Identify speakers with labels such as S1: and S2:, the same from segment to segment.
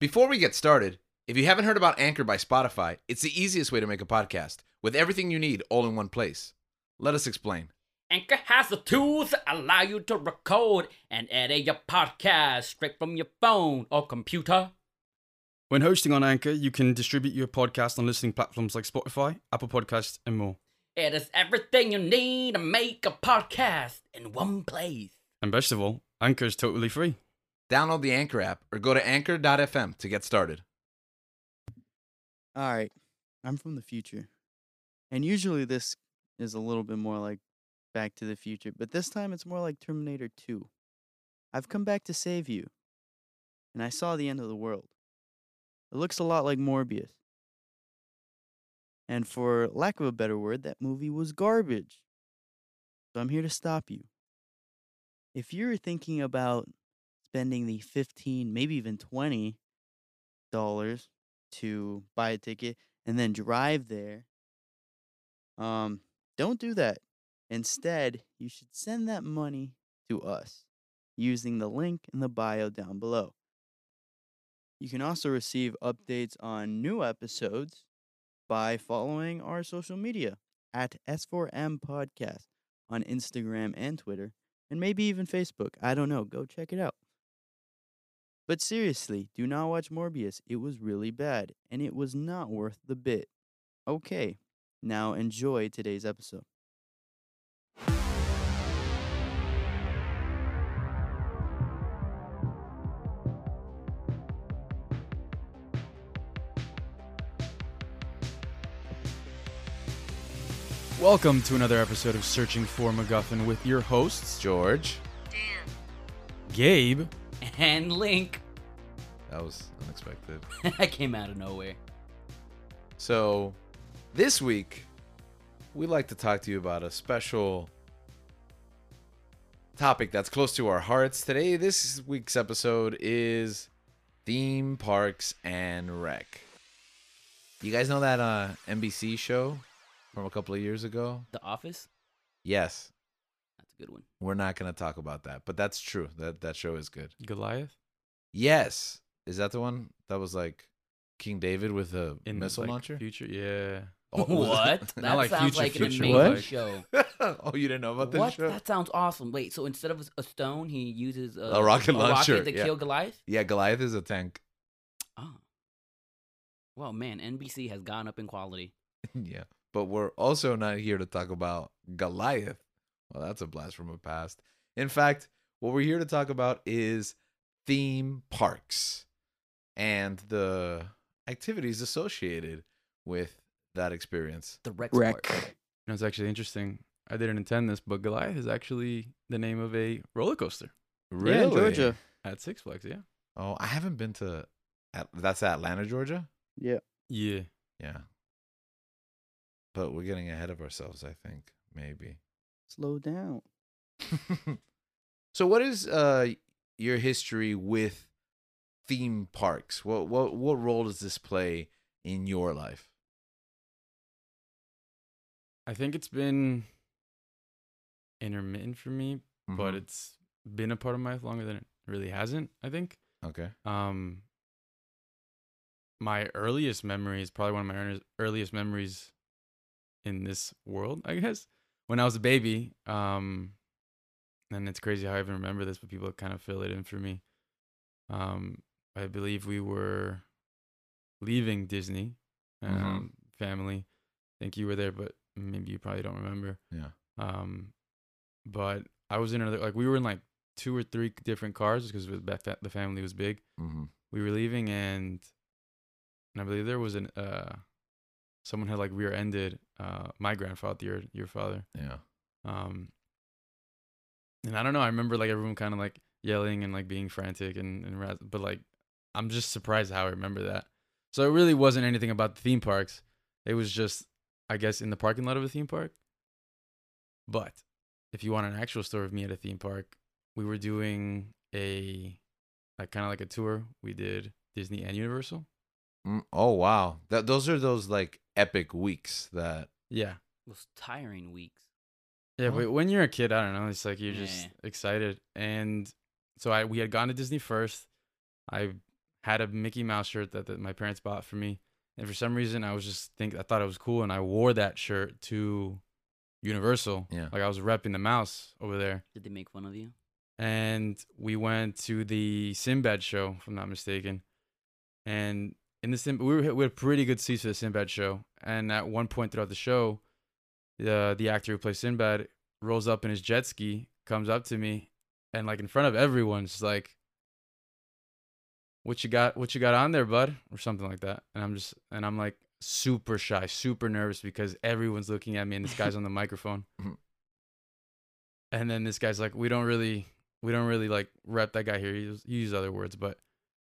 S1: Before we get started, if you haven't heard about Anchor by Spotify, it's the easiest way to make a podcast with everything you need all in one place. Let us explain.
S2: Anchor has the tools that allow you to record and edit your podcast straight from your phone or computer.
S3: When hosting on Anchor, you can distribute your podcast on listening platforms like Spotify, Apple Podcasts, and more.
S2: It is everything you need to make a podcast in one place.
S3: And best of all, Anchor is totally free.
S1: Download the Anchor app or go to anchor.fm to get started.
S4: All right. I'm from the future. And usually this is a little bit more like Back to the Future, but this time it's more like Terminator 2. I've come back to save you. And I saw the end of the world. It looks a lot like Morbius. And for lack of a better word, that movie was garbage. So I'm here to stop you. If you're thinking about spending the 15, maybe even 20 dollars to buy a ticket and then drive there. Um, don't do that. Instead, you should send that money to us using the link in the bio down below. You can also receive updates on new episodes by following our social media at S4M Podcast on Instagram and Twitter, and maybe even Facebook. I don't know. Go check it out. But seriously, do not watch Morbius. It was really bad, and it was not worth the bit. Okay, now enjoy today's episode.
S3: Welcome to another episode of Searching for MacGuffin with your hosts,
S1: George,
S3: Gabe.
S2: And Link.
S1: that was unexpected.
S2: I came out of nowhere.
S1: So, this week, we'd like to talk to you about a special topic that's close to our hearts. Today, this week's episode is theme parks and rec. You guys know that uh, NBC show from a couple of years ago?
S2: The Office?
S1: Yes,
S2: That's a good one.
S1: we're not going to talk about that, but that's true. That that show is good.
S3: Goliath?
S1: Yes, is that the one that was like King David with a
S3: In
S1: missile
S3: like,
S1: launcher?
S3: Future, yeah.
S1: Oh,
S2: what? That
S3: like
S2: sounds
S3: future,
S2: like an
S3: future,
S2: amazing
S3: like-
S2: show.
S1: oh, you didn't know about this
S2: what?
S1: show?
S2: That sounds awesome. Wait, so instead of a stone, he uses a,
S1: A rocket launcher,
S2: to
S1: yeah.
S2: kill Goliath?
S1: Yeah, Goliath is a tank.
S2: Oh. Well, man, NBC has gone up in quality.
S1: yeah. But we're also not here to talk about Goliath. Well, that's a blast from the past. In fact, what we're here to talk about is theme parks and the activities associated with that experience.
S2: The Rex.
S4: Wreck.
S3: You know, it's actually interesting. I didn't intend this, but Goliath is actually the name of a roller coaster
S1: Really?
S4: Yeah, in Georgia.
S3: at Six Flags, yeah.
S1: Oh, I haven't been to At- that's Atlanta, Georgia?
S4: Yeah.
S3: Yeah.
S1: Yeah. But we're getting ahead of ourselves, I think. Maybe.
S4: Slow down.
S1: so what is uh your history with theme parks what what what role does this play in your life
S3: I think it's been intermittent for me,
S1: Mm-hmm.
S3: but it's been a part of my life longer than it really hasn't, I think.
S1: okay
S3: Um, my earliest memory is probably one of my earnest- earliest memories in this world, I guess. When I was a baby, um, and it's crazy how I even remember this, but people kind of fill it in for me. Um, I believe we were leaving Disney, um,
S1: Mhm.
S3: family. I think you were there, but maybe you probably don't remember.
S1: yeah
S3: Um, but I was in another like we were in like two or three different cars because the family was big
S1: mm-hmm.
S3: we were leaving and and I believe there was an uh someone had like rear ended uh my grandfather your your father
S1: yeah
S3: um and I don't know I remember like everyone kind of like yelling and like being frantic and and raz- but like I'm just surprised how I remember that so it really wasn't anything about the theme parks it was just I guess in the parking lot of a theme park but if you want an actual story of me at a theme park we were doing a like kind of like a tour. We did Disney and Universal.
S1: mm, oh wow that those are those like epic weeks that
S3: Yeah.
S2: was tiring weeks.
S3: Yeah,
S1: Huh?
S3: but when you're a kid, I don't know, it's like you're
S2: Yeah,
S3: just
S2: yeah.
S3: excited. And so I we had gone to Disney first. I had a Mickey Mouse shirt that, that my parents bought for me, and for some reason I was just think I thought it was cool, and I wore that shirt to Universal.
S1: Yeah.
S3: like I was repping the mouse over there,
S2: Did they make fun of you?
S3: and we went to the Sinbad show, if I'm not mistaken, and in the Sin- we were we had pretty good seats for the Sinbad show, and at one point throughout the show, the the actor who plays Sinbad rolls up in his jet ski, comes up to me, and like in front of everyone, just like, "What you got? What you got on there, bud?" or something like that. And I'm just and I'm like super shy, super nervous because everyone's looking at me, and this guy's on the microphone.
S1: Mhm.
S3: And then this guy's like, "We don't really, we don't really like rep that guy here. He use- he used other words, but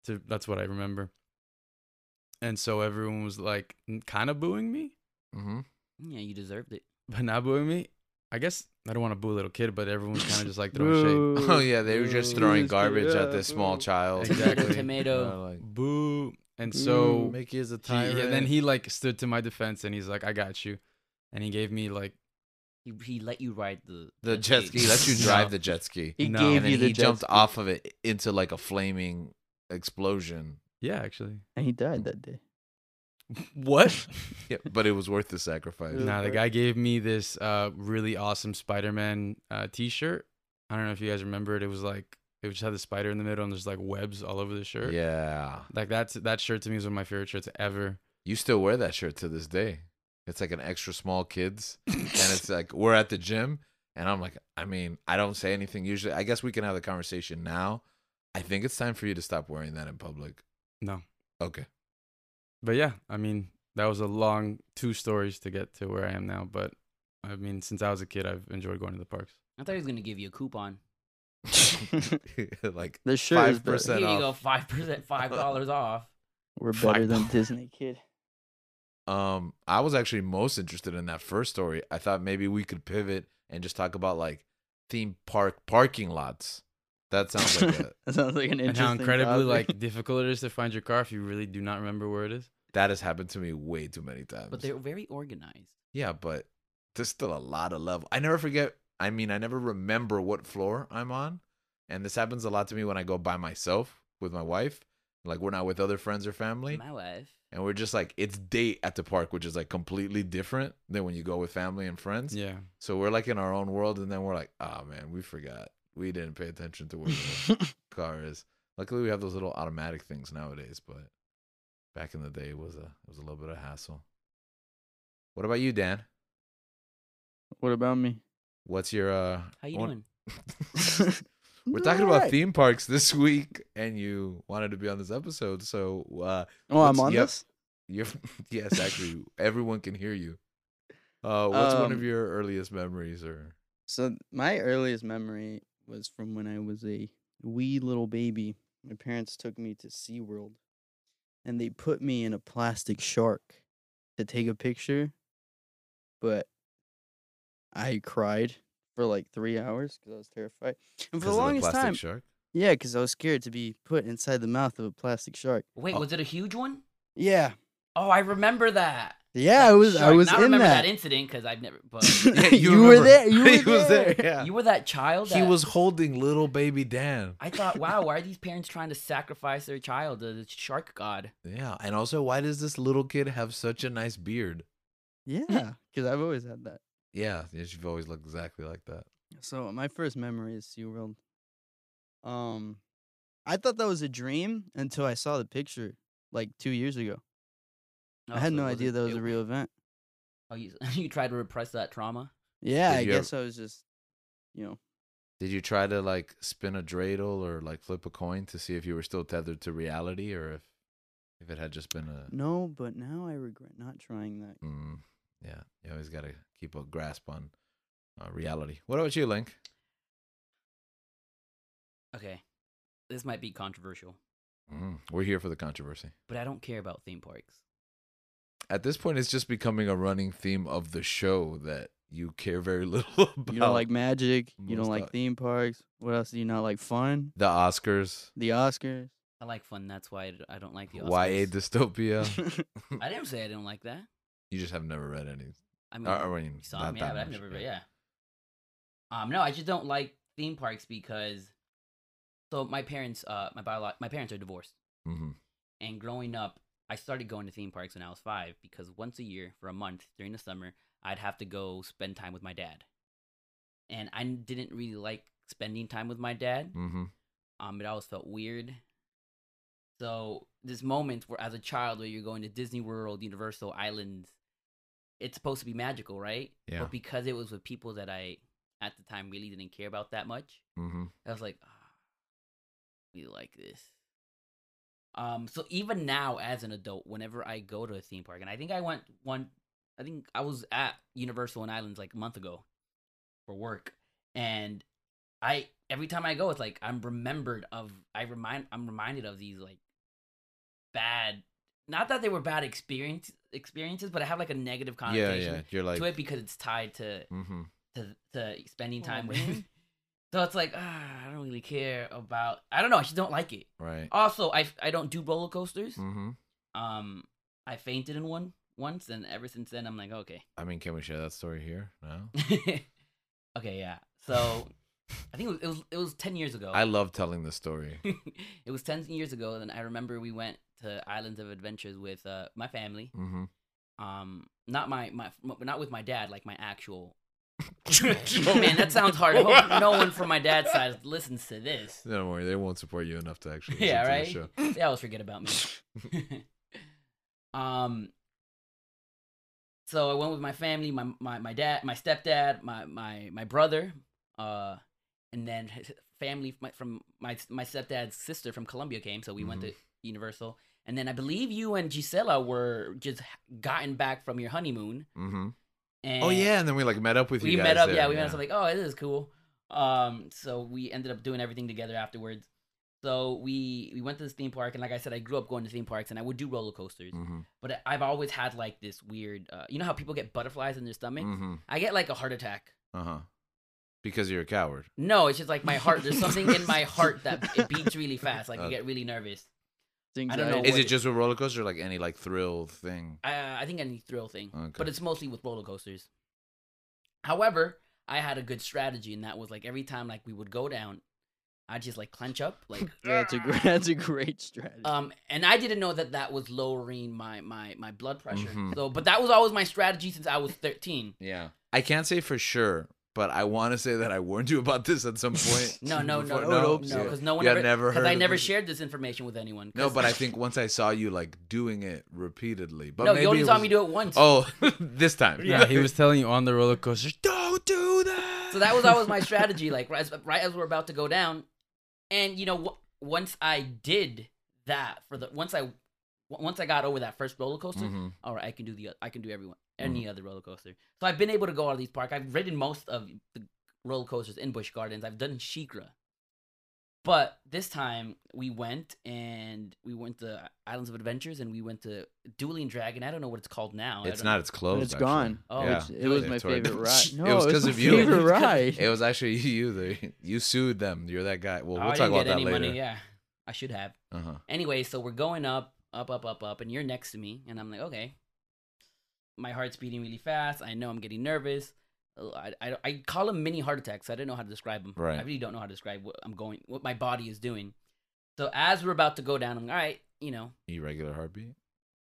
S3: to, that's what I remember." And so everyone was like, kind of booing me
S1: Mm-hmm.
S2: Yeah, you deserved it.
S3: but not booing me. I guess I don't want to boo a little kid, but everyone's kind of just like throwing
S1: Oh yeah, they were just throwing
S4: Jesus,
S1: garbage at this
S4: yeah,
S1: small
S4: boo.
S1: child.
S3: Exactly.
S1: Uh,
S2: Tomato,
S1: like,
S3: shade. Boo. And
S1: "Oh,
S3: so
S1: Mickey is a
S3: he, yeah,
S1: tyrant.
S3: then he like stood to my defense and he's like, I got you. And he gave me like,
S2: he, he let you ride the
S1: the jet ski lets you drive the jet ski,
S4: He
S3: No.
S4: gave
S1: and
S4: you
S1: then
S4: the
S1: he
S4: jet
S1: jumped
S4: ski,
S1: off of it into like a flaming explosion.
S3: yeah, actually.
S4: and he died that day.
S3: What?
S1: Yeah, but it was worth the sacrifice.
S4: Yeah.
S3: nah, the guy gave me this uh, really awesome Spider Man uh, t shirt. I don't know if you guys remember it. It was like, it just had the spider in the middle and there's like webs all over the shirt.
S1: Yeah,
S3: Like that's that shirt to me is one of my favorite shirts ever.
S1: you still wear that shirt to this day. It's like an extra small kids, and it's like we're at the gym, and I'm like, I mean, I don't say anything usually. I guess we can have the conversation now. I think it's time for you to stop wearing that in public.
S3: No.
S1: Okay.
S3: but yeah, I mean, that was a long two stories to get to where I am now. But I mean, since I was a kid, I've enjoyed going to the parks.
S2: I thought he was gonna give you a coupon.
S1: like
S4: The shirt is
S1: 5%.
S2: Here
S4: better.
S1: Set
S2: you
S1: off.
S2: go, five percent, five dollars off.
S4: We're
S3: Fuck.
S4: better than Disney, kid.
S1: Um, I was actually most interested in that first story. I thought maybe we could pivot and just talk about like theme park parking lots. That sounds like a,
S4: that sounds like an interesting.
S3: And how incredibly
S4: topic.
S3: like difficult it is to find your car if you really do not remember where it is.
S1: that has happened to me way too many times.
S2: But they're very organized.
S1: yeah, but there's still a lot of level. I never forget. I mean, I never remember what floor I'm on, and this happens a lot to me when I go by myself with my wife. Like we're not with other friends or family,
S2: My wife.
S1: and we're just like it's date at the park, which is like completely different than when you go with family and friends.
S3: Yeah,
S1: So we're like in our own world, and then we're like, oh man, we forgot. We didn't pay attention to where the car is. Luckily, we have those little automatic things nowadays, but back in the day, it was a it was a little bit of hassle. What about you, Dan?
S4: what about me?
S1: What's your uh?
S2: How you
S1: what-
S2: doing?
S1: We're talking about theme parks this week, and you wanted to be on this episode, so uh,
S4: Oh, I'm
S1: What's-
S4: on
S1: yep.
S4: this.
S1: you're yes, actually, everyone can hear you. Uh, what's one of
S4: Um,
S1: your earliest memories, or
S4: So my earliest memory was from when I was a wee little baby. My parents took me to SeaWorld and they put me in a plastic shark to take a picture, but I cried for like three hours because I was terrified. And for
S1: 'cause
S4: the
S1: of
S4: longest
S1: plastic
S4: time,
S1: shark?
S4: yeah, because I was scared to be put inside the mouth of a plastic shark.
S2: Wait,
S1: Oh.
S2: was it a huge one?
S4: Yeah,
S2: Oh, I remember that.
S4: yeah, I was, I
S2: Sure,
S4: was
S2: not
S4: in
S2: remember
S4: that.
S2: that incident because I've never. But
S1: Yeah,
S4: you were
S1: remember.
S4: there. You were
S1: he was there.
S4: there.
S1: Yeah.
S2: you were that child.
S1: he
S2: that-
S1: was holding little baby Dan.
S2: I thought, wow, why are these parents trying to sacrifice their child to the shark god?
S1: Yeah. And also, why does this little kid have such a nice beard?
S4: Yeah, because I've always had that.
S1: Yeah. yeah you've always looked exactly like that.
S4: So my first memory is SeaWorld. Um I thought that was a dream until I saw the picture like two years ago. I
S2: Oh,
S4: had
S2: so it
S4: no idea
S2: wasn't-
S4: that was
S2: it-
S4: a real event.
S2: Oh, you, you tried to repress that trauma.
S4: Yeah,
S1: Did
S4: I
S1: you ever-
S4: guess I was just you know
S1: Did you try to like spin a dreidel or like flip a coin to see if you were still tethered to reality or if if it had just been a.
S4: no, but now I regret not trying that.
S1: Mm, yeah. You always got to keep a grasp on uh, reality. What about you, Link?
S2: Okay, this might be controversial, Mm-hmm.
S1: Mm, we're here for the controversy.
S2: but I don't care about theme parks.
S1: At this point, it's just becoming a running theme of the show that you care very little about.
S4: You don't like magic, you
S1: most
S4: don't like
S1: thought-
S4: theme parks. What else do you not like? Fun?
S1: the Oscars,
S4: The Oscars.
S2: I like fun. That's why I d- I don't like the
S1: YA
S2: Oscars.
S1: dystopia.
S2: I didn't say I didn't like that.
S1: You just have never read any.
S2: I mean,
S1: Or, or when you-
S2: saw
S1: not
S2: them, yeah,
S1: that
S2: but I've
S1: much,
S2: never, yeah. Um, no, I just don't like theme parks because, so my parents, uh, my bio, my parents are divorced,
S1: Mhm.
S2: And growing up, I started going to theme parks when I was five because once a year for a month during the summer, I'd have to go spend time with my dad. And I didn't really like spending time with my dad.
S1: Mm-hmm.
S2: Um, it always felt weird. So this moment where as a child where you're going to Disney World, Universal Islands, it's supposed to be magical, right?
S1: Yeah.
S2: But because it was with people that I at the time really didn't care about that much,
S1: Mm-hmm.
S2: I was like, ah, we like this. Um, so even now as an adult, whenever I go to a theme park, and I think I went one, I think I was at Universal and Islands like a month ago for work, and I every time I go, it's like I'm remembered of, I remind, I'm reminded of these like bad, not that they were bad experience experiences, but I have like a negative
S1: Yeah,
S2: connotation
S1: yeah. You're like,
S2: to it because it's tied to
S1: mm-hmm.
S2: to to spending
S4: Aw,
S2: time with.
S4: man.
S2: so it's like ah, I don't really care about. I don't know. I just don't like it.
S1: right.
S2: Also, I I don't do roller coasters.
S1: Mm-hmm.
S2: Um, I fainted in one once, and ever since then I'm like okay,
S1: I mean, can we share that story here? No.
S2: okay, yeah. So I think it was it was, it was ten years ago.
S1: I love telling the story.
S2: it was ten years ago, and I remember we went to Islands of Adventures with uh, my family.
S1: Mm-hmm.
S2: Um, not my my not with my dad, like my actual. Oh, Man, that sounds hard. I hope no one from my dad's side listens to this.
S1: Don't worry, they won't support you enough to actually listen
S2: Yeah,
S1: to
S2: right.
S1: the show.
S2: They always forget about me. um. So I went with my family, my my my dad, my stepdad, my my my brother, uh, and then his family from my, from my my stepdad's sister from Colombia came. So we went
S1: Mhm.
S2: to Universal, and then I believe you and Gisela were just gotten back from your honeymoon.
S1: Mm-hmm.
S2: And
S1: Oh yeah, and then we like met up with
S2: we
S1: you guys
S2: met up.
S1: there,
S2: yeah, we met up. So like, oh, this is cool. Um, so we ended up doing everything together afterwards. So we we went to this theme park, and like I said, I grew up going to theme parks, and I would do roller coasters.
S1: Mhm,
S2: But I've always had like this weird, uh, you know how people get butterflies in their stomach?
S1: mhm,
S2: I get like a heart attack.
S1: Uh-huh. Because you're a coward.
S2: No, it's just like my heart. There's something in my heart that it beats really fast.
S1: Uh.
S2: Like I get really nervous. I don't know
S4: anxiety.
S1: Is
S2: what-
S1: it just a roller coaster, or like any like thrill thing?
S2: I I think any thrill thing,
S1: Okay.
S2: but it's mostly with roller coasters. However, I had a good strategy, and that was like every time like we would go down, I just like clench up, like
S4: Yeah, that's a gr- that's a great strategy.
S2: Um, and I didn't know that that was lowering my my my blood pressure.
S1: Mhm.
S2: So, but that was always my strategy since I was thirteen.
S1: yeah. I can't say for sure, but I want to say that I warned you about this at some point.
S2: No, no, no,
S1: before-
S4: I
S2: no,
S4: would
S2: no,
S4: hope
S2: because
S4: so.
S2: no, one
S1: Yeah,
S2: ever,
S1: never
S2: 'cause
S1: heard
S2: I
S1: of
S2: never
S1: it.
S2: shared this information with anyone.
S1: No,
S2: 'cause-
S1: but I think once I saw you like doing it repeatedly, but
S2: no,
S1: maybe
S2: you only
S1: it
S2: saw
S1: was-
S2: me do it once.
S1: Oh, this time.
S3: Yeah, he was telling you on the roller coaster, don't do that.
S2: So that was always my strategy. Like right as, right as we're about to go down, and you know, w- once I did that for the once I w- once I got over that first roller coaster,
S1: Mhm.
S2: all right, I can do the I can do everyone any
S1: Mm-hmm.
S2: other roller coaster. So I've been able to go out of these parks. I've ridden most of the roller coasters in Busch Gardens. I've done Shikra, but this time we went and we went to Islands of Adventures and we went to Dueling Dragon. I don't know what it's called now. I
S1: It's
S2: don't-
S1: not. It's closed.
S4: it's
S1: actually.
S4: gone.
S2: Oh,
S1: yeah.
S4: Which- it was
S1: They
S4: my
S1: tore it
S4: favorite
S1: down.
S4: ride. No,
S1: it was because
S4: my
S1: of you.
S4: Favorite
S2: It was 'cause-
S4: ride.
S1: It was actually you. They, you sued them. You're that guy. Well, we'll
S2: Oh, I
S1: talk
S2: didn't
S1: about
S2: get
S1: that
S2: any
S1: later.
S2: money. Yeah, I should have.
S1: Uh-huh.
S2: Anyway, so we're going up, up, up, up, up, and you're next to me, and I'm like, okay. My heart's beating really fast. I know I'm getting nervous. Uh, I, I, I call them mini heart attacks. I don't know how to describe them.
S1: Right.
S2: I really don't know how to describe what I'm going, what my body is doing. So as we're about to go down, I'm like, all right, you know,
S1: Irregular heartbeat.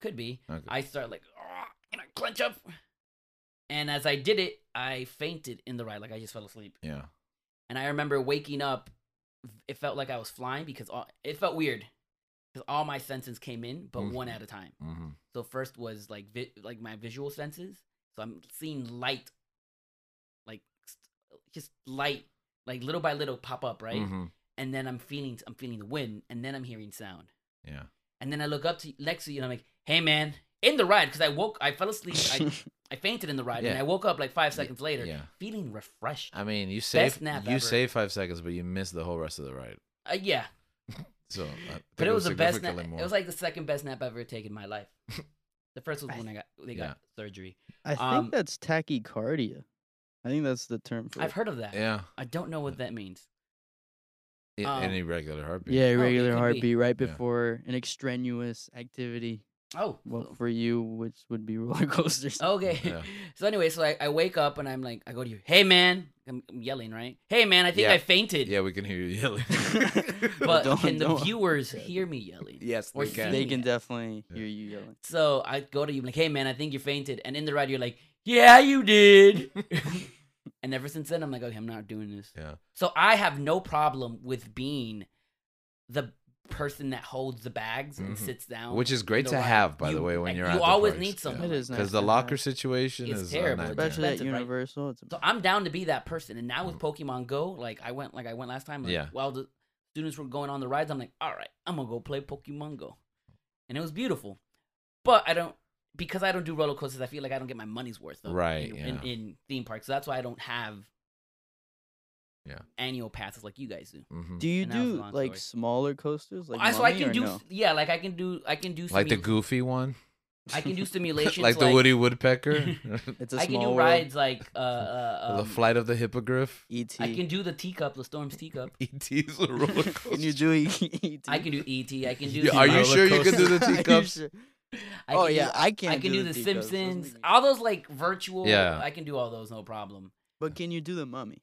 S2: could be.
S1: Okay.
S2: I start like, "Ah," and I clench up. And as I did it, I fainted in the ride, like I just fell asleep.
S1: yeah.
S2: And I remember waking up. It felt like I was flying because all, it felt weird because all my senses came in, but one
S1: Mhm.
S2: at a time.
S1: Mm-hmm.
S2: So first was like vi- like my visual senses. So I'm seeing light, like st- just light, like little by little pop up, right?
S1: Mm-hmm.
S2: And then I'm feeling I'm feeling the wind, and then I'm hearing sound.
S1: Yeah.
S2: And then I look up to next to you, and I'm like, "Hey, man!" In the ride, because I woke, I fell asleep, I, I fainted in the ride, and
S1: Yeah.
S2: I woke up like five
S1: Ye-
S2: seconds later,
S1: yeah.
S2: feeling refreshed.
S1: I mean, you save
S2: nap
S1: you
S2: ever.
S1: save five seconds, but you miss the whole rest of the ride.
S2: Uh, yeah,
S1: So, uh, I
S2: But
S1: think
S2: it was the best nap.
S1: significantly more.
S2: It was like the second best nap I've ever taken in my life. the first was when I got they got surgery.
S4: I think
S2: um,
S4: that's tachycardia. I think that's the term for
S2: I've
S4: it.
S2: heard of that.
S1: yeah,
S2: I don't know what that means.
S1: I-
S2: um,
S1: an irregular heartbeat.
S4: Yeah,
S2: it
S4: irregular
S2: could be.
S4: heartbeat right
S1: Yeah.
S4: before an extraneous activity.
S2: Oh.
S4: Well,
S2: so-
S4: for you, which would be roller coasters.
S2: Okay.
S1: Yeah.
S2: So anyway, so I, I wake up and I'm like, I go to you, hey man, I'm, I'm yelling, right? Hey man, I think
S1: Yeah.
S2: I fainted.
S1: Yeah, we can hear you yelling.
S2: But
S4: Don't-
S2: can the
S4: don't.
S2: viewers hear me yelling?
S1: yes,
S2: Or
S1: we can.
S4: They
S2: see-
S4: can definitely
S1: Yeah.
S4: hear you yelling.
S2: So I go to you, I'm like, hey man, I think you fainted. And in the ride, you're like, yeah, you did. and ever since then, I'm like, okay, I'm not doing this.
S1: Yeah.
S2: So I have no problem with being the person that holds the bags and
S1: Mhm.
S2: sits down.
S1: Which is great
S2: the
S1: to
S2: ride.
S1: have, by the
S2: You-
S1: way, when
S2: like,
S1: you're
S2: you
S1: at the
S2: always
S1: parks.
S2: need someone.
S4: It is nice.
S1: Because
S4: to
S1: the
S4: have,
S1: locker situation
S2: It's
S1: is
S2: terrible,
S1: A nightmare.
S4: especially at
S2: expensive, right?
S4: Universal, it's
S2: So I'm down to be that person. And now with Pokemon Go, like I went, like I went last time. Like,
S1: Mm. Yeah.
S2: While the students were going on the rides, I'm like, all right, I'm gonna go play Pokemon Go, and it was beautiful. But I don't because I don't do roller coasters. I feel like I don't get my money's worth. Of
S1: Right,
S2: In,
S1: yeah.
S2: in, in theme parks, so that's why I don't have.
S1: Yeah.
S2: Annual passes like you guys do.
S1: Mhm.
S4: Do you
S2: And that was a
S4: do
S2: long
S4: like
S2: story.
S4: smaller coasters? Like
S2: Well, Mm. I, so I
S4: Mummy,
S2: can
S4: or
S2: do
S4: no?
S2: yeah, like I can do I can do
S1: Like the
S2: simu-
S1: goofy one,
S2: I can do simulations
S1: like the Woody Woodpecker,
S4: It's a
S2: I
S4: small
S2: can do
S4: world.
S2: rides like uh, uh
S1: the
S2: um,
S1: flight of the hippogriff.
S4: ET.
S2: I can do the teacup, the storm's teacup.
S1: ET's a roller coaster.
S4: Can you do E ET?
S2: I can do ET. I can do.
S1: Yeah, are you
S2: Roller
S1: sure you can
S2: coaster.
S1: do the
S4: Are you
S1: teacups?
S4: sure?
S2: I
S4: oh
S2: can
S4: yeah,
S2: do,
S4: I can.
S2: I can do the
S4: teacups. Those
S2: Simpsons.
S4: niggas-
S2: All those like virtual.
S1: Yeah.
S2: I can do all those, no problem.
S4: But can you do the mummy?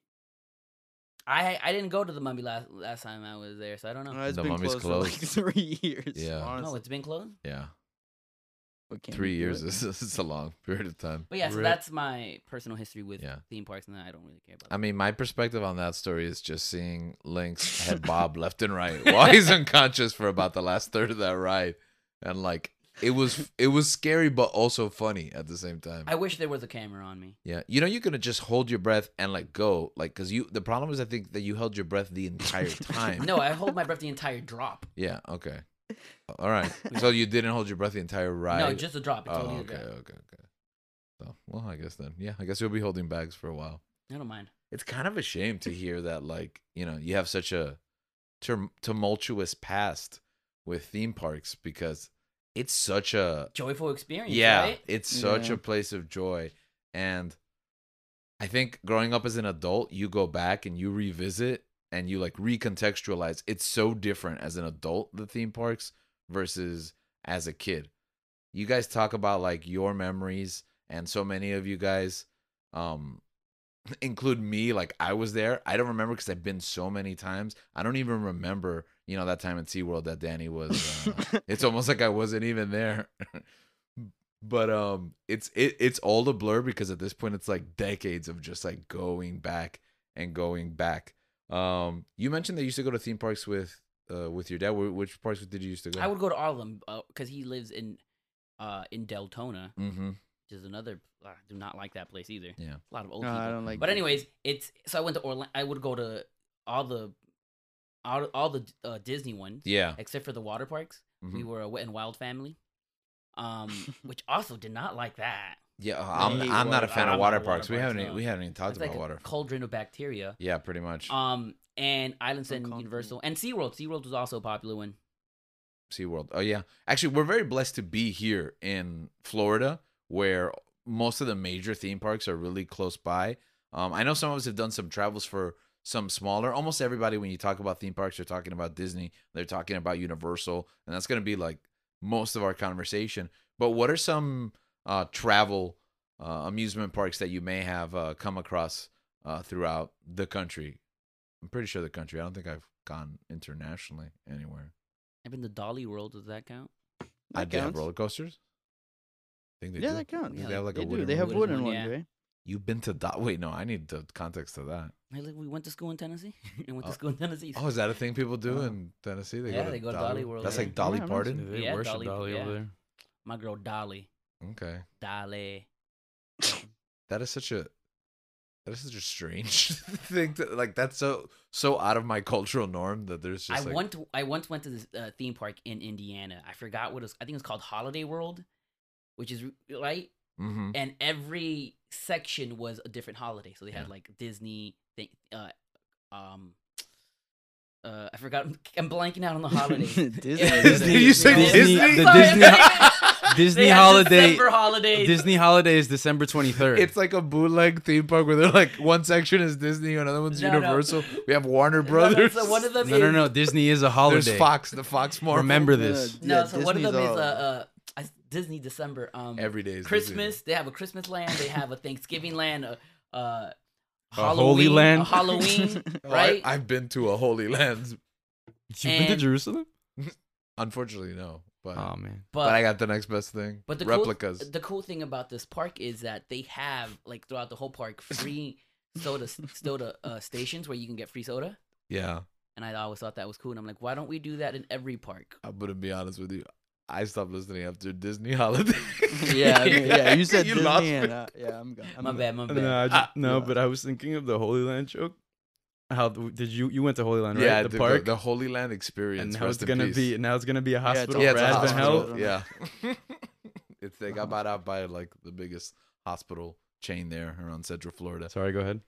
S2: I I didn't go to the Mummy last last time I was there, so I don't know.
S4: No, it's
S1: The
S4: been
S1: mummy's
S4: closed for like three years.
S1: Yeah. No,
S2: no,
S4: honestly.
S2: it's been closed.
S1: Yeah,
S4: But can
S1: three
S4: you do
S1: years
S4: it?
S1: is it's a long period of time.
S2: But yeah, so
S3: Rip.
S2: that's my personal history with
S1: Yeah.
S2: theme parks, and I don't really care about.
S1: I mean, my perspective on that story is just seeing Lynx head bob left and right while he's unconscious for about the last third of that ride, and like it was it was scary but also funny at the same time.
S2: I wish there was a camera on me.
S1: yeah, you know you're gonna just hold your breath and like go, like because you the problem is I think that you held your breath the entire time.
S2: No, I hold my breath the entire drop.
S1: Yeah. Okay. All right. So you didn't hold your breath the entire ride.
S2: No, just a drop. It's
S1: Oh,
S2: only a
S1: okay, okay,
S2: drop.
S1: okay. So, well, I guess then, yeah, I guess you'll be holding bags for a while.
S2: I don't mind.
S1: It's kind of a shame to hear that, like, you know, you have such a tur- tumultuous past with theme parks because it's such a
S2: Joyful experience.
S1: yeah,
S2: Right?
S1: it's such
S4: Yeah.
S1: a place of joy, and I think growing up as an adult, you go back and you revisit and you like recontextualize. It's so different as an adult, the theme parks versus as a kid. You guys talk about like your memories, and so many of you guys, um, include me. Like I was there. I don't remember because I've been so many times. I don't even remember. You know that time in SeaWorld that Danny was. Uh, it's almost like I wasn't even there. but um it's it it's all a blur because at this point it's like decades of just like going back and going back. Um you mentioned that you used to go to theme parks with uh with your dad. Wh- Which parks did you used to go?
S2: I would go to all of them because he lives in uh in Deltona,
S1: Mhm.
S2: which is another. I do not like that place either.
S1: Yeah.
S2: a lot of old
S4: No,
S2: people.
S4: I don't like.
S2: But
S4: that.
S2: anyways, it's so I went to Orlando. I would go to all the all, all the uh, Disney ones
S1: Yeah.
S2: except for the water parks. We
S1: mhm.
S2: were a wet and wild family, um, which also did not like that.
S1: Yeah, I'm
S4: hate
S1: I'm not a
S4: water-
S1: fan of
S2: I'm not
S1: water
S2: a water
S1: parks. We
S2: parks,
S1: haven't e-
S2: no.
S1: we haven't even talked
S2: It's
S1: about
S2: like
S1: water.
S2: a cauldron of bacteria.
S1: Yeah, pretty much.
S2: Um, and Islands and
S4: Uncomfortable.
S2: Universal and SeaWorld. SeaWorld was also a popular one.
S1: SeaWorld. Oh yeah. Actually, we're very blessed to be here in Florida where most of the major theme parks are really close by. Um, I know some of us have done some travels for some smaller. Almost everybody when you talk about theme parks, they're talking about Disney, they're talking about Universal, and that's going to be like most of our conversation. But what are some uh, travel uh, amusement parks that you may have uh, come across uh, throughout the country? I'm pretty sure the country. I don't think I've gone internationally anywhere.
S2: I've been to Dolly World. Does that count?
S4: That
S1: I do have
S4: counts.
S1: roller coasters. I think they
S4: yeah,
S1: do.
S4: that counts.
S1: They
S2: Yeah,
S1: have like
S4: they
S1: a
S4: do.
S1: wooden.
S4: They have
S1: roller-
S4: wooden
S2: one,
S4: ones,
S2: yeah.
S4: right?
S1: You've been to Dot? Wait, no, I need the context to that.
S2: I like, we went to school in Tennessee. I went to
S1: Oh.
S2: school in Tennessee.
S1: Oh, is that a thing people do
S4: Oh.
S1: in Tennessee?
S2: Uh-huh. Yeah, they go to Dolly World,
S1: That's
S2: yeah.
S1: like Dolly
S4: Yeah, I'm
S3: Dude,
S1: Parton.
S3: They
S2: Yeah,
S3: worship
S2: Dolly-
S3: Dolly, over
S2: yeah.
S3: there.
S2: My girl Dolly.
S1: Okay,
S2: Dolly.
S1: that is such a that is such a strange thing. To, like that's so so out of my cultural norm that there's
S2: I
S1: just like
S2: once I once went to this uh, theme park in Indiana. I forgot what it was. I think it's called Holiday World, which is right.
S1: Mhm.
S2: And every section was a different holiday. So they had
S1: Yeah.
S2: like Disney. Thing, uh, um, uh, I forgot. I'm blanking out on the holidays.
S4: Disney.
S1: Did you say
S3: Disney-
S1: Disney?
S2: I'm
S3: the
S2: sorry,
S3: Disney-
S2: I'm
S1: Disney.
S2: They
S3: Disney
S2: had
S3: holiday.
S2: December holidays.
S3: Disney holiday is December 23rd.
S1: It's like a bootleg theme park where they're like one section is Disney, another one's
S2: No, no.
S1: Universal. We have Warner
S2: No, no,
S1: Brothers.
S2: so one of them
S3: no, no,
S2: is-
S3: no. Disney is a
S1: There's
S3: holiday.
S1: Fox, the Fox Marvel.
S3: Remember this.
S2: No, so one of them is uh, uh, I, Disney December. Um,
S1: Every day is Disney.
S2: Christmas. They have a Christmas land. They have a Thanksgiving land. A, uh,
S3: A Holy Land.
S2: A Halloween.
S1: Oh,
S2: right?
S1: I, have been to a holy land.
S3: You've been to
S2: And-
S3: Jerusalem?
S1: Unfortunately, no. But
S3: Oh man.
S2: but,
S1: but I got the next best thing.
S2: but the
S1: replicas.
S2: Cool, the cool thing about this park is that they have like throughout the whole park free soda soda uh, stations where you can get free soda.
S1: yeah,
S2: And I always thought that was cool. And I'm like, why don't we do that in every park?
S1: I'm gonna be honest with you. I stopped listening after Disney holiday.
S4: yeah, I mean, yeah. You said Disney,
S1: lost me.
S4: and, uh, yeah, I'm gone. I'm
S2: My
S4: gone.
S2: bad, my bad.
S3: No, I ju-
S1: Ah.
S3: no, but I was thinking of the Holy Land joke. How th- did you you went to Holy Land, right?
S1: yeah,
S3: the,
S1: the, the,
S3: park.
S1: the Holy Land experience.
S3: and now
S1: rest
S3: it's
S1: in
S3: gonna
S1: peace.
S3: be now it's gonna be a
S4: Yeah, it's
S3: hospital
S1: yeah,
S3: yeah,
S1: it's a
S4: Rasband
S1: hospital.
S4: Health?
S1: Yeah, it's they got bought out by like the biggest hospital chain there around Central Florida.
S3: Sorry, go ahead.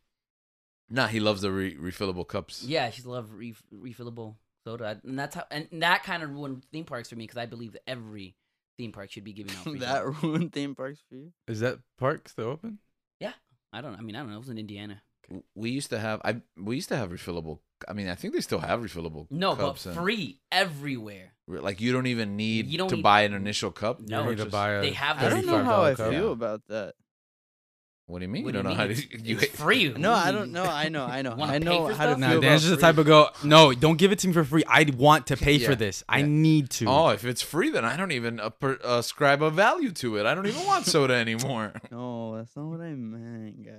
S1: Nah, he loves the re- refillable cups.
S2: Yeah, she's love re- refillable soda, and that's how and that kind of ruined theme parks for me because I believe that every theme park should be giving out free soda.
S4: that ruined theme parks for you.
S3: Is that park still open?
S2: I don't. I mean, I don't know. It was in Indiana.
S1: W- We used to have I we used to have refillable. I mean, I think they still have refillable.
S2: No,
S1: cups
S2: but
S1: and-
S2: free everywhere.
S1: re- like you don't even need
S2: You don't
S1: to
S2: need-
S1: buy an initial cup.
S2: No,
S3: you need to
S1: just-
S3: buy a
S2: they have
S4: I
S2: this-
S4: don't know how I
S3: $35 cup.
S4: feel
S1: Yeah.
S4: about that.
S1: What do you mean?
S2: What
S1: you
S2: do
S1: don't
S2: you
S1: know
S2: mean?
S1: how
S2: It's-
S1: to you
S2: it's free.
S4: No,
S2: What do
S4: I
S2: you
S4: don't
S2: mean?
S4: know. I know. I know.
S2: Wanna
S4: I
S2: pay
S4: know
S2: for
S4: how
S2: stuff?
S4: to feel
S3: Nah,
S4: about
S3: Dan's just the
S4: free.
S3: type of go. No, don't give it to me for free. I want to pay
S1: Yeah,
S3: for this. I
S1: yeah.
S3: need to.
S1: Oh, if it's free, then I don't even uh, per, ascribe a value to it. I don't even want soda anymore.
S4: No, that's not what I meant, guys.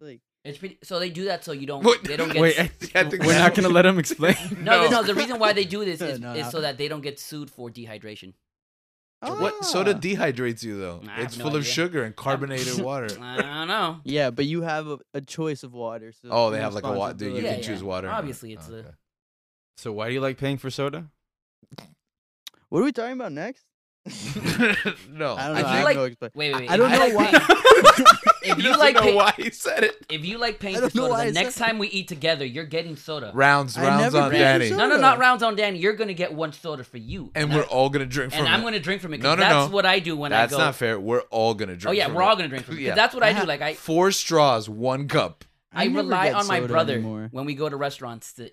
S4: Like,
S2: It's pretty. So they do that so you don't.
S1: What?
S2: They don't get.
S3: wait, I
S2: s-
S3: th-
S1: I think
S3: we're
S1: that's
S3: not gonna
S1: what-
S3: let him explain.
S2: no, no, no. The reason why they do this is,
S4: No,
S2: is
S4: no.
S2: so that they don't get sued for dehydration.
S1: What soda dehydrates you though?
S2: I have
S1: it's
S2: no
S1: full of
S2: idea.
S1: sugar and carbonated water.
S2: I don't know.
S4: Yeah, but you have a, a choice of water. So
S1: Oh,
S4: it's
S1: they
S4: your
S1: have like a water. Dude, you
S2: Yeah,
S1: can
S2: yeah.
S4: responsibility.
S1: choose water.
S2: Obviously, it's a-
S3: So why do you like paying for soda?
S4: What are we talking about next?
S1: okay. no.
S4: I don't know.
S2: I
S4: I,
S2: feel
S4: have
S2: like-
S4: no
S2: Wait,
S4: expla-
S2: wait, wait.
S4: I don't
S2: If
S4: know
S2: you
S4: why.
S2: like paying- if
S1: He
S2: you
S1: doesn't
S2: like
S1: know
S2: pay-
S1: why he said it.
S2: if you like paying
S4: I
S2: for
S4: don't know why
S2: soda,
S4: I
S2: the
S4: said-
S2: next time we eat together, you're getting soda.
S1: Rounds,
S4: I
S1: rounds
S4: never
S1: on
S4: did
S1: Danny,
S4: so.
S2: No, no,
S4: soda.
S2: not rounds on Danny. You're gonna get one soda for you,
S1: and
S2: I-
S1: we're all gonna drink from
S2: and
S1: it.
S2: I'm gonna drink from it. 'cause
S1: No, no,
S2: that's
S1: no.
S2: what I do when
S1: that's
S2: I go.
S1: not fair. We're all gonna drink.
S2: oh yeah,
S1: from
S2: we're
S1: it.
S2: all gonna drink from it. 'cause
S1: Yeah.
S2: That's what I,
S4: I ha-
S2: do. Like I,
S1: Four straws, one cup.
S2: I,
S4: never
S2: rely
S4: get
S2: on my
S4: soda
S2: brother
S4: anymore.
S2: when we go to restaurants to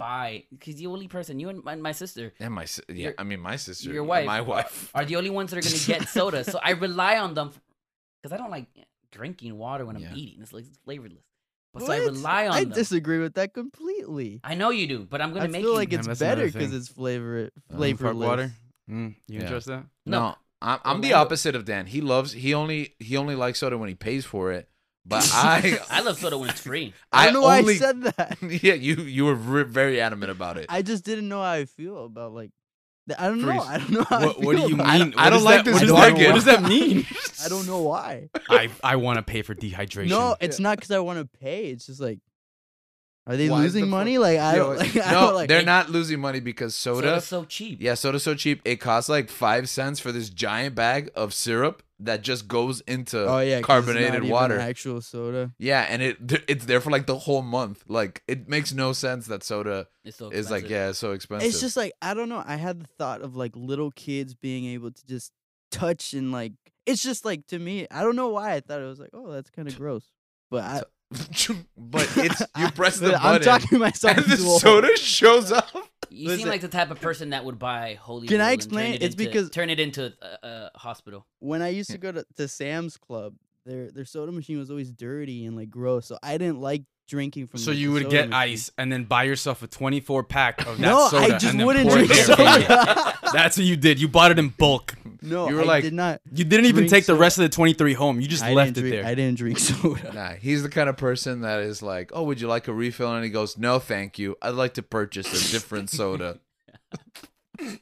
S2: buy. Because the only person, you and my, my sister,
S1: And my, si- yeah,
S2: Your-
S1: I mean my sister,
S2: your wife. Uh,
S1: my wife.
S2: are the only ones that are gonna get soda. So I rely on them because I don't like drinking water when I'm
S1: Yeah.
S2: eating. It's like it's flavorless. But so I
S4: What?
S2: rely on
S4: I
S2: them.
S4: disagree with that completely.
S2: I know you do, but I'm gonna
S4: I
S2: make
S4: feel
S2: you.
S4: like
S3: Damn,
S4: it's
S3: that's
S4: better
S3: another
S4: because
S3: thing.
S4: it's flavor
S1: Park
S4: flavorless.
S3: water? Mm, you
S1: Yeah.
S3: can trust that?
S1: No,
S2: No.
S1: I'm, I'm the
S2: Orlando-
S1: opposite of Dan. He loves. He only he only likes soda when he pays for it. But I
S2: I love soda when it's free.
S4: I don't know why
S1: only-
S4: I said that.
S1: yeah, you you were re- very adamant about it.
S4: I just didn't know how I feel about like. th- I don't know.
S1: Freeze.
S4: I don't know. How
S3: What-
S4: I feel
S3: what do you
S4: about it.
S3: mean?
S1: I
S3: What
S1: don't
S3: is
S1: like
S3: that-
S1: this
S3: what is
S4: market.
S3: That, what does that mean?
S4: I don't know why.
S3: I I want to pay for dehydration.
S4: No, it's not because I want to pay. It's just like, are they
S1: Why is the
S4: losing
S1: fu-
S4: money? Like I
S1: Yo,
S4: don't. Like, I
S1: no,
S4: don't, like,
S1: they're not losing money because soda.
S2: Soda's so cheap.
S1: yeah, soda's so cheap. It costs like five cents for this giant bag of syrup that just goes into
S4: Oh yeah, 'cause it's not
S1: carbonated
S4: even
S1: water.
S4: actual soda.
S1: yeah, and it th- it's there for like the whole month. Like it makes no sense that soda
S2: It's so
S1: is like
S2: expensive.
S1: yeah, it's so expensive.
S4: It's just like I don't know. I had the thought of like little kids being able to just touch and like. It's just like to me. I don't know why I thought it was like, oh, that's kind of gross. But I,
S1: but it's you press the
S4: But I'm
S1: button
S4: talking myself
S1: and the
S4: into a hole.
S1: soda shows up.
S2: You
S4: Listen.
S2: seem like the type of person that would buy holy.
S4: Can I
S2: Roll and
S4: explain?
S2: turn it
S4: It's
S2: into-
S4: because-
S2: turn it into a, a hospital.
S4: When I used to go to, to Sam's Club, their their soda machine was always dirty and like gross, so I didn't like drinking from.
S3: So
S4: like,
S3: you
S4: the
S3: would
S4: soda
S3: get
S4: machine.
S3: ice and then buy yourself a 24 pack of that
S4: No,
S3: soda.
S4: I just
S3: and then
S4: wouldn't
S3: pour it
S4: drink
S3: there for you.
S4: soda.
S3: That's what you did. You bought it in bulk.
S4: no,
S1: You were
S4: I
S1: like,
S4: did not.
S3: You didn't even
S4: Drink
S3: take the
S4: soda.
S3: rest of the 23 home. You just
S4: I
S3: left
S4: didn't
S3: it
S4: drink,
S3: there.
S4: I didn't drink soda.
S1: Nah, he's the kind of person that is like, "Oh, would you like a refill?" And he goes, "No, thank you. I'd like to purchase a different soda."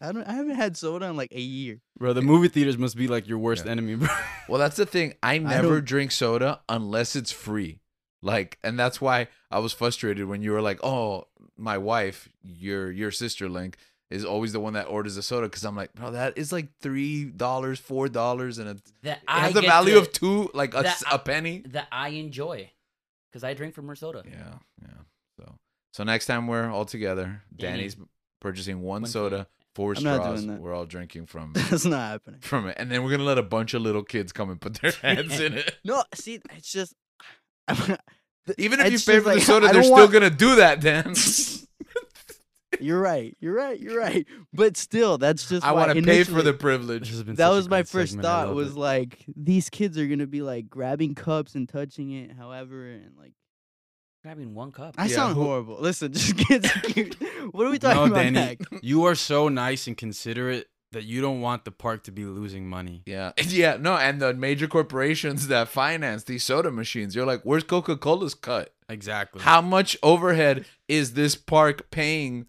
S4: I don't. I haven't had soda in like a year.
S3: bro, the movie theaters must be like your worst
S1: Yeah.
S3: enemy, bro.
S1: well, that's the thing. I never
S4: don't-
S1: drink soda unless it's free. Like, and that's why I was frustrated when you were like, "Oh, my wife, your your sister Link is always the one that orders the soda." Because I'm like, "Bro, that is like three dollars, four dollars, and it, it
S2: That I
S1: has the
S2: get
S1: value
S2: to-
S1: of two, like a,
S2: that
S1: s- a penny."
S2: that I enjoy, because I drink from her soda.
S1: Yeah, yeah. So, so next time we're all together,
S2: Danny.
S1: Danny's purchasing one,
S2: One
S1: soda,
S2: soda.
S1: four
S4: I'm not
S1: straws.
S4: doing that.
S1: We're all drinking from
S4: That's not happening.
S1: from it, and then we're gonna let a bunch of little kids come and put their hands in it.
S4: No, see, it's just.
S1: Even if you
S4: It's
S1: pay
S4: just
S1: for the
S4: like,
S1: soda,
S4: I
S1: they're
S4: don't
S1: still
S4: want-
S1: gonna do that, Dan.
S4: You're right. You're right. You're right. But still, that's just
S1: I
S4: why
S1: want to pay for
S4: initially-
S1: the
S3: This
S1: privilege.
S3: has been
S4: that
S3: such a
S4: was my
S3: great
S4: first
S3: segment. I
S4: thought
S3: love
S4: was
S3: it.
S4: like these kids are gonna be like grabbing cups and touching it however and like
S2: Grabbing one cup.
S4: i
S1: Yeah,
S4: sound
S1: who-
S4: horrible listen just kids what are we talking
S3: no,
S4: about
S3: Danny,
S4: next?
S3: you are so nice and considerate that you don't want the park to be losing money.
S1: Yeah. Yeah. No, and the major corporations that finance these soda machines, you're like, where's Coca Cola's cut?
S3: Exactly.
S1: How much overhead is this park paying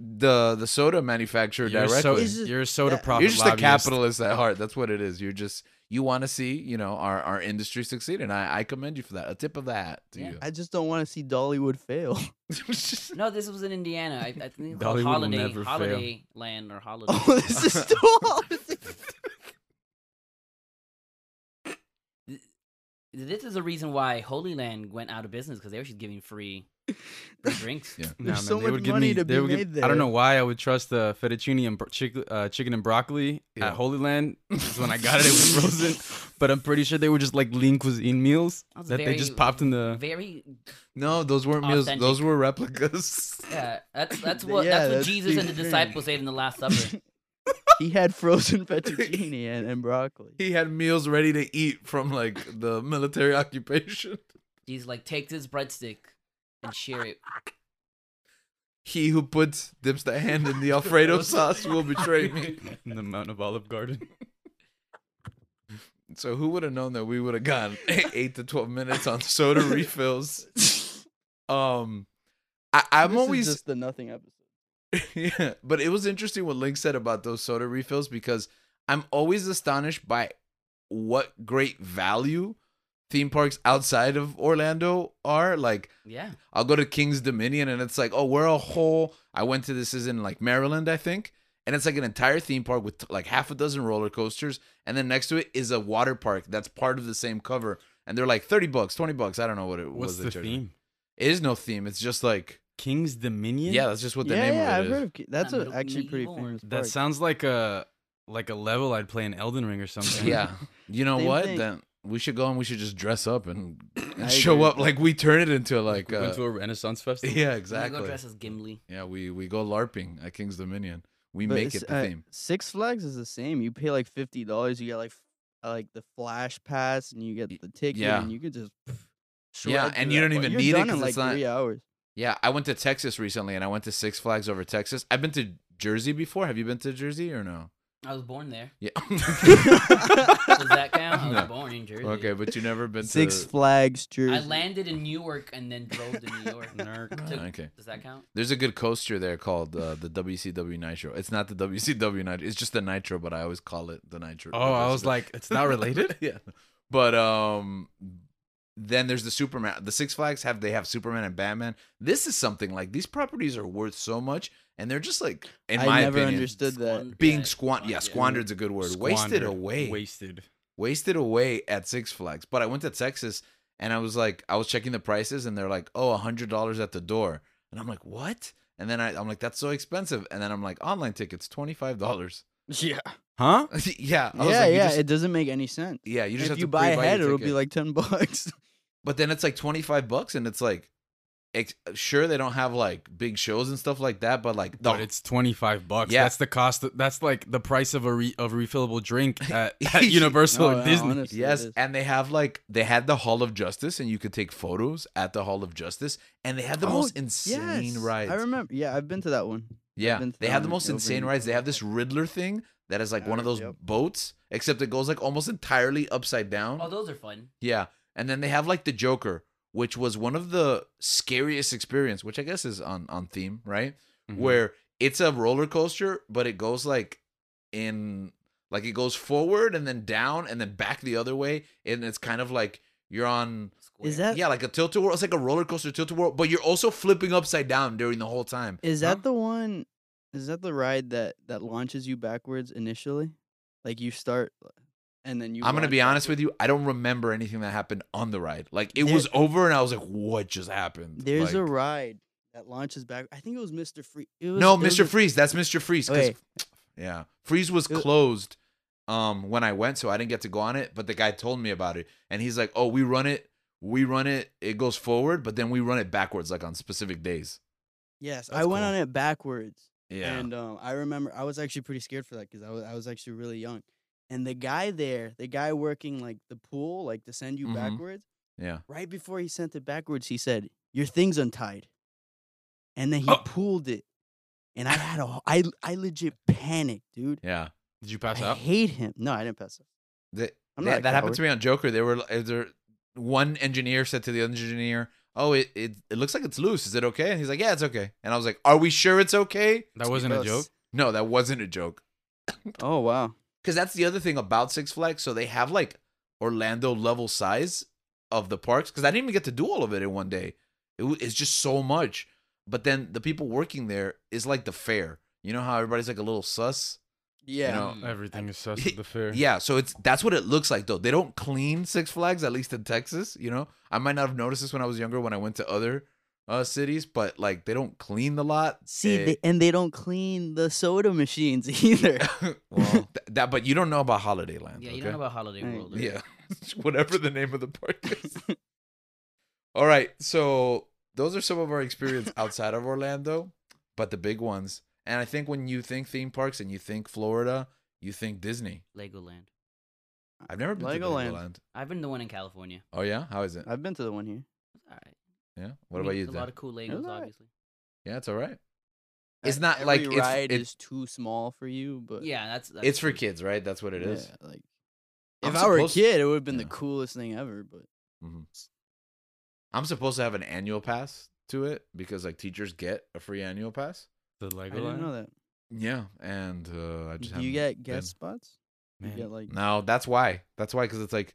S1: the the soda manufacturer
S3: you're
S1: directly?
S3: so
S4: It's just
S3: you're a soda
S4: that-
S3: profit.
S1: You're just
S3: lobbyist.
S1: a capitalist at heart. That's what it is. You're just you want to see, you know, our our industry succeed, and I I commend you for that. A tip of the hat to
S2: Yeah.
S4: i just don't want to see dollywood fail
S1: you.
S2: No, this was in Indiana. I, I think it's
S3: Dollywood
S2: called
S3: will
S2: Holiday,
S3: never fail.
S2: Holiday Land or Holiday.
S4: oh this is still
S2: this is the reason why Holy Land went out of business because they were just giving free, free drinks.
S1: Yeah.
S3: Nah, man,
S4: There's so
S3: they would
S4: much
S3: give
S4: money
S3: me-
S4: to
S3: they
S4: be
S3: would give-
S4: made
S3: I don't
S4: there.
S3: know why I would trust the fettuccine and bro- chick- uh, chicken and broccoli
S1: Yeah.
S3: at Holy Land. 'cause when I got it, it was frozen. But I'm pretty sure they were just like lean cuisine meals
S2: That was
S3: that they
S2: very-
S3: just popped in the.
S2: Very,
S1: No, those weren't
S2: Authentic.
S1: meals. Those were replicas.
S2: yeah. That's that's what
S4: Yeah,
S2: that's what
S4: that's
S2: Jesus
S4: the
S2: and the
S4: thing.
S2: disciples ate in the Last Supper.
S4: he had frozen fettuccine and, and broccoli
S1: He had meals ready to eat from like the military occupation.
S2: He's like, take this breadstick and share it.
S1: He who puts dips the hand in the Alfredo sauce will betray me.
S3: in the Mountain of Olive Garden.
S1: So who would have known that we would have gotten eight to twelve minutes on soda refills? Um, I, I'm
S4: This is
S1: always
S4: just the nothing episode
S1: yeah, but it was interesting what Link said about those soda refills because I'm always astonished by what great value theme parks outside of Orlando are. Like,
S2: Yeah.
S1: I'll go to King's Dominion and it's like, oh, we're a whole. I went to this is in like Maryland, I think, and it's like an entire theme park with like half a dozen roller coasters, and then next to it is a water park that's part of the same cover, and they're like thirty bucks, twenty bucks. I don't know what it
S3: What's
S1: was.
S3: the
S1: Jared.
S3: theme?
S1: It is no theme. It's just like
S3: King's Dominion.
S1: yeah, that's just what the
S4: yeah
S1: name
S4: yeah
S1: of
S4: i've
S1: it is.
S4: heard of ki- that's
S2: That
S4: a,
S2: middle-
S4: actually pretty
S2: medieval or-
S4: famous
S3: that
S4: park.
S3: sounds like a like a level I'd play in Elden Ring or something.
S1: Yeah. You know
S4: Same
S1: what?
S4: thing.
S1: Then we should go and we should just dress up and,
S4: I
S1: and show
S4: agree.
S1: up like we turn it into like
S3: like we
S1: uh,
S3: went to a Renaissance festival.
S1: yeah,
S2: Exactly. go
S1: exactly.
S2: dress as Gimli.
S1: Yeah, we we go larping at King's Dominion. We
S4: But
S1: make
S4: it's,
S1: it the
S4: uh,
S1: theme.
S4: Six Flags is the same. You pay like fifty dollars. You get like f- uh, like the flash pass, and you get the ticket,
S1: yeah.
S4: and you can just pff,
S1: Yeah, and
S4: shred through
S1: you
S4: that
S1: don't
S4: park.
S1: even
S4: You're
S1: need it
S4: done in
S1: 'cause
S4: like
S1: it's not-
S4: three hours.
S1: Yeah, I went to Texas recently and I went to Six Flags over Texas. I've been to Jersey before. Have you been to Jersey or no?
S2: I was born there.
S1: Yeah.
S2: Does that count? I was
S1: No.
S2: born in Jersey.
S1: okay, but you never been
S4: Six
S1: to
S4: Flags Jersey.
S2: I landed in Newark and then drove to New York.
S3: Nerd.
S1: Ah, Okay.
S2: Does that count?
S1: There's a good coaster there called uh, the WCW Nitro. It's not the WCW Nitro. It's just the Nitro, but I always call it the Nitro.
S3: Oh, I
S1: because
S3: was
S1: the-
S3: like, it's not related.
S1: yeah. But um then there's the Superman. The Six Flags have they have Superman and Batman. This is something like these properties are worth so much and they're just like in
S4: I
S1: my
S4: never
S1: opinion
S4: understood that.
S2: Squan-
S1: being
S2: yeah,
S1: squan yeah, squandered's a good word. Wasted
S3: Squandered.
S1: away.
S3: Wasted.
S1: Wasted away at Six Flags. But I went to Texas and I was like I was checking the prices and they're like, "Oh, $100 at the door." And I'm like, "What?" And then I, I'm like, "That's so expensive." And then I'm like, "Online tickets, $25."
S4: Yeah,
S3: Huh?
S1: yeah. I
S4: yeah,
S1: was like, you
S4: yeah.
S1: just-
S4: it doesn't make any sense.
S1: yeah, you just
S4: if
S1: have
S4: you
S1: to
S4: buy
S1: pre-buy your
S4: ahead, it'll be
S1: ticket.
S4: like ten bucks.
S1: but then it's like 25 bucks and it's like ex- sure they don't have like big shows and stuff like that but like the,
S3: But it's twenty five bucks.
S1: Yeah.
S3: That's the cost. Of, that's like the price of a re, of a refillable drink at, at Universal
S4: No,
S3: or Disney.
S4: honestly, it
S1: yes
S4: is.
S1: and they have like they had the hall of justice and you could take photos at the hall of justice and they had the
S4: Oh,
S1: most insane
S4: Yes,
S1: rides
S4: I remember. Yeah, I've been to that one.
S1: yeah
S4: been to
S1: they
S4: that
S1: have the
S4: one
S1: most
S4: over
S1: insane
S4: in-
S1: rides they have this riddler thing that is like one of
S4: Alright,
S1: those
S4: yep.
S1: boats except it goes like almost entirely upside down
S2: Oh, those are fun.
S1: Yeah. And then they have like the Joker, which was one of the scariest experience, which I guess is on on theme, right?
S3: Mhm.
S4: Mm-hmm.
S1: Where it's a roller coaster, but it goes like in like it goes forward and then down and then back the other way, and it's kind of like you're on
S2: Square.
S4: Is that
S1: yeah, like a tilt a whirl. It's like a roller coaster tilt a whirl, but you're also flipping upside down during the whole time.
S4: Is
S3: Huh?
S4: that the one? Is that the ride that that launches you backwards initially? Like you start, uh, and then you.
S1: I'm gonna
S4: launch
S1: be honest
S4: backwards?
S1: with you. I don't remember anything that happened on the ride. Like it
S4: There-
S1: was over, and I was like, "What just happened?"
S4: There's a
S1: Like-
S4: ride that launches back. I think it was Mr. Free. It was,
S1: No,
S4: it was
S1: Mr.
S4: a-
S1: Freeze. That's Mr. Freeze. 'cause-
S4: Wait.
S1: yeah, Freeze was
S4: It wa-
S1: closed um when I went, so I didn't get to go on it. But the guy told me about it, and he's like, "Oh, we run it, we run it. It goes forward, but then we run it backwards, like on specific days."
S4: Yes, I
S1: That's
S4: went
S1: cool.
S4: on it backwards.
S1: Yeah.
S4: And um, I remember I was actually pretty scared for that because I was I was actually really young. And the guy there, the guy working like the pool, like to send you
S1: Mhm.
S4: backwards,
S1: yeah.
S4: right before he sent it backwards, he said, "Your thing's untied," and then he
S3: Oh.
S4: pulled it, and I had a I I legit panicked, dude.
S1: Yeah.
S3: Did you pass
S4: I
S3: out?
S4: hate him. No, I didn't pass out.
S1: That,
S4: I'm
S1: that,
S4: not a
S1: that happened to
S4: coward.
S1: me on Joker. They were is there one engineer said to the other engineer, "Oh, it, it it looks like it's loose. Is it okay?" And he's like, "Yeah, it's okay." And I was like, "Are we sure it's okay?"
S3: That wasn't a
S4: Because-
S3: joke.
S1: No, that wasn't a joke.
S4: Oh wow.
S1: Because that's the other thing about Six Flags. So they have like Orlando level size of the parks. Because I didn't even get to do all of it in one day. It, wa- it's just so much. But then the people working there is like the fair. You know how everybody's like a little sus.
S4: Yeah.
S1: know,
S2: Mm.
S3: Everything is sus at the fair.
S1: Yeah, so it's that's what it looks like though. They don't clean Six Flags at least in Texas, you know. I might not have noticed this when I was younger when I went to other uh cities, but like they don't clean the lot.
S4: See,
S1: Eh,
S4: they, and they don't clean the soda machines either.
S1: well, th- that but you don't know about Holiday Land.
S2: Yeah,
S1: okay?
S2: you don't know about Holiday
S4: Right.
S2: World.
S1: Yeah. Whatever the name of the park is. All right. So those are some of our experience outside of Orlando, but the big ones. And I think when you think theme parks and you think Florida, you think Disney.
S2: Legoland.
S1: I've never been
S4: Legoland.
S1: to Legoland.
S2: I've been the one in California.
S1: Oh yeah, how is it?
S4: I've been to the one here.
S2: It's all right.
S1: Yeah. What
S2: I mean,
S1: about you?
S2: there's A
S1: Dan?
S2: lot of cool
S4: was
S2: Legos,
S4: all right.
S2: obviously.
S1: Yeah, it's all right. It's
S4: Uh,
S1: not like
S4: every
S1: it's-
S4: ride
S1: it-
S4: is too small for you, but
S2: yeah, that's, that's
S1: It's for
S2: true.
S1: kids, right? That's what it is.
S4: Yeah, like
S1: I'm
S4: if I were a
S1: supposed-
S4: kid, it would have been
S1: Yeah.
S4: the coolest thing ever. But
S1: I'm supposed to have an annual pass to it because like teachers get a free annual pass.
S3: The
S4: I
S3: Lego
S4: didn't
S3: line?
S4: know that.
S1: Yeah, and uh, I just
S4: Do
S1: haven't
S4: you
S1: been.
S4: get guest spots? You
S3: Man.
S4: get like
S1: No, that's why. That's why because it's like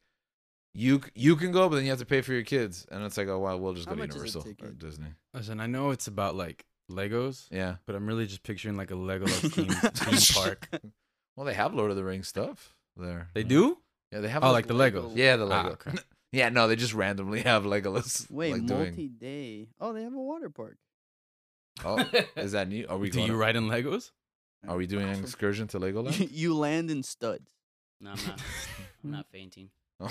S1: you c- you can go, but then you have to pay for your kids, and it's like oh well, we'll just
S4: How
S1: go to
S4: much is a
S1: Universal or
S4: ticket?
S1: Disney.
S3: Listen, I know it's about like Legos,
S1: Yeah.
S3: but I'm really just picturing like a Legolas theme, theme park.
S1: Well, they have Lord of the Rings stuff there.
S3: They
S1: right?
S3: do?
S1: Yeah, they have.
S3: Oh,
S1: a-
S3: like the Legos.
S1: yeah, the
S3: Ah,
S1: Lego.
S3: okay.
S1: Yeah, no, they just randomly have Legolas.
S4: wait
S1: like, doing-
S4: multi-day. Oh, they have a water park.
S1: Oh, is that new? Are we
S3: Do
S1: going?
S3: you ride in Legos?
S1: Are we doing an excursion to Legoland?
S4: you, you land in studs.
S2: No, I'm not. I'm not
S4: Mm-hmm.
S2: fainting.
S1: Oh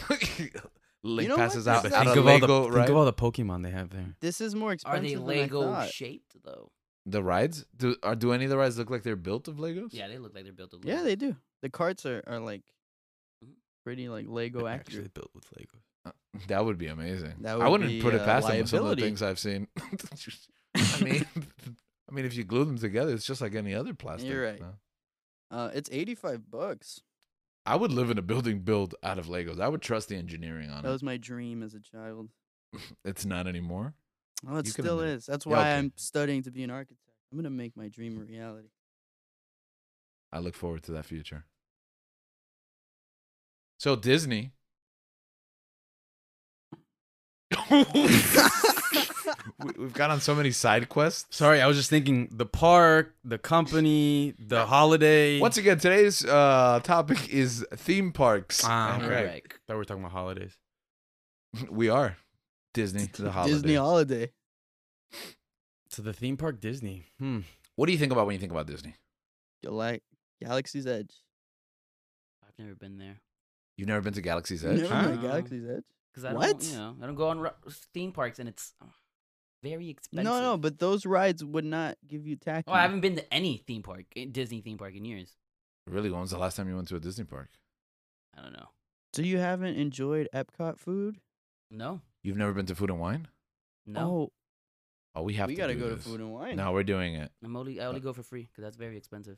S1: Link
S4: You know what?
S1: passes
S4: This
S1: out.
S4: is
S1: out
S3: think
S1: of
S3: of,
S1: Lego,
S3: all the,
S1: right?
S3: think of all the Pokemon they have there.
S4: This is more
S2: Are
S4: expensive.
S2: they
S4: than I
S2: Lego
S4: thought.
S2: shaped though?
S1: the rides do are do any of the rides look like they're built of Legos?
S2: Yeah, they look like they're built of Legos.
S4: Yeah, they do. The carts are, are like
S2: Mhm.
S4: pretty like Lego
S3: They're
S4: accurate.
S3: built with Legos.
S1: That would be amazing.
S4: That
S1: I
S4: would
S1: wouldn't
S4: be,
S1: put it
S4: uh,
S1: past them with some of the
S4: liability.
S1: things I've seen. I mean, I mean, if you glue them together, it's just like any other plastic.
S4: You're right.
S1: no?
S4: uh, it's eighty five bucks.
S1: I would live in a building built out of Legos. I would trust the engineering on
S4: That
S1: it.
S4: was my dream as a child.
S1: It's not anymore.
S4: Oh, it
S1: You can
S4: still
S1: admit it.
S4: is. That's
S1: Yeah,
S4: why
S1: okay.
S4: I'm studying to be an architect. I'm gonna make my dream a reality.
S1: I look forward to that future. So Disney. we, we've got on so many side quests.
S3: Sorry, I was just thinking the park, the company, the holiday.
S1: Once again, today's uh, topic is theme parks.
S3: Ah,
S1: And
S3: okay.
S1: we're-
S2: Correct.
S3: thought we were talking about holidays.
S1: We are Disney the holiday.
S4: Disney holiday.
S3: So the theme park Disney. Hmm.
S1: what do you think about when you think about Disney?
S4: Galax- Galaxy's Edge.
S2: I've never been there
S1: You've never been to Galaxy's
S4: You
S1: Edge?
S4: Never
S3: Huh?
S4: mind Galaxy's Edge.
S2: because I
S4: What?
S2: don't. You know, I don't go on ru- theme parks, and it's uh, very expensive.
S4: No, no, but those rides would not give you tacky.
S2: Oh, I haven't been to any theme park, eh, Disney theme park in years.
S1: Really? When was the last time you went to a Disney park?
S2: I don't know.
S4: So you haven't enjoyed Epcot food?
S2: No,
S1: You've never been to Food and Wine?
S2: no.
S4: Oh,
S1: Oh, we have
S4: we
S1: to
S4: gotta
S1: do
S4: go
S1: this.
S4: to Food and Wine.
S1: No, we're doing it.
S2: I'm only, I only go for free because that's very expensive.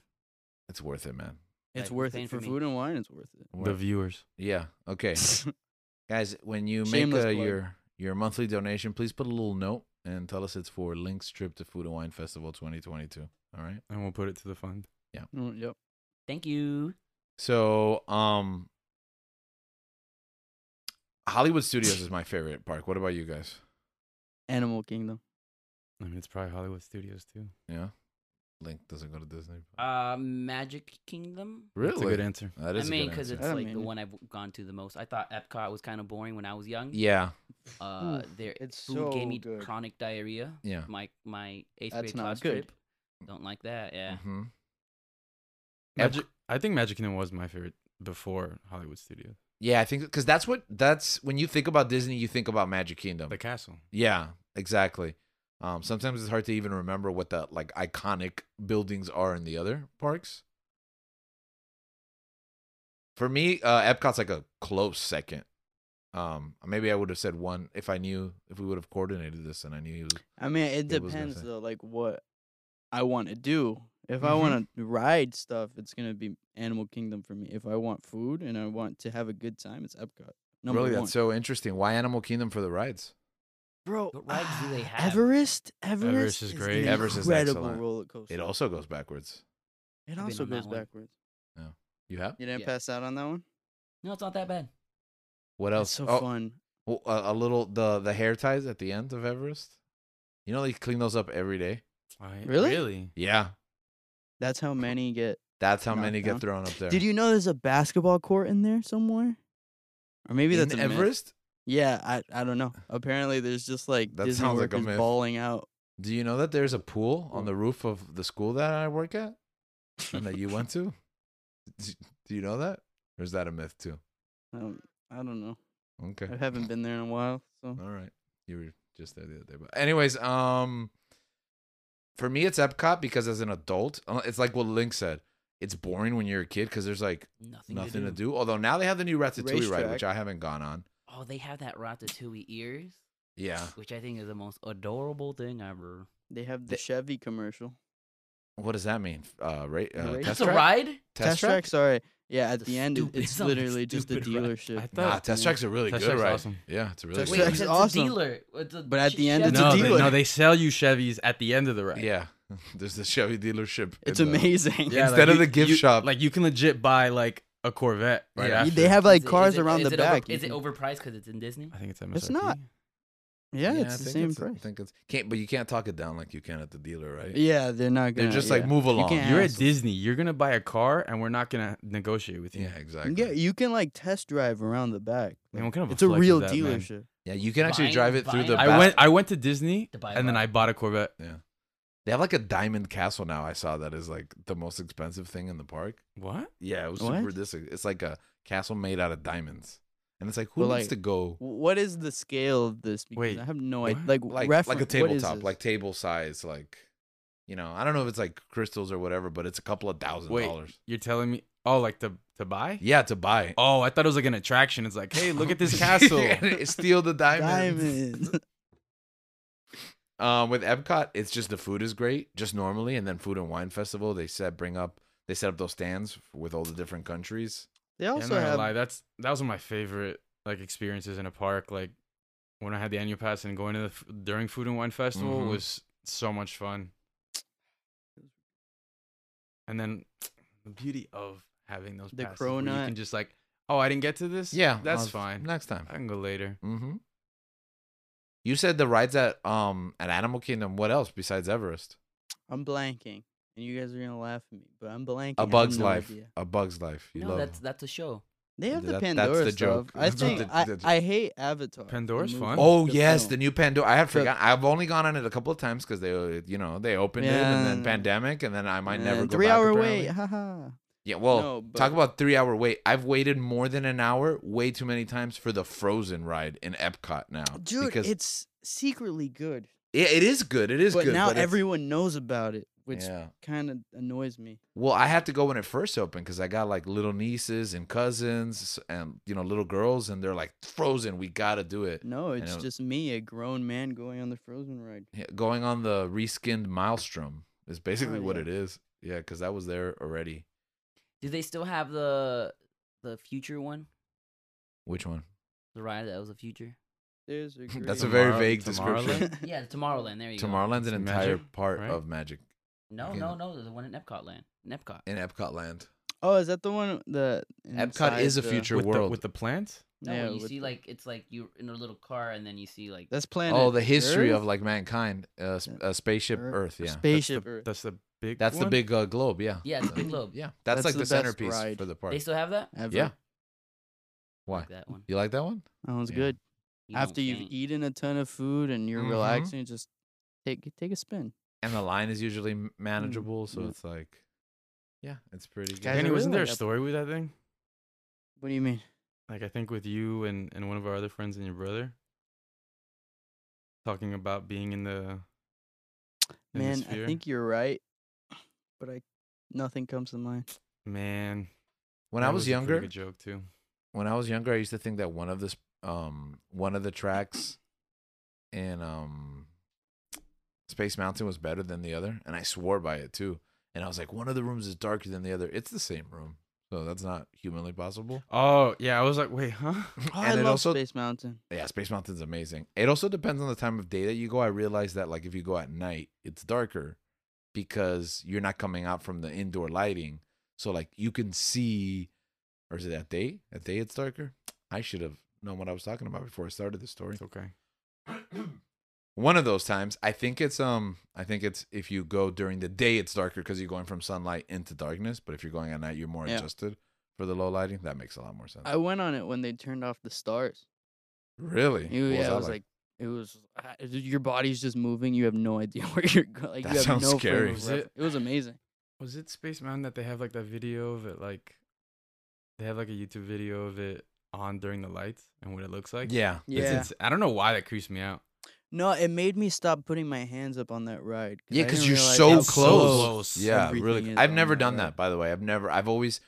S1: It's worth it, man.
S4: it's
S2: Yeah,
S4: worth
S2: paying
S4: it for
S2: me.
S4: Food and Wine. It's worth it.
S1: We're-
S3: The viewers.
S1: yeah. Okay. guys when you
S4: Shameless
S1: make uh,
S4: plug.
S1: your your monthly donation please put a little note and tell us it's for link's trip to food and wine festival 2022 all right
S3: And we'll put it to the fund.
S4: Mm, yep.
S2: Thank you.
S1: so um hollywood studios is my favorite park what about you guys
S4: Animal Kingdom.
S3: I mean, it's probably Hollywood Studios too.
S1: yeah link doesn't go to disney
S2: Uh, Magic Kingdom.
S1: really
S3: That's a good answer.
S1: that
S2: I
S1: is a
S2: mean,
S1: good
S2: because
S1: answer.
S2: it's
S4: I
S2: like the
S4: mean-
S2: one I've gone to the most. I thought Epcot was kind of boring when I was young.
S1: yeah
S2: Uh,
S4: Oof,
S2: there
S4: it's
S2: food gave
S4: so
S2: me
S4: good.
S2: chronic diarrhea.
S1: yeah
S2: My my eighth
S4: That's
S2: grade
S4: not
S2: class
S4: good.
S2: trip. Don't like that. Yeah.
S1: hmm
S3: Magic, I think Magic Kingdom was my favorite before Hollywood Studios.
S1: yeah i think because that's what that's when you think about disney you think about magic kingdom
S3: The castle.
S1: Yeah, exactly. Um, sometimes it's hard to even remember what the like iconic buildings are in the other parks. For me, uh, Epcot's like a close second. Um, maybe I would have said one if I knew if we would have coordinated this and I knew he was
S4: I mean, it
S1: Yeah, what was I gonna
S4: depends
S1: say?
S4: though, like what I want to do. If I want to ride stuff, it's gonna be Animal Kingdom for me. If I want food and I want to have a good time, it's Epcot. Number
S1: really
S4: one.
S1: that's so interesting. Why Animal Kingdom for the rides?
S4: Bro,
S2: What rides do they have?
S4: Everest, Everest,
S3: Everest is great.
S4: An
S1: Everest is
S4: incredible
S1: excellent.
S4: roller coaster.
S1: It also goes backwards.
S4: it
S2: been
S4: also
S2: on that
S4: goes
S2: one.
S4: backwards.
S1: You have
S4: You didn't
S2: Yeah.
S4: pass out on that one.
S2: No, it's not that bad.
S1: what
S4: That's
S1: else?
S4: so
S1: Oh,
S4: fun.
S1: Well, a, a little the the hair ties at the end of Everest. You know they clean those up every day.
S3: Why-
S4: Really?
S3: Really?
S1: Yeah,
S4: That's how many get.
S1: that's how
S4: Knocked
S1: many
S4: down.
S1: get thrown up there.
S4: Did you know there's a basketball court in there somewhere? Or maybe that's
S1: In
S4: a myth.
S1: Everest?
S4: Yeah, I I don't know. Apparently, there's just like
S1: That
S4: Disney
S1: sounds like a
S4: workers
S1: myth.
S4: bawling out.
S1: Do you know that there's a pool
S4: Cool.
S1: on the roof of the school that I work at and that you went to? Do do you know that, or is that a myth too?
S4: Um, I don't know.
S1: Okay,
S4: I haven't been there in a while, so
S1: all right. You were just there the other day, but anyways, um, for me it's Epcot because as an adult, uh, it's like what Link said. It's boring when you're a kid because there's like
S2: Nothing,
S1: nothing
S2: to, do.
S1: Although now they have the new Ratatouille ride,
S4: Racetrack.
S1: which I haven't gone on.
S2: Oh, they have that Ratatouille ears,
S1: Yeah.
S2: which I think is the most adorable thing ever.
S4: they have the
S1: The-
S4: Chevy commercial.
S1: What does that mean? Uh, right?
S4: The
S1: Uh, test
S4: race-
S2: That's
S4: That's
S2: a
S1: track?
S2: ride.
S1: Test,
S4: Test
S1: track?
S4: track, sorry. Yeah, at the end, it-
S2: Stupid-
S4: it's
S2: sounds like
S4: literally just a
S2: stupid ride.
S4: dealership.
S3: I
S1: Nah,
S3: thought
S1: test
S4: yeah.
S1: track's a really
S3: Test
S1: good
S3: track's
S1: ride.
S3: awesome.
S1: Yeah, it's a really
S4: Test
S1: good
S2: Wait,
S4: track's
S2: it's
S1: ride.
S2: a
S4: awesome.
S2: dealer. It's a
S4: But at the end,
S2: Chevy
S4: it's
S3: no,
S4: a
S3: they,
S4: dealer.
S3: no, they sell you Chevys at the end of the ride.
S1: Yeah. There's the Chevy dealership.
S4: It's
S1: in the-
S4: amazing.
S1: Yeah, Instead of the gift
S3: you-
S1: shop.
S3: Like you can legit buy like a Corvette right
S1: Yeah.
S3: after.
S4: they have
S2: Is
S4: like
S2: it-
S4: cars
S2: is it-
S4: around
S2: is
S4: the
S2: it over-
S4: back. you
S2: is it
S4: can-
S2: overpriced because it's in Disney?
S3: I think it's MSRP.
S4: It's not. Yeah, it's
S1: I
S4: the
S1: think
S4: same
S1: it's- I
S4: price.
S1: think it's can't, but you can't talk it down like you can at the dealer, right?
S4: Yeah, they're not
S1: They're
S4: gonna.
S1: just
S4: yeah.
S1: like move along.
S4: can't
S3: You're
S4: Yeah,
S3: at
S4: so-
S3: Disney. You're gonna buy a car, and we're not gonna negotiate with you.
S1: yeah,
S4: You
S1: exactly.
S4: can get- you can like test drive around the back.
S3: Man,
S4: Like,
S3: what kind of a
S4: it's a
S3: flex
S4: real
S3: is that, man?
S4: dealership.
S1: yeah, you can actually
S2: Buying-
S1: drive it through
S2: buying
S1: the.
S2: a
S1: back-
S3: I went. I went to Disney,
S2: To buy a
S3: and then
S2: car.
S3: I bought a Corvette.
S1: They have like a diamond castle now. I saw that is like the most expensive thing in the park.
S3: What?
S1: Yeah, it was
S4: What?
S1: super dis- It's like a castle made out of diamonds, and it's like who
S4: But,
S1: needs
S4: like,
S1: to go
S4: W- What is the scale of this? Because
S3: Wait,
S4: I have no idea.
S3: what?
S4: Like
S1: like
S4: refer-
S1: like a
S4: what is
S1: tabletop,
S4: this?
S1: like table size, like you know, I don't know if it's like crystals or whatever, but it's a couple of thousand
S3: Wait.
S1: dollars.
S3: You're telling me? Oh, like to to buy?
S1: Yeah, to buy.
S3: Oh, I thought it was like an attraction. It's like, hey, look at this castle.
S1: Steal the diamonds.
S4: diamonds.
S1: Um, with Epcot, it's just the food is great, just normally, and then food and wine festival. They said bring up, they set up those stands with all the different countries.
S4: they
S3: Yeah, I'm
S4: also
S3: not gonna
S4: have
S3: lie. That's that was one of my favorite like experiences in a park. Like when I had the annual pass and going to the f- during Food and Wine Festival
S1: Mhm.
S3: was so much fun. And then the beauty of having those
S4: The
S3: passes where you
S4: cronut.
S3: can just like, oh, I didn't get to this.
S1: Yeah,
S3: that's
S1: uh,
S3: fine.
S1: Next time.
S3: I can go later.
S1: Mm-hmm. You said the rides at um at Animal Kingdom. What else besides Everest?
S4: I'm blanking, and you guys are gonna laugh at me, but I'm blanking. I
S1: A
S4: have
S1: Bug's
S4: no
S1: Life.
S4: idea.
S1: A Bug's Life. You
S2: no,
S1: love.
S2: that's that's a show.
S4: They have the
S1: That- that's
S4: Pandora
S1: the
S4: stuff.
S1: joke.
S4: I
S1: That's what
S4: think
S1: the-
S4: I,
S1: the-
S4: I hate Avatar. the
S3: Pandora's
S4: movie,
S3: fun.
S1: Oh
S4: the
S1: yes,
S4: film.
S1: the new Pandora. I have
S4: So-
S1: forgotten. I've only gone on it a couple of times because they, uh, you know, they opened it and then
S4: Yeah.
S1: pandemic, and then I might
S4: And
S1: never go
S4: three
S1: back,
S4: hour
S1: apparently.
S4: wait. Haha.
S1: Yeah, well,
S4: No, but-
S1: talk about three hour wait. I've waited more than an hour, way too many times for the Frozen ride in Epcot now.
S4: Dude,
S1: because it,
S4: it's secretly good,
S1: it is good. It is
S4: but
S1: good.
S4: now
S1: it's-
S4: everyone knows about it, which
S1: yeah.
S4: kind of annoys me.
S1: Well, I had to go when it first opened because I got like little nieces and cousins and you know little girls, and they're like Frozen. We gotta do it.
S4: No,
S1: And
S4: it's
S1: it-
S4: just me, a grown man, going on the Frozen ride.
S1: Yeah, Going on the reskinned Maelstrom is basically
S4: Oh,
S1: what
S4: yeah.
S1: it is. Yeah, because that was there already.
S2: Do they still have the the future one?
S1: Which one?
S2: The ride that was a future.
S4: There's a
S1: That's a
S4: great-
S1: very
S3: Tomorrow-
S1: vague
S3: Tomorrowland?
S1: description.
S2: Yeah, the Tomorrowland. There you
S1: Tomorrowland's an
S3: It's
S1: entire
S3: magic,
S1: part
S3: right?
S1: of Magic
S2: go. No,
S1: Okay.
S2: no, no. The one in Epcot Land. In Epcot.
S1: in Epcot Land.
S4: Oh, is that the one? The
S1: Epcot is
S4: inside
S1: a
S4: the-
S1: future
S3: with The,
S1: world.
S3: with the plants.
S2: No,
S4: yeah,
S2: when you
S4: with
S2: see
S4: the-
S2: like it's like you're in a little car and then you see like
S4: that's planet.
S1: oh, the history
S4: Earth?
S1: of like mankind, uh, sp-
S4: Yeah.
S1: uh, spaceship
S4: Earth.
S1: Earth. Yeah,
S4: spaceship.
S3: that's the,
S4: Earth.
S3: That's the big.
S1: that's the
S3: one?
S1: big uh, globe. Yeah,
S2: yeah, it's a big
S1: Uh,
S2: globe.
S1: Yeah, that's,
S4: That's
S1: like
S4: the
S1: the,
S4: best
S1: centerpiece
S4: ride.
S1: for the park.
S2: They still have that.
S4: Ever.
S1: Yeah. Why?
S2: Like that one.
S1: You like that one?
S4: that one's
S1: Yeah.
S4: good.
S2: You don't
S4: After you've
S2: faint.
S4: eaten a ton of food and you're
S1: Mhm.
S4: relaxing, just take take a spin.
S1: And the line is usually m-
S3: Mm,
S1: manageable, so
S4: yeah.
S1: it's like, yeah, it's pretty good.
S4: Guys, I
S3: Danny, wasn't
S4: really
S3: there a
S4: like that-
S3: story with that thing?
S4: What do you mean?
S3: like I think with you and and one of our other friends and your brother talking about being in the in this
S4: Man, I
S3: sphere?
S4: think you're right, but I nothing comes to mind.
S3: Man,
S1: When I
S3: that
S1: was,
S3: a pretty
S1: younger,
S3: good joke too.
S1: when I was younger, I used to think that one of this um one of the tracks in um Space Mountain was better than the other, and I swore by it too. And I was like, one of the rooms is darker than the other. It's the same room, so that's not humanly possible.
S3: Oh yeah, I was like, wait, huh?
S4: Oh, I
S1: and it
S4: love
S1: also
S4: Space Mountain.
S1: yeah, Space Mountain's amazing. It also depends on the time of day that you go. I realized that like if you go at night, it's darker because you're not coming out from the indoor lighting. So like you can see or is it at day? At day it's darker? I should have known what I was talking about before I started the story.
S3: It's okay.
S1: One of those times, I think it's um I think it's if you go during the day it's darker because you're going from sunlight into darkness, but if you're going at night you're more
S4: Yeah.
S1: adjusted for the low lighting. That makes a lot more sense.
S4: I went on it when they turned off the stars.
S1: really?
S4: You-
S1: What
S4: yeah,
S1: that
S4: it was like it was ah, it- your body's just moving. You have no idea where you're going. Like,
S1: That
S4: you have
S1: sounds
S4: no frame
S1: scary.
S4: of
S3: Was
S4: reference. It was amazing.
S3: Was it Space Mountain that they have like that video of it? Like, they have like a YouTube video of it on during the lights and what it looks like.
S1: yeah.
S3: It's
S4: Yeah.
S3: ins- I don't know why that creeps me out.
S4: No, it made me stop putting my hands up on that ride.
S1: Yeah,
S4: I
S1: because
S4: didn't
S1: you're
S4: realize
S1: so
S4: how
S1: close.
S3: close
S1: Yeah,
S4: everything
S1: really.
S4: is
S1: I've
S4: on
S1: never
S4: that
S1: done
S4: road.
S1: that, by the way. I've never. I've always.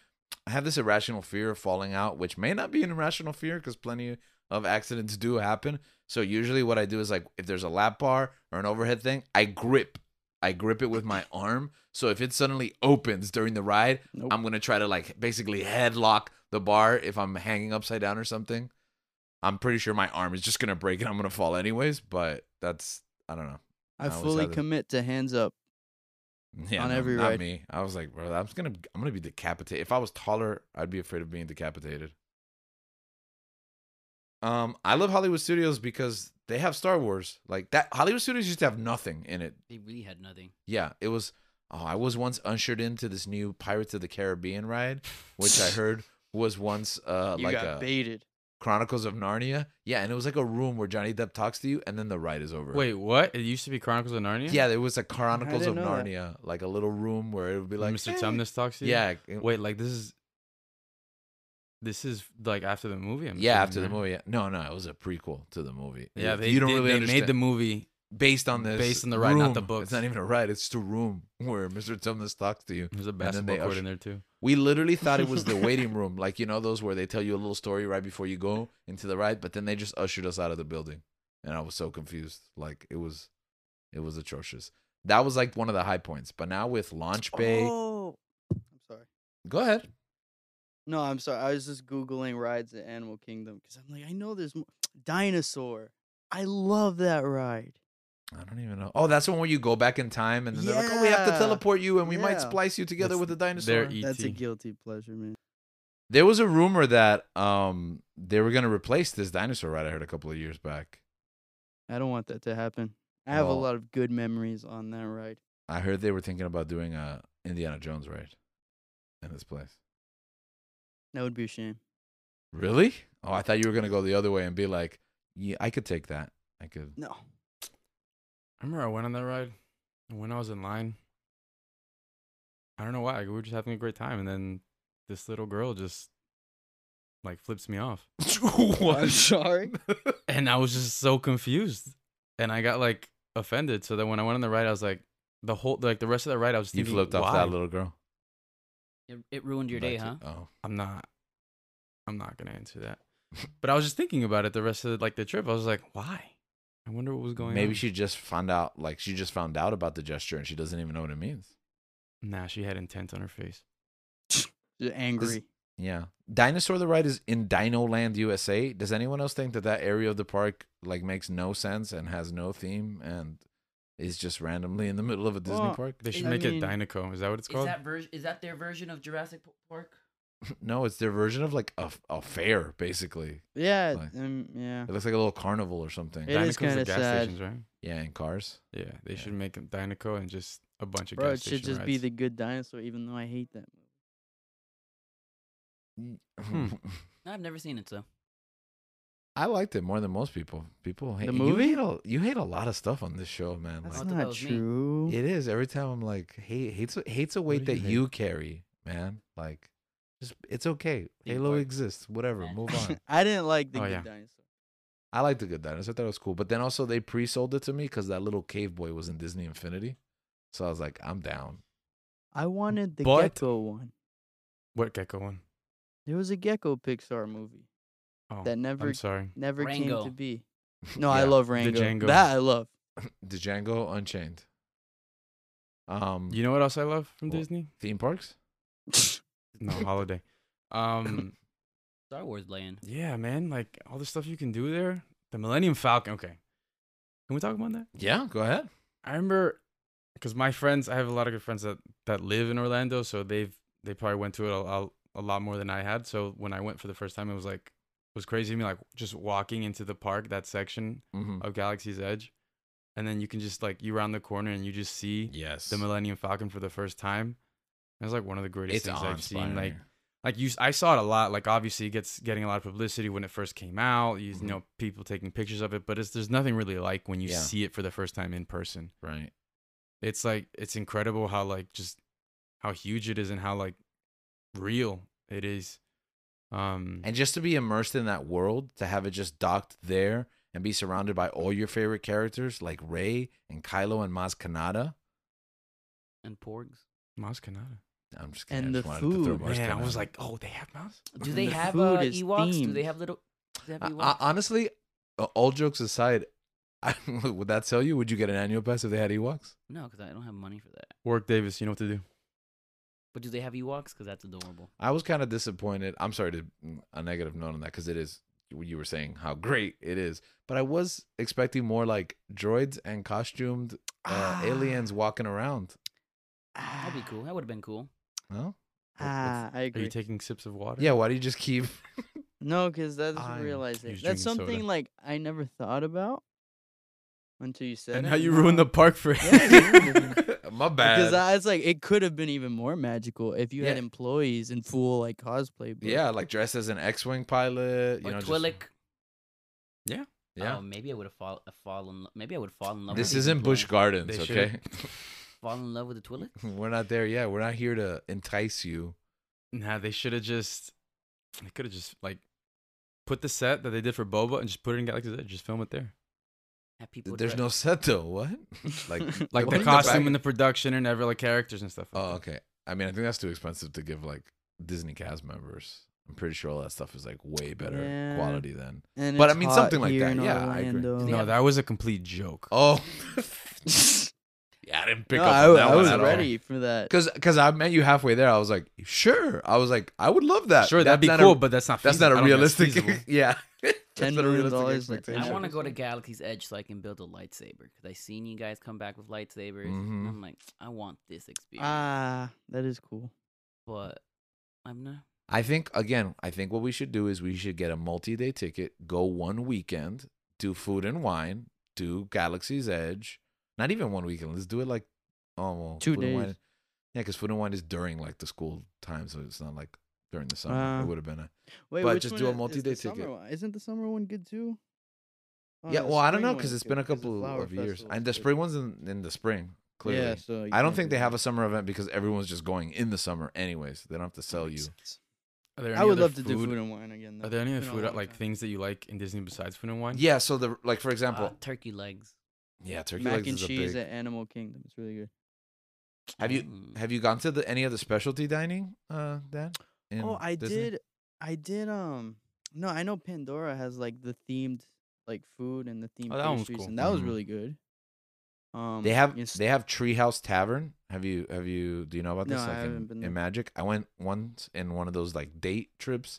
S1: I have this irrational fear of falling out, which may not be an irrational fear because plenty of accidents do happen. So usually, what I do is like, if there's a lap bar or an overhead thing, I grip. I grip it with my arm. So if it suddenly opens during the ride,
S4: Nope.
S1: I'm gonna try to like basically headlock the bar if I'm hanging upside down or something. I'm pretty sure my arm is just gonna break and I'm gonna fall anyways. But that's I don't know.
S4: I
S1: I always
S4: fully
S1: had it.
S4: commit to hands up.
S1: Yeah,
S4: on
S1: no,
S4: every
S1: not
S4: ride.
S1: me. I was like, bro, I'm just gonna, I'm gonna be decapitated. If I was taller, I'd be afraid of being decapitated. Um, I love Hollywood Studios because they have Star Wars. Like that, Hollywood Studios used to have nothing in it.
S2: They really had nothing.
S1: Yeah, it was. Oh, I was once ushered into this new Pirates of the Caribbean ride, which I heard was once uh
S4: you
S1: like
S4: got
S1: a
S4: baited.
S1: Chronicles of Narnia. Yeah, and it was like a room where Johnny Depp talks to you, and then the ride is over.
S3: Wait, what? It used to be Chronicles of Narnia.
S1: Yeah, there was a Chronicles of
S4: didn't know that.
S1: Narnia, like a little room where it would be like
S3: Mr.
S1: "Hey."
S3: Tumnus talks to you.
S1: Yeah, it-
S3: Wait, like this is. This is like after the movie. I'm
S1: yeah,
S3: assuming,
S1: after the
S3: right?
S1: movie. yeah. No, no, it was a prequel to the movie.
S3: Yeah,
S1: If
S3: they,
S1: you don't really
S3: they made the
S1: understand-
S3: movie.
S1: based on this
S3: based on the ride, not the
S1: room.
S3: books.
S1: It's not even a ride; it's just a room where Mr. Tumnus talks to you.
S3: There's a
S1: then they
S3: basketball court
S1: usher-
S3: in there too.
S1: We literally thought it was the waiting room, like you know those where they tell you a little story right before you go into the ride, but then they just ushered us out of the building, and I was so confused. Like it was, it was atrocious. That was like one of the high points. But now with Launch Bay,
S4: Oh, I'm sorry.
S1: go ahead.
S4: No, I'm sorry. I was just googling rides at Animal Kingdom because I'm like, I know there's more. dinosaur. I love that ride.
S1: I don't even know. Oh, that's the one where you go back in time, and then they're like, "Oh, we have to
S4: Yeah.
S1: teleport you, and we might
S4: Yeah.
S1: splice you together
S3: That's e-,
S1: with a dinosaur."
S3: their E.T.
S4: That's a guilty pleasure, man.
S1: There was a rumor that um they were gonna replace this dinosaur ride I heard a couple of years back.
S4: I don't want that to happen. I have
S1: Well-
S4: a lot of good memories on that ride.
S1: I heard they were thinking about doing a Indiana Jones ride in this place.
S4: That would be a shame.
S1: Really? Oh, I thought you were gonna go the other way and be like, "Yeah, I could take that. I could."
S4: No.
S3: I remember I went on that ride, and when I was in line, I don't know why like, we were just having a great time, and then this little girl just like flips me off,
S4: I'm sorry.
S3: and I was just so confused, and I got like offended. So then when I went on the ride, I was like, the whole like the rest of the ride, I was
S1: You
S3: thinking,
S1: flipped off
S3: why?
S1: that little girl.
S2: It, it ruined your day,
S1: That's
S2: huh?
S1: it. Oh,
S3: I'm not. I'm not gonna answer that. But I was just thinking about it the rest of the, like the trip. I was like, why? I wonder what was going on.
S1: maybe she just found out. Like she just found out about the gesture, and she doesn't even know what it means.
S3: Nah, she had intent on her face.
S4: Just angry.
S1: Yeah. Dinosaur the Ride is in Dino Land, USA. Does anyone else think that that area of the park like makes no sense and has no theme and is just randomly in the middle of a Disney
S4: Well,
S1: park?
S3: They should
S4: I
S3: make
S4: mean-
S3: it Dynaco. Is that what it's
S2: Is
S3: called?
S2: that version? Is that their version of Jurassic P- Park?
S1: no, it's their version of like a, a fair, basically.
S4: Yeah.
S1: Like-
S4: Um, yeah.
S1: It looks like a little carnival or something.
S4: It
S3: Dynaco's
S4: is
S3: the
S4: kinda
S3: gas
S4: sad.
S3: Stations, right?
S1: Yeah, in cars.
S3: Yeah, they
S1: Yeah.
S3: should make a Dynaco and just a bunch of
S4: Bro, it
S3: gas
S4: should
S3: station
S4: just be
S3: rides.
S4: the good dinosaur, even though I hate that movie.
S3: Hmm.
S2: No, I've never seen it, so
S1: I liked it more than most people. People hate
S4: The
S1: You
S4: movie?
S1: hate, a, you hate a lot of stuff on this show, man.
S4: That's
S2: I
S1: Like,
S2: thought that
S4: not
S2: was me.
S4: true.
S1: it is every time I'm like, hate hates hates a weight
S3: do
S1: that
S3: you hate?
S1: you carry, man. Like, just it's okay.
S2: Theme
S1: Halo
S2: park.
S1: exists. Whatever.
S2: Yeah.
S1: Move on.
S4: I didn't like the
S3: Oh,
S4: good
S3: yeah.
S4: dinosaur.
S1: I liked the good dinosaur. I thought it was cool. But then also they pre-sold it to me because that little cave boy was in Disney Infinity. So I was like, I'm down.
S4: I wanted the
S3: But-
S4: gecko one.
S3: What gecko one?
S4: There was a gecko Pixar movie
S3: Oh,
S4: that never Mm.
S3: I'm sorry.
S4: never came
S2: Rango.
S4: to be. No, I
S1: Yeah.
S4: love Rango.
S3: Django.
S4: That I love.
S1: The Django Unchained. Um,
S3: You know what else I love from
S1: What?
S3: Disney?
S1: theme parks.
S3: No holiday. Um,
S2: Star Wars Land.
S3: yeah, man, like all the stuff you can do there. The Millennium Falcon. Okay, can we talk about that?
S1: Yeah, go ahead.
S3: I remember because my friends, I have a lot of good friends that that live in Orlando, so they've they probably went to it a, a, a lot more than I had. So when I went for the first time, it was like it was crazy to me, like just walking into the park that section
S1: Mm-hmm.
S3: of Galaxy's Edge, and then you can just like you round the corner and you just see
S1: Yes,
S3: the Millennium Falcon for the first time. It was like one of the greatest
S1: it's
S3: things I've seen.
S1: awe-inspiring.
S3: Like like you, s- I saw it a lot. Like obviously, it gets getting a lot of publicity when it first came out. You,
S1: Mhm.
S3: know, people taking pictures of it, but it's there's nothing really like when you
S1: Yeah.
S3: see it for the first time in person
S1: right?
S3: it's like it's incredible how like just how huge it is and how like real it is um
S1: And just to be immersed in that world, to have it just docked there and be surrounded by all your favorite characters like Ray and Kylo and Maz Kanata.
S2: and porgs.
S3: Maz Kanata.
S1: I'm just kidding.
S4: And
S1: I just
S4: the
S1: wanted to throw
S4: food.
S1: Maz
S3: man i
S1: Kanata.
S3: was like oh they have mouse
S2: Do
S4: And
S2: they
S4: the
S2: have
S4: food
S2: uh,
S4: is
S2: Ewoks? Do they
S4: themed.
S2: have little? Do they have
S1: I-
S2: Ewoks?
S1: I- honestly, uh, all jokes aside, I, would that sell you? Would you get an annual pass if they had Ewoks?
S2: no, because I don't have money for that.
S3: work davis you know what to do
S2: But do they have Ewoks? Because that's adorable.
S1: I was kind of disappointed. I'm sorry to mm, a negative note on that because it is what you were saying how great it is, but I was expecting more like droids and costumed uh,
S4: Ah.
S1: aliens walking around.
S4: Ah,
S2: That'd be cool. That would have been cool.
S1: No,
S4: Ah, I
S3: are you
S4: agree.
S3: taking sips of water
S1: yeah. Why do you just keep?
S4: No, because that's
S1: I'm
S4: realizing
S3: just
S4: that's
S3: drinking soda.
S4: something like I never thought about until you said.
S3: and
S4: it,
S3: how you ruined the
S4: now-
S3: park for
S4: Yeah,
S1: My bad.
S4: because I, it's like it could have been even more magical if you had
S1: Yeah.
S4: employees in full like cosplay. But
S1: yeah, like dressed as an X-wing pilot. You
S2: Or
S1: know, just-
S2: Twi'lek.
S1: yeah.
S2: Oh, maybe I would have fall, fallen. Maybe I would fall in love.
S1: this
S2: with
S1: isn't
S2: Ethan Klein.
S1: Bush Hmm. Gardens,
S3: They
S1: okay?
S3: should've-
S2: Fall in love with the Twi'lek.
S1: We're not there yet. We're not here to entice you.
S3: nah they should have just they could have just like put the set that they did for boba and just put it in galaxy's edge just film it there
S2: Have people.
S1: There's
S2: dress-
S1: no set though. What? Like,
S3: like
S1: what
S3: the
S1: in
S3: costume
S1: back-
S3: and the production and every like characters and stuff like
S1: Oh,
S3: that.
S1: okay. I mean, I think that's too expensive to give like Disney cast members. I'm pretty sure all that stuff is like way better
S4: Yeah.
S1: quality than.
S4: and
S1: But I
S4: it's
S1: mean,
S4: hot
S1: something like
S4: here
S1: that.
S4: in
S1: Yeah, I agree.
S4: Orlando.
S2: They
S3: no
S2: have-
S3: that was a complete joke
S1: Oh, yeah, I didn't pick
S4: No,
S1: up
S4: I,
S1: on
S4: w-
S1: that
S4: I
S1: one
S4: was
S1: at
S4: ready for that.
S1: Because because I met you halfway there. I was like, sure. I was like, I would love that.
S3: sure
S1: That's
S3: that'd be
S1: not a-
S3: cool but that's not
S1: that's
S3: feasible.
S1: not
S3: I
S1: a
S3: don't think that's
S1: realistic.
S3: feasible.
S1: yeah. That's
S4: $10
S1: not a
S4: million
S1: realistic
S4: dollars that-
S1: expectation.
S2: I
S4: Yeah.
S2: want to go to Galaxy's Edge so I can build a lightsaber because I seen you guys come back with lightsabers.
S1: Mhm.
S2: And I'm like, I want this experience,
S4: Ah, that is cool.
S2: but I'm not.
S1: I think again, I think what we should do is we should get a multi-day ticket, go one weekend, do food and wine, do Galaxy's Edge. Not even one weekend. Let's do it like oh well,
S4: Two
S1: food and wine-
S4: days.
S1: yeah, because food and wine is during like the school time, so it's not like during the summer.
S4: Ah.
S1: it
S3: Uh,
S1: would have been a
S4: Wait,
S1: But
S4: which
S1: just
S4: one
S1: do a
S4: is the
S1: multi-day
S4: summer
S1: ticket.
S4: one? Isn't the summer one good too? Oh,
S1: yeah.
S4: no, the
S1: Well, I don't
S4: spring
S1: know
S4: one
S1: because
S4: is
S1: it's
S4: good
S1: been a
S4: 'cause the
S1: couple
S4: flower
S1: of years,
S4: festival
S1: and
S4: is
S1: the
S4: good.
S1: spring one's in, in the spring. Clearly,
S4: Yeah, so you
S1: I don't
S4: can't
S1: think
S4: do
S1: they have
S4: that.
S1: a summer event because everyone's just going in the summer anyways. They don't have to sell you.
S3: Are there
S4: I
S3: any
S4: would
S3: other
S4: love to do food and wine again. Though.
S3: Are there any other
S4: It's been a
S3: food
S4: long
S3: like
S4: time.
S3: things that you like in Disney besides food and wine?
S1: Yeah. So the like for example,
S2: Uh, turkey legs.
S1: yeah, turkey
S4: Mac
S1: legs
S4: and
S1: is a
S4: cheese
S1: big-
S4: at Animal Kingdom. It's really good.
S1: Have you
S2: Mm.
S1: have you gone to the, any of the specialty dining, uh, Dan? in
S4: oh, I
S1: Disney?
S4: did. I did. Um, no, I know Pandora has like the themed like food and the
S1: Oh,
S4: themed
S3: that one's
S4: pastries,
S3: cool.
S4: and that was
S1: Mhm.
S4: really good. Um,
S1: They have
S4: you s-
S1: they have Treehouse Tavern. Have you have you do you know about
S4: No,
S1: this?
S4: I
S1: like in,
S4: haven't been there.
S1: in Magic, I went once in one of those like date trips,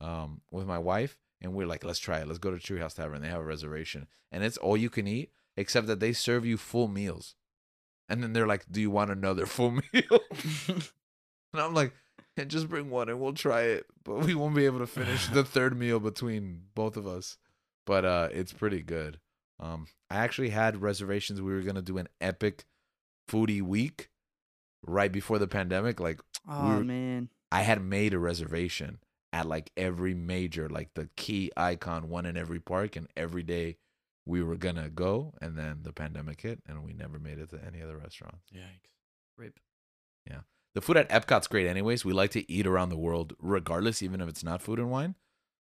S1: um, with my wife, and we're like, let's try it. Let's go to Treehouse Tavern. They have a reservation, and it's all you can eat except that they serve you full meals, and then they're like, do you want another full meal? and I'm like. And just bring one and we'll try it, but we won't be able to finish the third meal between both of us. But uh it's pretty good. Um, I actually had reservations. We were gonna do an epic foodie week right before the pandemic. Like
S4: Oh
S1: were-
S4: man,
S1: I had made a reservation at like every major, like the key icon, one in every park, and every day we were gonna go. And then the pandemic hit, and we never made it to any other restaurant.
S3: Yikes.
S2: Rip.
S1: The food at Epcot's great, anyways. We like to eat around the world, regardless, even if it's not food and wine.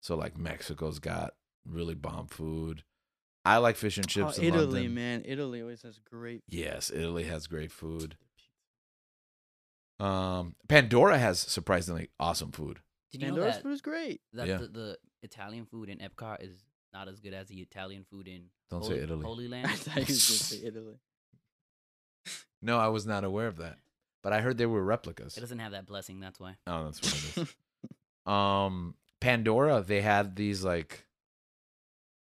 S1: So, like, Mexico's got really bomb food. I like fish and chips
S4: Oh,
S1: in
S4: Italy,
S1: London.
S4: man. Italy always has great.
S1: Yes, Italy has great food. Um, Pandora has surprisingly awesome food.
S2: Did you know
S4: Pandora's
S2: that,
S4: food is great.
S2: that
S1: Yeah.
S2: the, the Italian food in Epcot is not as good as the Italian food in
S1: Don't
S2: Holy,
S1: say Italy.
S2: Holy Land?
S4: I thought you were going to say Italy.
S1: No, I was not aware of that, but I heard they were replicas.
S2: It doesn't have that blessing. That's why.
S1: Oh, that's what it is. um, Pandora, they had these like,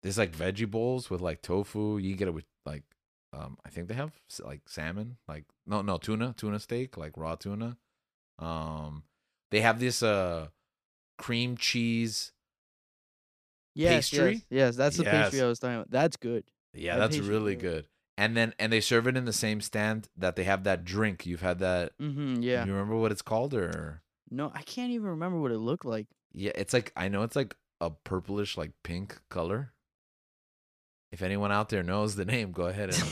S1: these like veggie bowls with like tofu. You can get it with like, um, I think they have s- like salmon, like no, no tuna, tuna steak, like raw tuna. Um, they have this uh, cream cheese.
S4: Yes,
S1: Pastry?
S4: yes, yes, that's the pastry
S1: Yes.
S4: I was talking about. That's good.
S1: Yeah,
S4: That
S1: that's
S4: tastes
S1: really
S4: good.
S1: good. And then and they serve it in the same stand that they have that drink. You've had that.
S4: Mm-hmm, yeah.
S1: You remember what it's called or?
S4: No, I can't even remember what it looked like.
S1: Yeah, it's like I know it's like a purplish, like pink color. If anyone out there knows the name, go ahead and.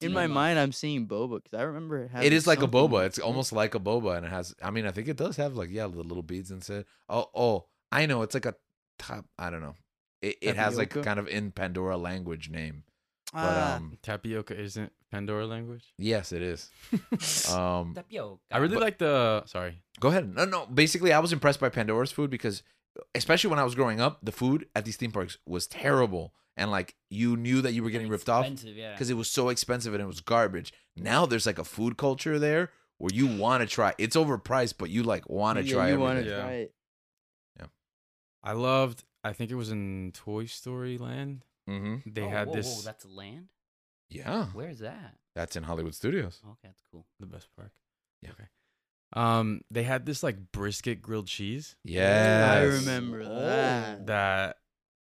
S4: In my
S2: Boba.
S4: mind, I'm seeing boba because I remember it.
S1: it
S4: having
S1: is like a
S4: something
S1: boba.
S4: with
S1: It's
S4: fruit.
S1: almost like a boba, and it has. I mean, I think it does have like yeah, the little beads inside. Oh, oh, I know. It's like a top. I don't know. It, it has like
S4: Tapioca?
S1: kind of in Pandora language name, but
S4: Ah,
S1: um,
S3: Tapioca isn't Pandora language.
S1: yes, it is. Um,
S2: Tapioca.
S3: I really
S1: But-
S3: like the. Sorry.
S1: Go ahead. No, no. Basically, I was impressed by Pandora's food because, especially when I was growing up, the food at these theme parks was terrible, and like you knew that you were
S2: And
S1: getting
S2: it's
S1: ripped off
S2: expensive, yeah.
S1: because it was so expensive and it was garbage. Now there's like a food culture there where you want to try. It's overpriced, but you like want to
S4: yeah,
S1: try.
S4: You wanna
S1: everything.
S3: Yeah.
S4: try it.
S3: I loved. I think it was in Toy Story Land.
S1: Mhm.
S3: They
S2: Oh,
S3: had
S2: whoa,
S3: this.
S2: Whoa, that's land.
S1: Yeah,
S2: Where is that?
S1: that's in Hollywood Studios.
S2: Okay, that's cool.
S3: the best park.
S1: Yeah.
S3: Okay. Um, they had this like brisket grilled cheese
S1: Yes,
S4: I remember
S2: Oh.
S4: that.
S3: that,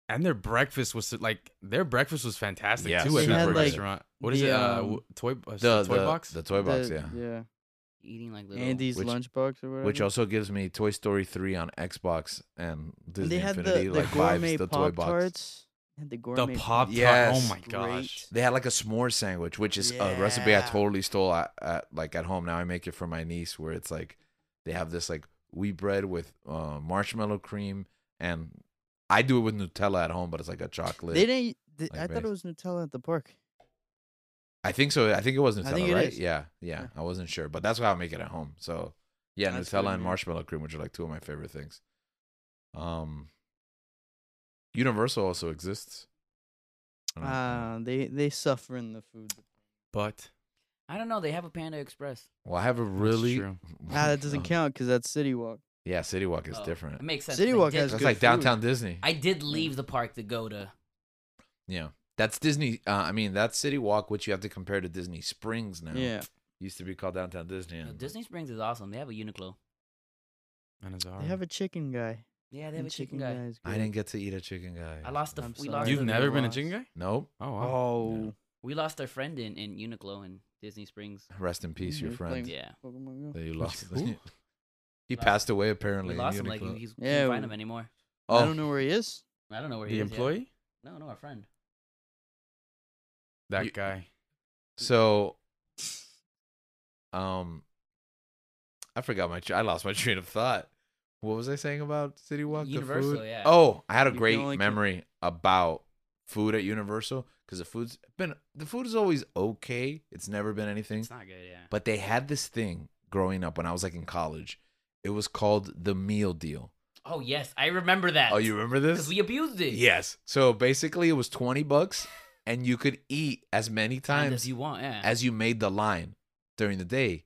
S3: and their breakfast was like their breakfast was fantastic
S1: Yeah,
S3: too at
S1: They
S3: that
S1: had, like,
S3: restaurant. What is
S4: the,
S3: it? Uh,
S4: um,
S3: w- toy uh, s-
S1: The,
S3: toy
S1: the-
S3: box.
S1: the toy box,
S4: The-
S1: yeah.
S2: Eating like
S4: Yeah.
S2: little.
S4: Andy's
S1: Which-
S4: lunchbox or whatever.
S1: Which also gives me Toy Story three on Xbox and
S4: And
S1: Disney
S4: they had the,
S1: Infinity
S4: the
S1: like
S4: gourmet
S1: vibes. The toy
S4: pop
S1: box.
S4: tarts. The
S3: the
S4: gourmet
S3: pop tart.
S1: Yes.
S3: Oh my gosh.
S1: They had like a s'more sandwich, which is a recipe I
S4: Yeah.
S1: totally stole at, at like at home. Now I make it for my niece, where it's like they have this like wheat bread with uh, marshmallow cream, and I do it with Nutella at home, but it's like a chocolate.
S4: They didn't. th-
S1: like
S4: I thought it was Nutella at the park.
S1: I think so. I think it was
S4: I
S1: Nutella,
S4: think it
S1: right?
S4: is.
S1: Yeah, yeah,
S4: Yeah.
S1: I wasn't sure, but that's how I make it at home. So yeah,
S4: That's good,
S1: Nutella and
S4: man.
S1: marshmallow cream, which are like two of my favorite things. Um, Universal also exists. I don't know.
S4: Uh, they they suffer in the food.
S3: But
S2: I don't know. They have a Panda Express.
S1: well, I have a really
S3: true.
S4: Ah, that doesn't
S1: Oh.
S4: count because that's City Walk.
S1: Yeah, City Walk is
S2: Oh,
S1: different.
S2: It makes sense.
S4: City
S2: They
S4: Walk
S2: did-
S4: has
S1: That's
S4: good
S1: like
S4: food.
S1: downtown Disney.
S2: I did leave the park to go to.
S1: yeah, that's Disney. Uh, I mean, that's City Walk, which you have to compare to Disney Springs now.
S4: Yeah.
S1: used to be called Downtown Disney.
S2: No,
S1: and-
S2: Disney Springs is awesome. They have a Uniqlo.
S3: And Azar.
S4: They have a chicken guy.
S2: Yeah, they
S4: and
S2: have a chicken, guy.
S4: is
S1: I
S4: good.
S1: didn't get to eat a chicken guy.
S2: I lost the.
S4: I'm
S2: we
S4: sorry.
S2: lost.
S3: You've
S2: the-
S3: never been a
S4: lost.
S3: chicken guy?
S1: Nope.
S3: Oh wow.
S4: Oh.
S2: We lost our friend in in Uniqlo in Disney Springs.
S1: Rest in peace, your
S4: Mhm.
S1: friend
S4: Thanks.
S2: Yeah.
S4: Pokemon Go.
S1: that you lost.
S3: Who?
S1: he
S2: Lost-
S1: passed away
S2: We
S1: apparently. in
S2: lost him. Like
S1: Uniqlo.
S2: he's
S4: Yeah,
S2: can't find
S4: we-
S2: him anymore.
S1: oh,
S4: I don't know where he is.
S2: I don't know where he
S3: the
S2: is. Oh, yeah.
S3: employee?
S2: No, no, our friend.
S3: That
S1: You-
S3: guy.
S1: so um, I forgot my. tr- I lost my train of thought. What was I saying about City Walk? the
S2: Universal,
S1: food?
S2: yeah.
S1: Oh, I had a
S4: You can
S1: great
S4: only keep-
S1: memory about food at Universal because the food's been the food is always okay. It's never been anything.
S2: It's not good. Yeah.
S1: But they had this thing growing up when I was like in college. It was called the meal deal.
S2: Oh yes, I remember that.
S1: Oh, you remember
S2: Because
S1: this?
S2: we abused it.
S1: Yes. So basically, it was twenty bucks, and you could eat as many
S2: Times
S1: times
S2: as you want. Yeah.
S1: as you made the line during the day.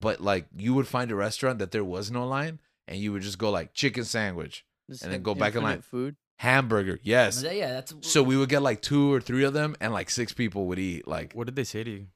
S1: But like you would find a restaurant that there was no line, and you would just go like chicken sandwich,
S4: Just
S1: And then
S4: have
S1: go back in line.
S4: infinite Food.
S1: hamburger. Yes.
S2: Yeah, yeah, that's
S1: So we would get like two or three of them, and like six people would eat. Like
S3: What did they say to you?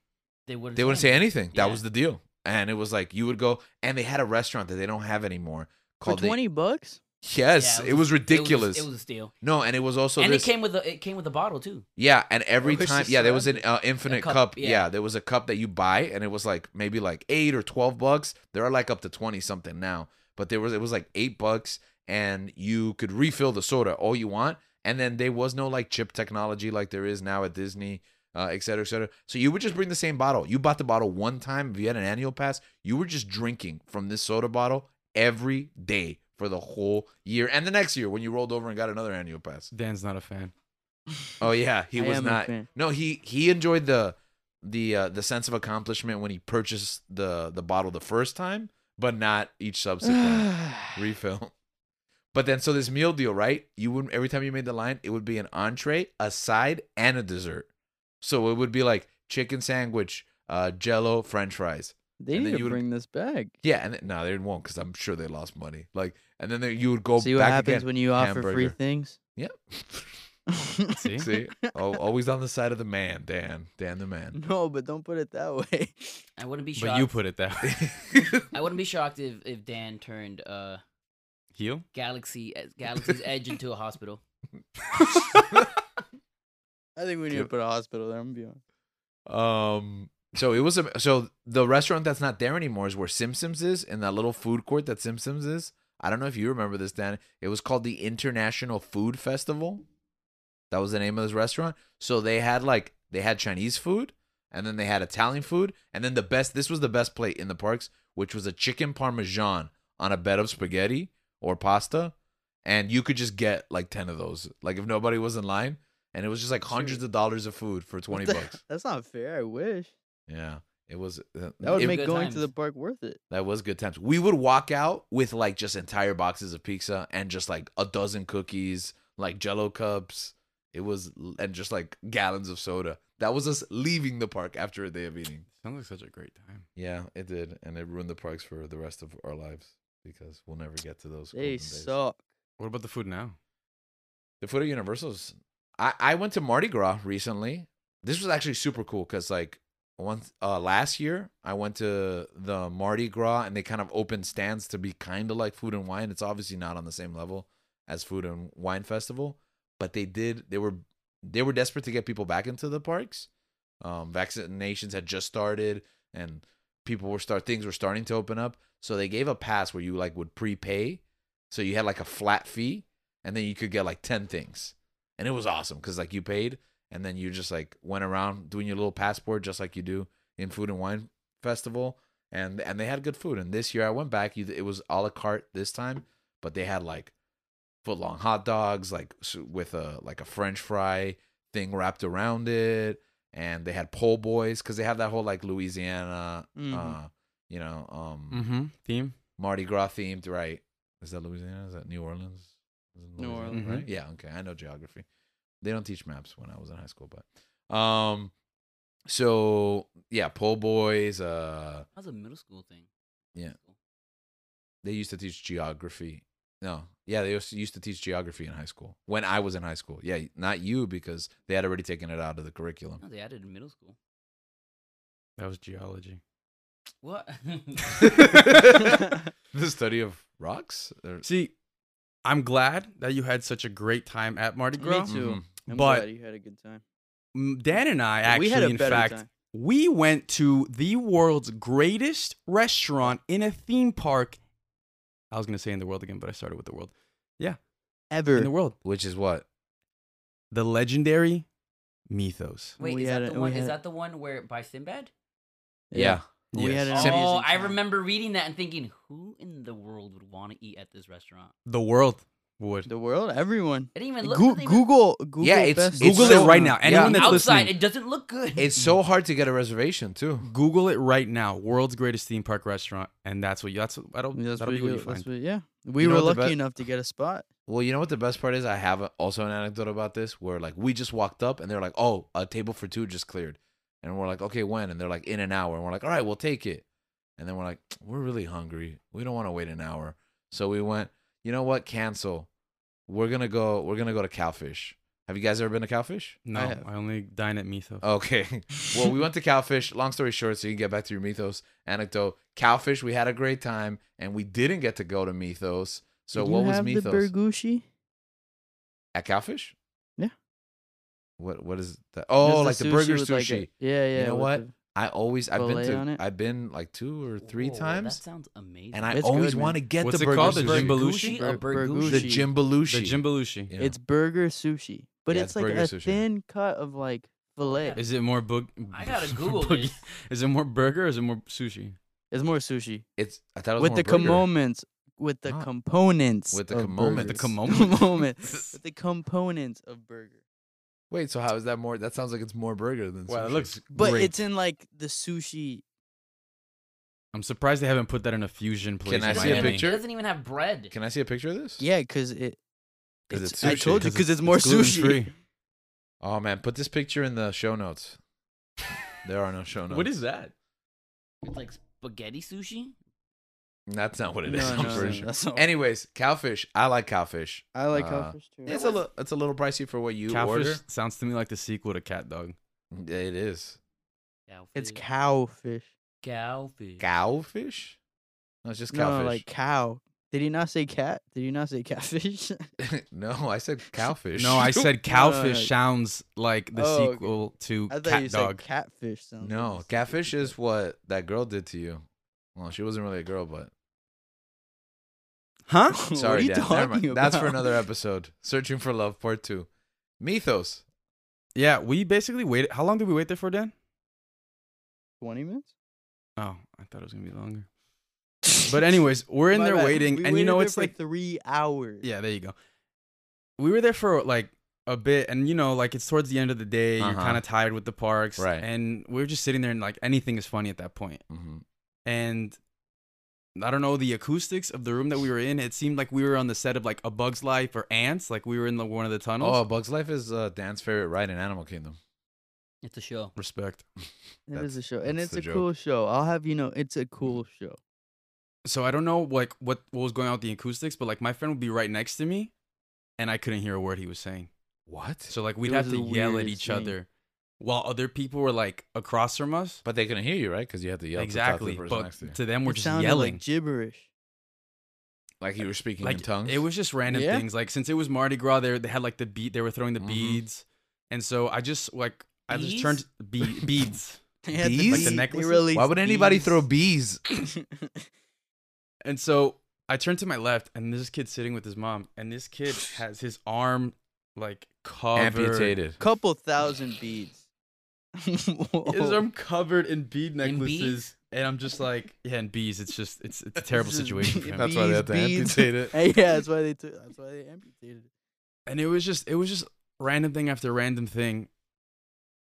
S2: they wouldn't.
S1: they wouldn't say anything. That
S2: Yeah.
S1: was the deal. And it was like you would go, and they had a restaurant that they don't have anymore
S4: For
S1: called the-
S4: twenty bucks?
S1: Yes,
S2: Yeah,
S1: it, was, ridiculous.
S2: It was, a steal.
S1: no, and it was also
S2: and
S1: this.
S2: it came with a it came with a bottle too.
S1: yeah, and every
S4: It was
S1: time,
S4: just
S1: yeah, there was an
S4: surrounded.
S1: uh, infinite cup.
S2: cup,
S1: Yeah.
S2: yeah.
S1: there was a cup that you buy, and it was like maybe like eight or twelve bucks. There are like up to twenty something now, but there was it was like eight bucks, and you could refill the soda all you want. And then there was no like chip technology like there is now at Disney, uh, et cetera, et cetera. So you would just bring the same bottle. You bought the bottle one time. If you had an annual pass, you were just drinking from this soda bottle every day for the whole year and the next year when you rolled over and got another annual pass.
S3: Dan's not a fan.
S1: Oh yeah, he
S4: I
S1: was
S4: am a
S1: not.
S4: fan.
S1: No, he he enjoyed the the uh, the sense of accomplishment when he purchased the the bottle the first time, but not each subsequent refill. But then, so this meal deal, right? You would every time you made the line, it would be an entree, a side, and a dessert. So it would be like chicken sandwich, uh, Jello, French fries.
S4: they
S1: and then you
S4: need to
S1: would-
S4: bring this back.
S1: Yeah, and then, no, they won't because I'm sure they lost money. Like, and then they, you would go
S4: See
S1: back
S4: what happens
S1: again.
S4: when you offer free
S1: hamburger.
S4: things.
S3: See?
S1: See, oh, always on the side of the man, Dan, Dan the man.
S4: No, but don't put it that way.
S2: I wouldn't be shocked.
S3: But you put it that way.
S2: I wouldn't be shocked if, if Dan turned uh
S3: Heel?
S2: Galaxy uh, Galaxy's Edge into a hospital.
S4: I think we need to
S1: Cute.
S4: put a hospital there. I'm gonna be honest.
S1: Um. So it was a so the restaurant that's not there anymore is where Simpsons is in that little food court that Simpsons is. I don't know if you remember this, Dan. It was called the International Food Festival. That was the name of this restaurant. So they had like they had Chinese food, and then they had Italian food, and then the best. This was the best plate in the parks, which was a chicken parmesan on a bed of spaghetti or pasta, and you could just get like ten of those. Like if nobody was in line, and it was just like hundreds of dollars of food for
S4: What
S1: twenty
S4: the-
S1: bucks.
S4: That's not fair. I wish
S1: Yeah, it was. Uh,
S4: that would
S1: it-
S4: make
S2: Good
S4: going
S2: times.
S4: to the park worth it.
S1: that was good times. We would walk out with like just entire boxes of pizza and just like a dozen cookies, like Jello cups. It was and just like gallons of soda. That was us leaving the park after a day of eating.
S3: Sounds like such a great time.
S1: Yeah, it did, and it ruined the parks for the rest of our lives because we'll never get to those. golden
S4: They
S1: days.
S4: suck.
S3: What about the food now?
S1: The food at Universal's. I I went to Mardi Gras recently. This was actually super cool because like once uh last year I went to the Mardi Gras and they kind of opened stands to be kind of like Food and Wine. It's obviously not on the same level as Food and Wine Festival, but they did. They were they were desperate to get people back into the parks. Um, vaccinations had just started and people were start things were starting to open up. So they gave a pass where you like would prepay, so you had like a flat fee and then you could get like 10 things and it was awesome because like you paid and then you just like went around doing your little passport just like you do in food and wine festival and and they had good food and this year i went back you- it was a la carte this time but they had like foot long hot dogs like s- with a like a french fry thing wrapped around it and they had po' boys because they have that whole like louisiana
S4: Mhm.
S1: uh you know um
S3: Mm-hmm. Theme?
S1: Mardi Gras themed, right? Is that Louisiana? Is that New Orleans? Is it
S4: New
S1: Louisiana,
S3: Orleans.
S1: right? Yeah, okay. I know geography. They don't teach maps when I was in high school, but um so yeah, pole boys, uh
S2: That was a middle school thing.
S1: Yeah. they used to teach geography. No. Yeah, they used used to teach geography in high school. When I was in high school. Yeah, not you because they had already taken it out of the curriculum.
S2: No, they added in middle school.
S3: That was geology.
S2: What?
S1: the study of rocks? Or-
S3: See, I'm glad that you had such a great time at Mardi
S4: Me
S3: Gras.
S4: too.
S1: Mhm.
S4: I'm
S3: But-
S4: glad you had a good time.
S3: M- Dan and I actually,
S4: we had a
S3: in
S4: better
S3: fact,
S4: time.
S3: we went to the world's greatest restaurant in a theme park. I was gonna say in the world again, but I started with the world.
S4: Ever.
S3: In the world,
S1: Which is what?
S3: the legendary Mythos.
S2: Wait,
S4: We
S2: is
S4: had
S2: that
S4: it-
S2: the
S4: we
S2: one? Is
S4: had-
S2: that the one where by Sinbad?
S1: yeah.
S4: We had
S3: Yes.
S4: an amazing
S2: Oh, I
S4: time.
S2: remember reading that and thinking, who in the world would want to eat at this restaurant?
S3: the world would.
S4: The world, everyone.
S2: It didn't even look.
S4: Go-
S2: it didn't even-
S4: Google, Google.
S1: Yeah, it's-
S4: best
S3: Google
S1: so-
S3: it right now.
S1: yeah.
S3: Anyone that's
S2: outside,
S3: listening,
S2: it doesn't look good.
S1: It's so hard to get a reservation too.
S3: Google it right now. World's greatest theme park restaurant, and that's what you. That's what- that'll,
S4: Yeah, That's
S3: that'll
S4: what
S3: be what you
S4: you,
S3: find.
S4: that's what, yeah. We
S1: You know
S4: were
S1: what the
S4: lucky
S1: be-
S4: enough to get a spot.
S1: Well, you know what the best part is? I have a, also an anecdote about this where like we just walked up and they're like, "Oh, a table for two just cleared," and we're like, "Okay, when?" And they're like, "In an hour." And we're like, "All right, we'll take it." And then we're like, "We're really hungry. We don't want to wait an hour." So we went. You know what? Cancel. We're gonna go. We're gonna go to Cowfish. Have you guys ever been to Cowfish?
S3: no,
S4: I have- Oh,
S3: I only dine at Mythos.
S1: Okay. Well, we went to Cowfish. Long story short, so you can get back to your Mythos anecdote. Cowfish, we had a great time, and we didn't get to go to Mythos. So
S4: Did you
S1: what was
S4: have
S1: Mythos?
S4: the Bergushi?
S1: At Cowfish?
S4: Yeah.
S1: What what is that? Oh, like
S4: That's
S1: the, burger
S4: with,
S1: sushi.
S4: like, a- yeah, yeah.
S1: know
S4: with
S1: what?
S4: the-
S1: I always I've been
S4: Filet on
S1: to
S4: it?
S1: I've been like two or three
S2: Whoa, That
S1: times,
S2: sounds amazing.
S1: and I
S4: It's
S1: always
S4: good,
S1: want to get
S3: What's
S1: the
S3: it
S1: burger
S3: called?
S1: sushi.
S3: The Jim Belushi?
S2: Bergushi or
S4: Bur-
S2: Bergushi?
S1: The
S4: Belushi.
S1: Jim Belushi.
S3: The Jim Belushi.
S1: Yeah.
S4: It's burger sushi, but
S1: Yeah,
S4: it's,
S1: it's
S4: like
S1: burger
S4: a
S1: sushi.
S4: thin cut of like fillet.
S3: Is it more boog?
S2: I gotta Google
S3: boogie-
S2: this.
S3: Is it more burger or is it more sushi?
S4: It's more sushi
S1: It's I thought it was
S4: with
S1: more
S4: the
S1: burger.
S4: components. With the
S1: Ah.
S4: components.
S1: With the
S4: of
S1: components.
S3: The
S4: burgers.
S3: components.
S4: Components. with the components of burger.
S1: Wait, so how is that more? That sounds like it's more burger than.
S3: Wow, it
S1: sushi.
S3: looks
S4: But
S3: great.
S4: it's in like the sushi.
S3: I'm surprised they haven't put that in a fusion place.
S1: I
S2: It
S3: in
S1: see a
S2: doesn't-
S3: Miami.
S1: picture?
S2: It doesn't even have bread.
S1: Can I see a picture of this?
S4: Yeah, because it.
S1: 'Cause
S4: it's-
S1: it's
S4: I
S1: sushi.
S4: told you
S1: 'Cause
S4: because it's, more sushi.
S3: gluten-free.
S1: Oh man, put this picture in the show notes. There are no show notes.
S3: What is that?
S2: It's like spaghetti sushi.
S1: That's not what it
S4: No,
S1: is. I'm
S4: no,
S1: pretty
S4: no,
S1: sure.
S4: that's not-
S1: Anyways, cowfish. I like cowfish.
S4: I like
S1: Uh,
S4: codfish too.
S1: It's a little. It's a little pricey for what you
S3: Catfish
S1: order.
S3: sounds to me like the sequel to Cat Dog.
S1: It is
S2: Cowfish.
S4: It's cowfish.
S2: cowfish.
S1: cowfish. No, it's just
S4: No,
S1: cowfish.
S4: like cow. Did he not say cat? Did he not say catfish?
S1: no, I said cowfish.
S3: No, I said
S4: No, no,
S3: Cowfish
S4: no.
S3: sounds like the
S4: Oh, okay.
S3: sequel to
S4: I thought you
S3: Cat Dog.
S4: said catfish. Sounds
S1: No, catfish is what that girl did to you. Well, she wasn't really a girl, but
S3: Huh?
S4: What
S1: sorry,
S4: are you
S1: Dan. Never
S4: talking
S1: mind. That's for
S4: about?
S1: another episode. Searching for love, part two. Mythos.
S3: Yeah, we basically waited. How long did we wait there for, Dan?
S4: twenty minutes.
S3: Oh, I thought it was gonna be longer. But anyways, we're in
S4: My
S3: there
S4: bad.
S3: waiting,
S4: We
S3: and you know
S4: waited
S3: it's
S4: there for
S3: like
S4: three hours.
S3: yeah, there you go. We were there for like a bit, and you know, like it's towards the end of the day, you're
S1: Uh-huh.
S3: kind of tired with the parks,
S1: Right.
S3: And we we're just sitting there, and like anything is funny at that point.
S1: Mm-hmm.
S3: And I don't know the acoustics of the room that we were in. It seemed like we were on the set of like A Bug's Life or Ants, like we were in the one of the tunnels.
S1: Oh, Bug's Life is uh, Dan's favorite ride in Animal Kingdom.
S2: It's a show.
S3: respect.
S4: It is
S1: That's-
S4: a show, and
S1: that's
S4: it's
S1: the
S4: a
S1: joke.
S4: cool show. I'll have you know, it's a cool show.
S3: so I don't know like what what was going on with the acoustics, but like my friend would be right next to me, and I couldn't hear a word he was saying.
S1: What?
S3: So like we'd
S4: It was
S3: have to
S4: the
S3: yell at
S4: weirdest
S3: each
S4: thing.
S3: other, while other people were like across from us.
S1: But they couldn't hear you, right? Because you had to yell
S3: exactly,
S1: to talk to the person
S3: but
S1: next to you.
S3: to them we're
S4: It
S3: just
S4: sounded
S3: yelling.
S4: like gibberish.
S1: Like you were speaking
S3: Like,
S1: in tongues.
S3: it was just random
S4: Yeah.
S3: things. Like since it was Mardi Gras, they they had like the beat. They were throwing the
S1: Mhm.
S3: beads, and so I just like I just
S2: Bees?
S3: turned be- beads.
S4: Yeah,
S1: Bees? Like the
S4: bee- they
S3: necklaces?
S4: released
S1: Why would anybody
S4: bees.
S1: throw bees?
S3: And so I turned to my left, and this kid's sitting with his mom, and this kid has his arm like covered.
S1: Amputated.
S4: Couple thousand beads.
S3: His
S4: Whoa.
S1: Oh.
S3: arm covered in bead
S2: In
S3: necklaces,
S2: bees?
S3: and I'm just like, yeah, and bees. It's just it's it's a terrible
S4: This is
S3: situation for
S4: bees.
S3: him.
S1: That's why they had to
S4: beads.
S1: amputate it.
S4: Hey, yeah, that's why they took. That's why they amputated it.
S3: and it was just it was just random thing after random thing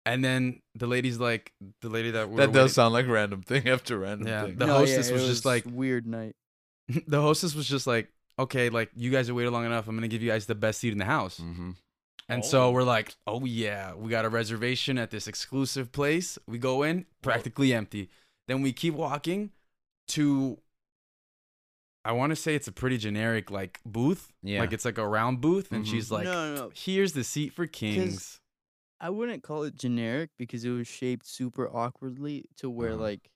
S3: and then the lady's like the lady that we
S1: That
S3: were
S1: does
S3: waiting-
S1: sound like random thing after random
S3: Yeah.
S1: thing.
S3: The hostess
S4: it
S3: was just like-
S4: weird night.
S3: the hostess was just like okay like you guys have waited long enough i'm gonna give you guys the best seat in the house
S1: Mm-hmm.
S3: and so
S2: Oh.
S3: we're like oh yeah we got a reservation at this exclusive place we go in practically empty then we keep walking to i want to say it's a pretty generic like booth
S1: Yeah.
S3: like it's like a round booth and
S1: Mhm.
S3: she's like
S4: no, no,
S3: here's the seat for kings
S4: I wouldn't call it generic because it was shaped super awkwardly to where
S1: Uh-huh.
S4: like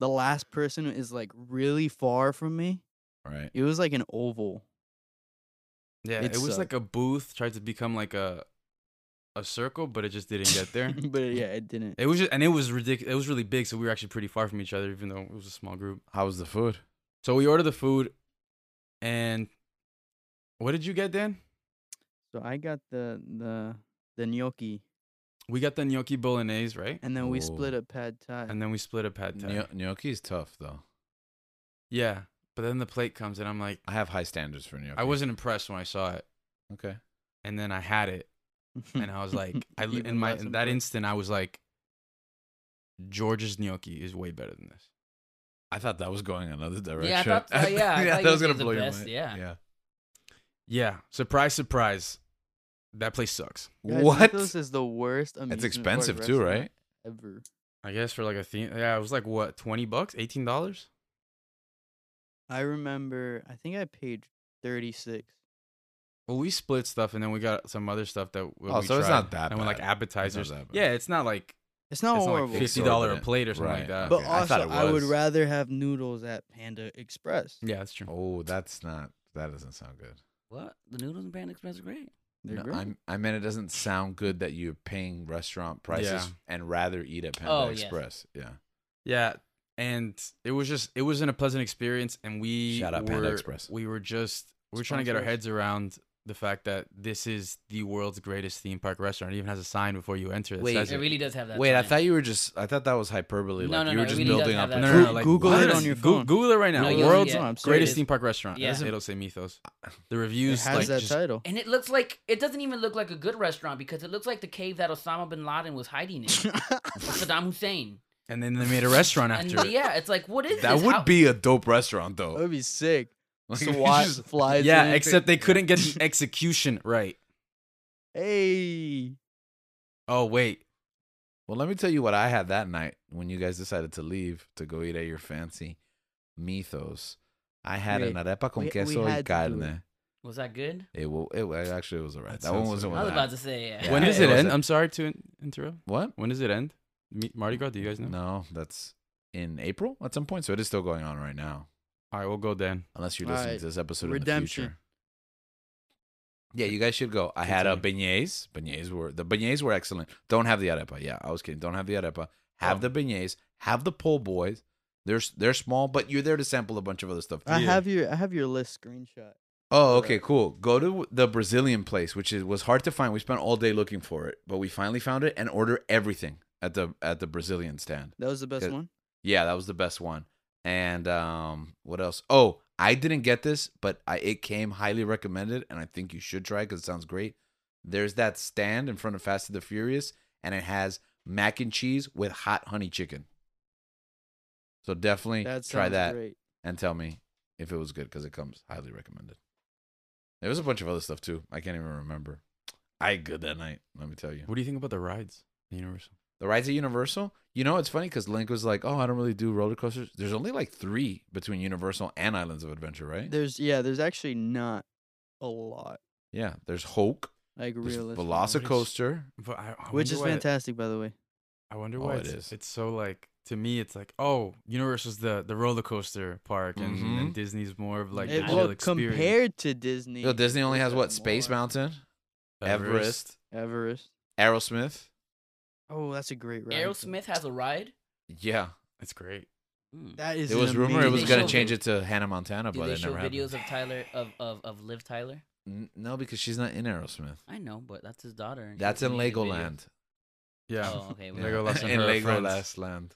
S4: the last person is like really far from me.
S1: Right.
S4: It was like an oval.
S3: Yeah,
S4: It
S3: it, was
S4: sucked.
S3: like a booth tried to become like a a circle, but it just didn't get there.
S4: but yeah, it didn't.
S3: it was just, and it was ridiculous. It was really big, so we were actually pretty far from each other, even though it was a small group.
S1: How was the food?
S3: So we ordered the food, and what did you get, Dan?
S4: So I got the the the gnocchi,
S3: We got the gnocchi bolognese, right?
S4: and then we
S1: Ooh.
S4: split a pad thai.
S3: And then we split a pad thai.
S1: Gno- gnocchi is tough, though.
S3: yeah, but then the plate comes, and I'm like,
S1: I have high standards for gnocchi.
S3: I wasn't impressed when I saw it,
S1: Okay.
S3: and then I had it, and I was like, I li- in
S4: Even
S3: my
S4: less
S3: in that
S4: impressed.
S3: instant, I was like, George's gnocchi is way better than this.
S1: I thought that was going another direction.
S2: Yeah, I thought- uh, yeah, I thought
S1: that
S2: you
S1: was gonna
S2: did the
S1: blow your
S2: best,
S1: mind.
S2: yeah.
S1: yeah.
S3: Yeah, surprise, surprise. That place sucks.
S4: Guys,
S1: what?
S4: Mythos is the worst. amusement
S1: It's
S4: park
S1: expensive too,
S4: restaurant
S1: right?
S4: Ever.
S3: I guess for like a theme. Yeah, it was like what, twenty bucks, eighteen dollars?
S4: I remember. I think I paid thirty six.
S3: Well, we split stuff and then we got some other stuff that. w-
S1: Oh,
S3: we
S1: so it's
S3: tried,
S1: not that
S3: And we're like
S1: bad. It's not
S3: appetizers.
S1: that bad.
S3: Yeah, it's not like
S4: It's not
S3: it's not
S4: horrible.
S3: like fifty dollar a
S1: Exorbitant.
S3: plate or something
S1: Right.
S3: like that.
S4: But
S1: Okay, I
S4: also,
S1: thought
S4: I,
S1: it
S4: would
S1: was.
S4: rather have noodles at Panda Express.
S3: yeah, that's true.
S1: Oh, that's not. That doesn't sound good.
S2: What? The noodles and Panda Express are great.
S4: They're
S1: No,
S4: great.
S1: I'm, I meant it doesn't sound good that you're paying restaurant prices
S3: Yeah.
S1: and rather eat at Panda
S2: Oh, yes.
S1: Express. Yeah.
S3: Yeah, and it was just it wasn't a pleasant experience, and we
S1: Shout out
S3: were,
S1: Panda Express.
S3: We were just we were trying to get our
S4: Sponsor us.
S3: heads around the fact that this is the world's greatest theme park restaurant. It even has a sign before you enter. That
S1: Wait,
S3: says
S2: It
S3: it.
S2: really does have that.
S1: Wait, I
S2: sign.
S1: thought you were just. I thought that was hyperbole.
S2: No,
S1: like
S2: no,
S1: you
S2: no,
S1: were
S2: it
S1: just
S2: really does
S1: building up.
S2: have that
S1: an
S3: no,
S2: sign.
S3: no,
S1: impression.
S3: no, like
S4: Google
S3: what?
S4: it on your
S3: Goo-
S4: phone.
S3: Google it right now.
S2: No, you'll see
S3: world's
S2: it. No, I'm
S3: greatest
S4: serious.
S3: theme park restaurant.
S2: Yeah.
S3: It'll say Mythos. The
S4: It
S3: reviews
S4: has
S3: like
S4: that
S3: just
S4: title.
S2: And it looks like it doesn't even look like a good restaurant because it looks like the cave that Osama bin Laden was hiding in. Saddam Hussein.
S3: and then they made a restaurant
S2: And
S3: after it.
S2: yeah, it's like what is
S1: That
S2: this?
S1: would
S2: How-
S1: be a dope restaurant,
S4: that
S1: though.
S4: would be sick.
S1: Like, you
S4: SWAT
S1: just-
S4: flies.
S3: Yeah,
S4: in.
S3: except they couldn't get the execution right.
S4: hey,
S3: Oh wait,
S1: well, let me tell you what I had that night when you guys decided to leave to go eat at your fancy Mythos. I had
S4: Wait,
S1: an arepa con
S4: we- we
S1: queso y
S4: had to do it.
S1: carne.
S2: Was that good?
S1: It, will. it, wa- actually was alright. That
S3: That
S1: one
S3: sounds
S1: wasn't
S3: good.
S2: I
S1: what
S2: was
S1: I-
S2: about to say yeah.
S1: Yeah.
S3: when does it,
S1: it was
S3: end?
S1: a-
S3: I'm sorry to in- interrupt.
S1: What?
S3: When does it end? Me- Mardi Gras? Do you guys know?
S1: No, that's in April at some point. So it is still going on right now,
S3: All right, we'll go then.
S1: unless you're
S4: All
S1: listening
S4: right,
S1: to this episode
S4: redemption.
S1: in the future. Yeah, you guys should go. I had a beignets. Beignets were the beignets were excellent. Don't have the arepa. Yeah, I was kidding. Don't have the arepa. Have
S3: Oh.
S1: the beignets. Have the po' boys. They're s- they're small, but you're there to sample a bunch of other stuff.
S4: I
S1: too.
S4: have your I have your list screenshot.
S1: Oh, okay,
S4: Correct.
S1: cool. Go to the Brazilian place, which is, was hard to find. We spent all day looking for it, but we finally found it and order everything at the at the Brazilian stand.
S4: That was the best
S1: Good.
S4: one.
S1: Yeah, that was the best one. And um, what else? Oh, I didn't get this, but I, it came highly recommended, and I think you should try because it sounds great. There's that stand in front of Fast and the Furious, and it has mac and cheese with hot honey chicken. So definitely
S4: That
S1: try
S4: sounds
S1: that
S4: great.
S1: and tell me if it was good because it comes highly recommended. There was a bunch of other stuff too. I can't even remember. I ate good that night. Let me tell you.
S3: What do you think about the rides? at Universal.
S1: The rides at Universal, you know, it's funny because Link was like, "Oh, I don't really do roller coasters." There's only like three between Universal and Islands of Adventure, right?
S4: There's yeah, there's actually not a lot
S1: yeah, there's Hulk,
S4: like
S1: there's
S4: realistic,
S1: Velocicoaster.
S3: But I, I
S4: which
S3: wonder
S4: is
S3: why-
S4: fantastic by the way.
S3: I wonder
S1: Oh,
S3: why
S1: it
S3: it's,
S1: is.
S3: it's so like to me it's like oh Universal's the the roller coaster park and,
S1: Mhm.
S3: and Disney's more of like
S4: It-
S3: the
S2: well,
S3: chill
S4: well,
S3: experience.
S4: compared to Disney,
S1: Yo, Disney only
S4: there's
S1: has
S4: a
S1: what? Space
S4: more.
S1: Mountain, Everest,
S4: Everest.
S1: Aerosmith.
S4: Oh, that's a great ride.
S2: Aerosmith has a ride.
S1: yeah,
S3: It's great.
S2: Mm.
S4: That is.
S1: it
S4: an
S1: was rumor it
S4: amazing
S1: was
S2: They
S1: going to
S2: show
S4: ride.
S1: change it to Hannah Montana,
S2: Do
S1: but
S2: they
S1: it
S2: show
S1: never
S2: videos
S1: happened.
S2: of Tyler of, of of Liv Tyler?
S1: N- no, because she's not in Aerosmith.
S2: I know, but that's his daughter. and she
S1: That's
S2: was
S1: in
S2: making videos.
S1: Legoland.
S3: Yeah.
S2: Oh, okay.
S1: Yeah.
S2: well,
S3: Legolas and
S1: in
S3: her friends.
S1: Legolas Land.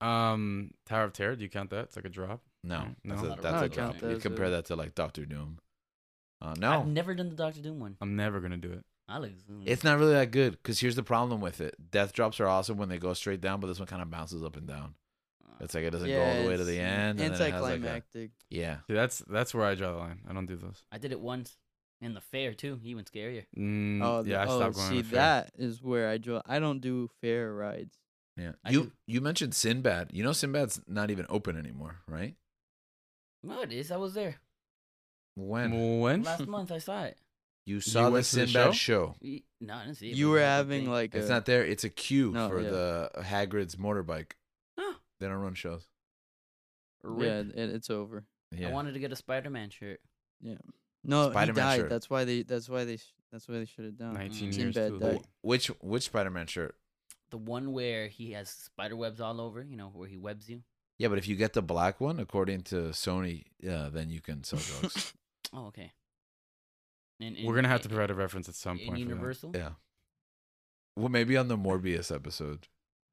S3: Um, Tower of Terror. Do you count that? It's like a drop.
S1: No,
S3: Mm,
S1: that's
S3: no.
S1: a,
S2: Not a
S1: that's
S2: roller
S1: a
S2: coaster.
S1: drop. You
S4: That's
S1: compare
S4: a-
S1: that to like Doctor Doom. Uh, no,
S2: I've never done the Doctor Doom one.
S3: I'm never gonna do it.
S2: Alex, mm.
S1: It's not really that good because here's the problem with it. Death drops are awesome when they go straight down, but this one kind of bounces up and down.
S2: Uh,
S1: It's like it doesn't go all the way to
S4: it's
S1: the end. And then it has like a-
S4: Anticlimactic.
S1: yeah.
S3: See, that's that's where I draw the line. I don't do those.
S2: I did it once in the fair too. Even scarier.
S3: Mm,
S4: oh,
S3: yeah. I
S4: oh,
S3: stopped going.
S4: see
S3: to fair.
S4: that is where I draw. I don't do fair rides.
S1: Yeah.
S2: I
S1: you
S2: do-
S1: you mentioned Sinbad. You know Sinbad's not even open anymore, right?
S2: No, it is. I was there
S1: When
S3: When?
S2: last month. I saw it.
S1: you saw the
S3: went to the
S1: Sinbad
S3: show?
S1: show,
S2: Y- No, I didn't see it.
S4: You
S2: but
S4: were
S2: it was a
S4: having
S2: thing.
S4: like
S1: it's
S4: a,
S1: not there. It's a queue
S4: No,
S1: for
S4: yeah.
S1: the Hagrid's motorbike.
S2: Huh.
S1: They don't run shows.
S4: yeah,
S2: Rip.
S4: it, it's over.
S1: Yeah.
S2: I wanted to get a Spider-Man shirt.
S4: No, he
S1: Spider-Man
S4: died.
S1: shirt.
S4: That's why they. That's why they. Sh- that's why they shut it down.
S3: Nineteen
S2: Mm.
S3: years
S4: Sinbad
S3: too
S4: died.
S3: late.
S1: which which Spider Man shirt?
S2: The one where he has spider webs all over. You know where he webs you.
S1: Yeah, but if you get the black one, according to Sony, uh, then you can sell drugs.
S2: Oh, okay. And,
S3: We're gonna have to provide a reference at some
S2: in,
S3: point. for that.
S2: Universal.
S1: Yeah. Well, maybe on the Morbius episode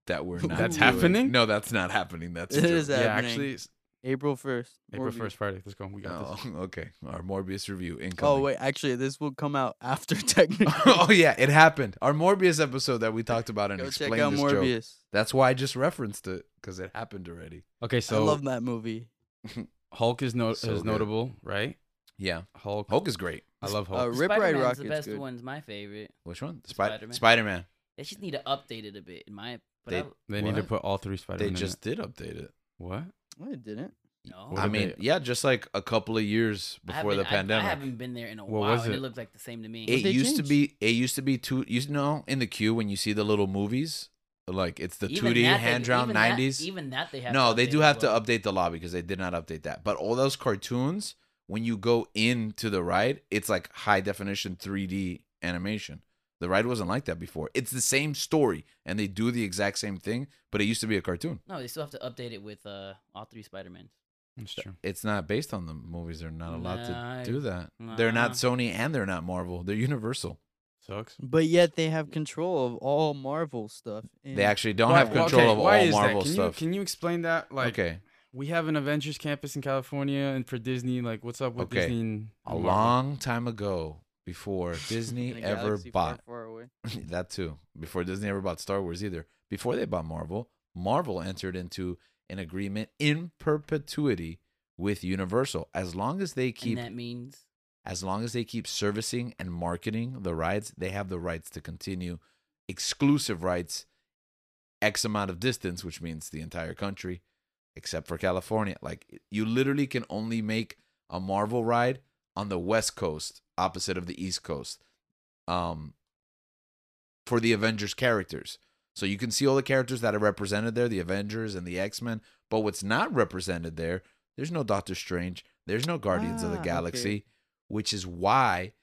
S1: that we're not.
S3: That's
S1: doing.
S3: happening?
S1: No, that's not happening. That's
S4: It
S1: a joke.
S4: is
S3: Yeah,
S4: happening.
S3: actually, s-
S4: April first.
S3: April first Friday. Let's go. We got
S1: Oh,
S3: this.
S1: okay. Our Morbius review incoming.
S4: Oh wait, actually, this will come out after technically.
S1: oh yeah, it happened. Our Morbius episode that we talked about and
S4: Go
S1: explained
S4: check out
S1: this joke.
S4: Morbius.
S1: That's why I just referenced it because it happened already.
S3: Okay,
S4: I
S3: so
S4: love that movie.
S3: Hulk is no-
S1: So
S3: is
S1: good.
S3: notable, right?
S1: Yeah,
S3: Hulk.
S1: Hulk is great.
S3: I love Hulk.
S4: Uh, Rip Ride
S2: Spider-Man's
S4: Rocket's
S2: the best
S4: good.
S2: one's my favorite.
S1: Which one? Spider
S2: Spider-Man.
S1: Spider Man.
S2: They just need to update it a bit. In my, but
S1: They-
S2: I,
S3: they need to
S1: what?
S3: put all three Spider.
S1: They just did update it.
S3: what?
S4: No, it didn't.
S2: no.
S3: What
S1: I
S3: did
S1: mean,
S3: they-
S1: yeah, just like a couple of years
S2: I
S1: before the
S2: haven't- I-
S1: pandemic.
S2: I, haven't been there in a
S3: What
S2: while,
S3: was
S2: and
S3: it?
S2: it looked like the same to me.
S1: it
S4: they
S1: used to
S4: change?
S1: be it used to be two you know in the queue when you see the little movies like it's the
S2: Even
S1: 2d
S2: that they-
S1: hand drawn
S2: even that-
S1: 90s
S2: even that they have.
S1: no
S2: to
S1: they
S2: update
S1: do
S2: as
S1: have
S2: well.
S1: to update the lobby because they did not update that but all those cartoons when you go into the ride it's like high definition 3d animation the ride wasn't like that before it's the same story and they do the exact same thing but it used to be a cartoon
S2: No, they still have to update it with uh all three Spider Men.
S3: That's true.
S1: It's not based on the movies. They're not allowed
S2: Nah, I-
S1: to do that. They're
S2: nah.
S1: not Sony and they're not Marvel. They're Universal.
S3: Sucks.
S4: But yet they have control of all Marvel stuff. and-
S1: They actually don't
S3: Why-
S1: have
S3: well,
S1: control
S3: okay,
S1: of
S3: why
S1: all
S3: is that?
S1: Marvel
S3: can
S1: stuff.
S3: You, can you explain that? Like,
S1: okay,
S3: we have an Avengers campus in California, and for Disney, like, what's up with
S1: Okay.
S3: Disney? And
S1: a
S3: and Marvel?
S1: long time ago, before
S4: in
S1: Disney
S4: a
S1: ever
S4: galaxy far,
S1: bought
S4: far away.
S1: that too, before Disney ever bought Star Wars either, before they bought Marvel, Marvel entered into an agreement in perpetuity with Universal. As long as they keep
S2: and that means
S1: as long as they keep servicing and marketing the rides, they have the rights to continue exclusive rights, X amount of distance, which means the entire country, except for California. Like, you literally can only make a Marvel ride on the West Coast, opposite of the East Coast, um, for the Avengers characters. So you can see all the characters that are represented there, the Avengers and the X Men. But what's not represented there, there's no Doctor Strange, there's no Guardians of the
S4: Ah, okay.
S1: Galaxy, which is why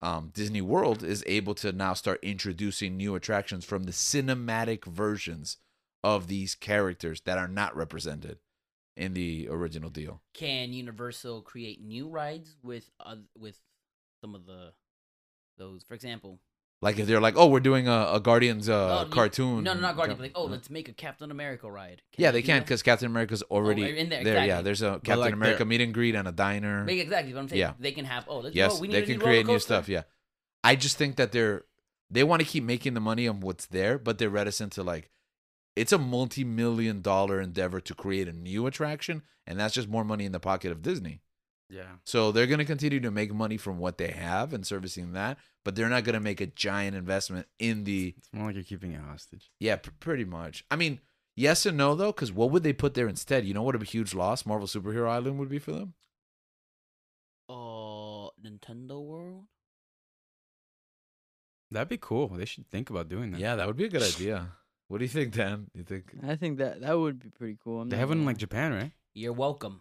S1: um, Disney World is able to now start introducing new attractions from the cinematic versions of these characters that are not represented in the original deal.
S2: can Universal create new rides with oth- with some of the those? For example,
S1: Like if they're like, oh, we're doing a, a Guardians uh,
S2: oh, you-
S1: cartoon.
S2: No, no, not Guardian. But like, oh,
S1: Uh,
S2: let's make a Captain America ride.
S1: yeah, they
S2: do
S1: can
S2: that?
S1: because Captain America's already
S2: Oh, in there,
S1: Yeah,
S2: exactly.
S1: there's a Captain
S3: like,
S1: America
S3: they're-
S1: meet and greet and a diner.
S2: Make exactly what I'm saying.
S1: Yeah.
S2: They can have. Oh, let's,
S1: yes,
S2: oh, we need
S1: they
S2: a
S1: can
S2: roller
S1: create new
S2: coaster.
S1: stuff. Yeah, I just think that they're they want to keep making the money on what's there, but they're reticent to like. It's a multi-million dollar endeavor to create a new attraction, and that's just more money in the pocket of Disney.
S3: Yeah.
S1: So they're going to continue to make money from what they have and servicing that, but they're not going to make a giant investment in the
S3: It's more like you're keeping it hostage.
S1: yeah, pr- pretty much. I mean, yes and no though, because what would they put there instead? You know what a huge loss Marvel Superhero Island would be for them?
S2: Oh, Nintendo World.
S3: That'd be cool. They should think about doing that.
S1: Yeah, that would be a good idea. What do you think, Dan? You think?
S4: I think that that would be pretty cool. I'm
S3: They
S4: not
S3: have one in
S4: gonna
S3: like Japan, right?
S2: You're welcome.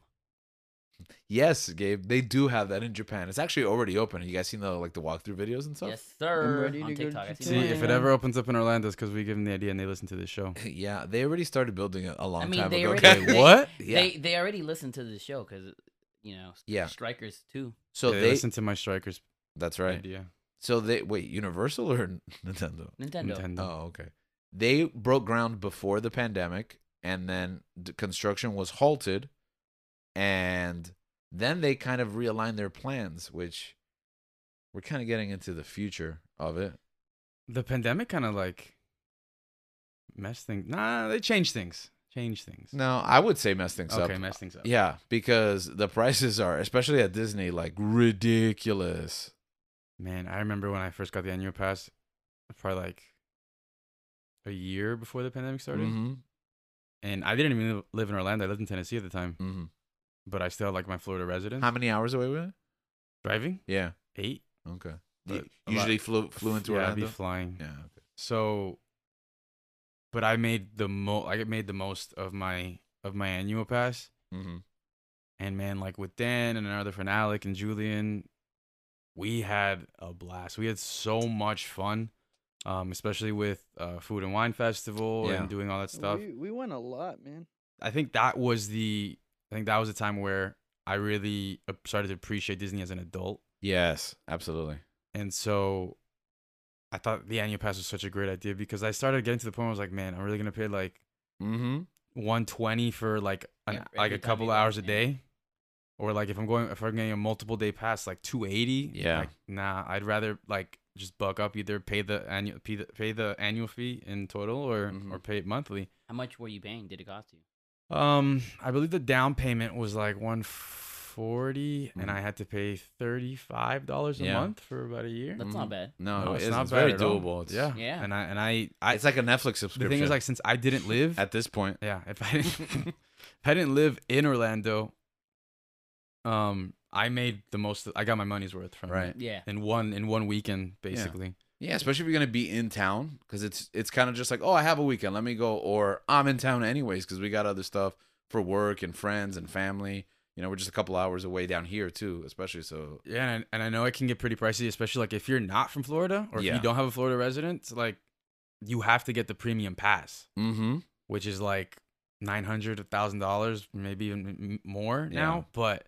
S1: Yes, Gabe. They do have that in Japan. It's actually already open. You guys seen the like the walkthrough videos and stuff?
S2: yes, sir.
S4: ready
S2: on
S4: to go to
S2: TikTok. I
S3: See,
S4: Yeah,
S3: if it
S4: yeah.
S3: ever opens up in Orlando, it's because we give them the idea and they listen to this show.
S1: Yeah, they already started building it a long
S2: I mean,
S1: time
S2: they
S1: ago.
S2: already.
S1: Gabe.
S2: They,
S3: What?
S1: Yeah.
S2: They they already listened to the show because, you know,
S1: Yeah.
S2: Strikers too.
S1: so
S3: they,
S1: they.
S3: listen to my strikers
S1: that's right.
S3: idea.
S1: So they wait. Universal or Nintendo?
S2: Nintendo.
S3: Nintendo.
S1: Oh, okay. They broke ground before the pandemic, and then the construction was halted, and then they kind of realigned their plans, which we're kind of getting into the future of it.
S3: The pandemic kind of like messed things. Nah, they changed things. Change things.
S1: No, I would say mess things
S3: okay,
S1: up.
S3: mess things up.
S1: Yeah, because the prices are, especially at Disney, like ridiculous.
S3: Man, I remember when I first got the annual pass, probably like a year before the pandemic started,
S1: hmm
S3: and I didn't even li- live in Orlando. I lived in Tennessee at the time,
S1: hmm
S3: but I still had like my Florida residence.
S1: How many hours away were
S3: driving
S1: they? Yeah.
S3: eight.
S1: Okay.
S3: But a
S1: Usually
S3: lot-
S1: flew flew into
S3: yeah, I'd
S1: Orlando.
S3: be flying.
S1: yeah. okay.
S3: So, but I made the mo. I made the most of my of my annual pass,
S1: hmm
S3: and man, like with Dan and another friend Alec and Julian, we had a blast. We had so much fun, um, especially with uh, food and wine festival
S1: Yeah.
S3: and doing all that stuff.
S4: We, we went a lot, man.
S3: I think that was the I think that was the time where I really ap- started to appreciate Disney as an adult,
S1: Yes, absolutely.
S3: and so I thought the annual pass was such a great idea because I started getting to the point where I was like, man, I'm really gonna pay like
S1: Mm-hmm.
S3: 120 for like an,
S2: Every-
S3: like
S2: every
S3: a
S2: time you
S3: couple
S2: go,
S3: hours a
S2: yeah.
S3: day or like if i'm going if i'm getting a multiple day pass like 280
S1: Yeah.
S3: like, nah i'd rather like just buck up either pay the annual pay the, pay the annual fee in total or
S1: Mhm.
S2: Mm-hmm.
S3: or pay it monthly
S2: How much were you paying? Did it cost you?
S3: um i believe the down payment was like 140
S1: Mhm.
S2: Mm-hmm.
S3: and i had to pay $35 a
S1: Yeah.
S3: month for about a year
S2: That's
S1: Mhm.
S2: not bad.
S1: No,
S3: No,
S1: it
S3: it's
S1: isn't.
S3: not
S1: It's very
S3: bad at all.
S1: doable. It's,
S3: yeah
S2: Yeah.
S3: and i and i, I
S1: it's like a Netflix
S3: the
S1: subscription.
S3: thing is like since i didn't live
S1: at this point,
S3: Yeah, if I didn't, if I didn't live in Orlando, um, I made the most. I got my money's worth from
S1: Right.
S3: it
S2: Yeah.
S3: in one in one weekend, basically.
S1: yeah, especially if you're gonna be in town, because it's it's kind of just like, oh, I have a weekend, let me go, or I'm in town anyways, because we got other stuff for work and friends and family. You know, we're just a couple hours away down here too, especially so.
S3: Yeah, and, and I know it can get pretty pricey, especially like if you're not from Florida or if
S1: Yeah.
S3: you don't have a Florida residence. Like, you have to get the premium pass,
S1: Mm-hmm.
S3: which is like nine hundred, a thousand dollars, maybe even m- m- more
S1: Yeah.
S3: now. But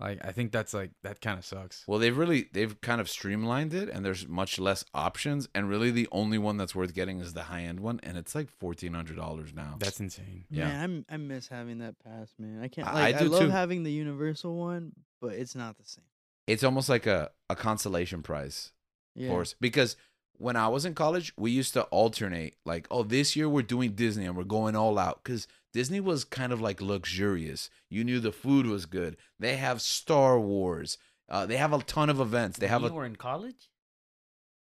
S3: like, I think that's like that kind of sucks.
S1: Well, they've really they've kind of streamlined it, and there's much less options. And really, the only one that's worth getting is the high end one, and it's like fourteen hundred dollars now.
S3: That's insane.
S1: Yeah.
S4: Man, I'm, I miss having that pass, man. I can't.
S1: I-
S4: Like, I,
S1: I do
S4: love
S1: too.
S4: having the universal one, but it's not the same.
S1: it's almost like a a consolation prize
S4: Yeah.
S1: course because when I was in college, we used to alternate like, oh, this year we're doing Disney and we're going all out because Disney was kind of like luxurious. You knew the food was good. They have Star Wars. Uh, they have a ton of events. They have
S2: you
S1: a
S2: were in college.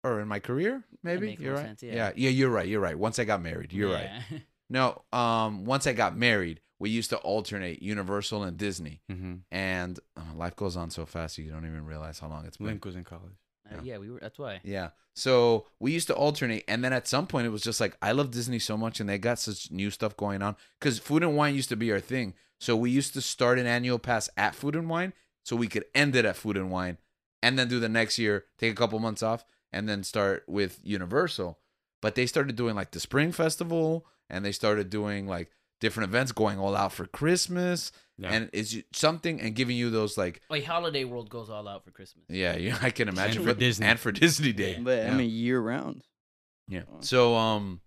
S1: or in my career maybe
S2: makes
S1: you're
S2: more
S1: right.
S2: sense,
S1: yeah.
S2: yeah.
S1: yeah, you're right. You're right. Once I got married, you're right.
S2: right.
S1: No, um, once I got married, we used to alternate Universal and Disney,
S3: Mm-hmm.
S1: and uh, life goes on so fast you don't even realize how long it's been.
S3: Link was in college.
S2: Uh,
S1: Yeah.
S2: yeah, we were. That's why.
S1: Yeah. So we used to alternate, and then at some point it was just like I love Disney so much, and they got such new stuff going on because Food and Wine used to be our thing. So we used to start an annual pass at Food and Wine, so we could end it at Food and Wine, and then do the next year, take a couple months off, and then start with Universal. But they started doing like the Spring Festival, and they started doing like different events, going all out for Christmas,
S3: Yeah.
S1: and it's ju- something, and giving you those like.
S2: Like Holiday World goes all out for Christmas.
S1: Yeah, yeah, I can imagine.
S3: for
S1: but-
S3: Disney.
S1: and for Disney Day.
S4: But
S1: yeah.
S4: I mean, year round.
S1: Yeah.
S4: Oh.
S1: So um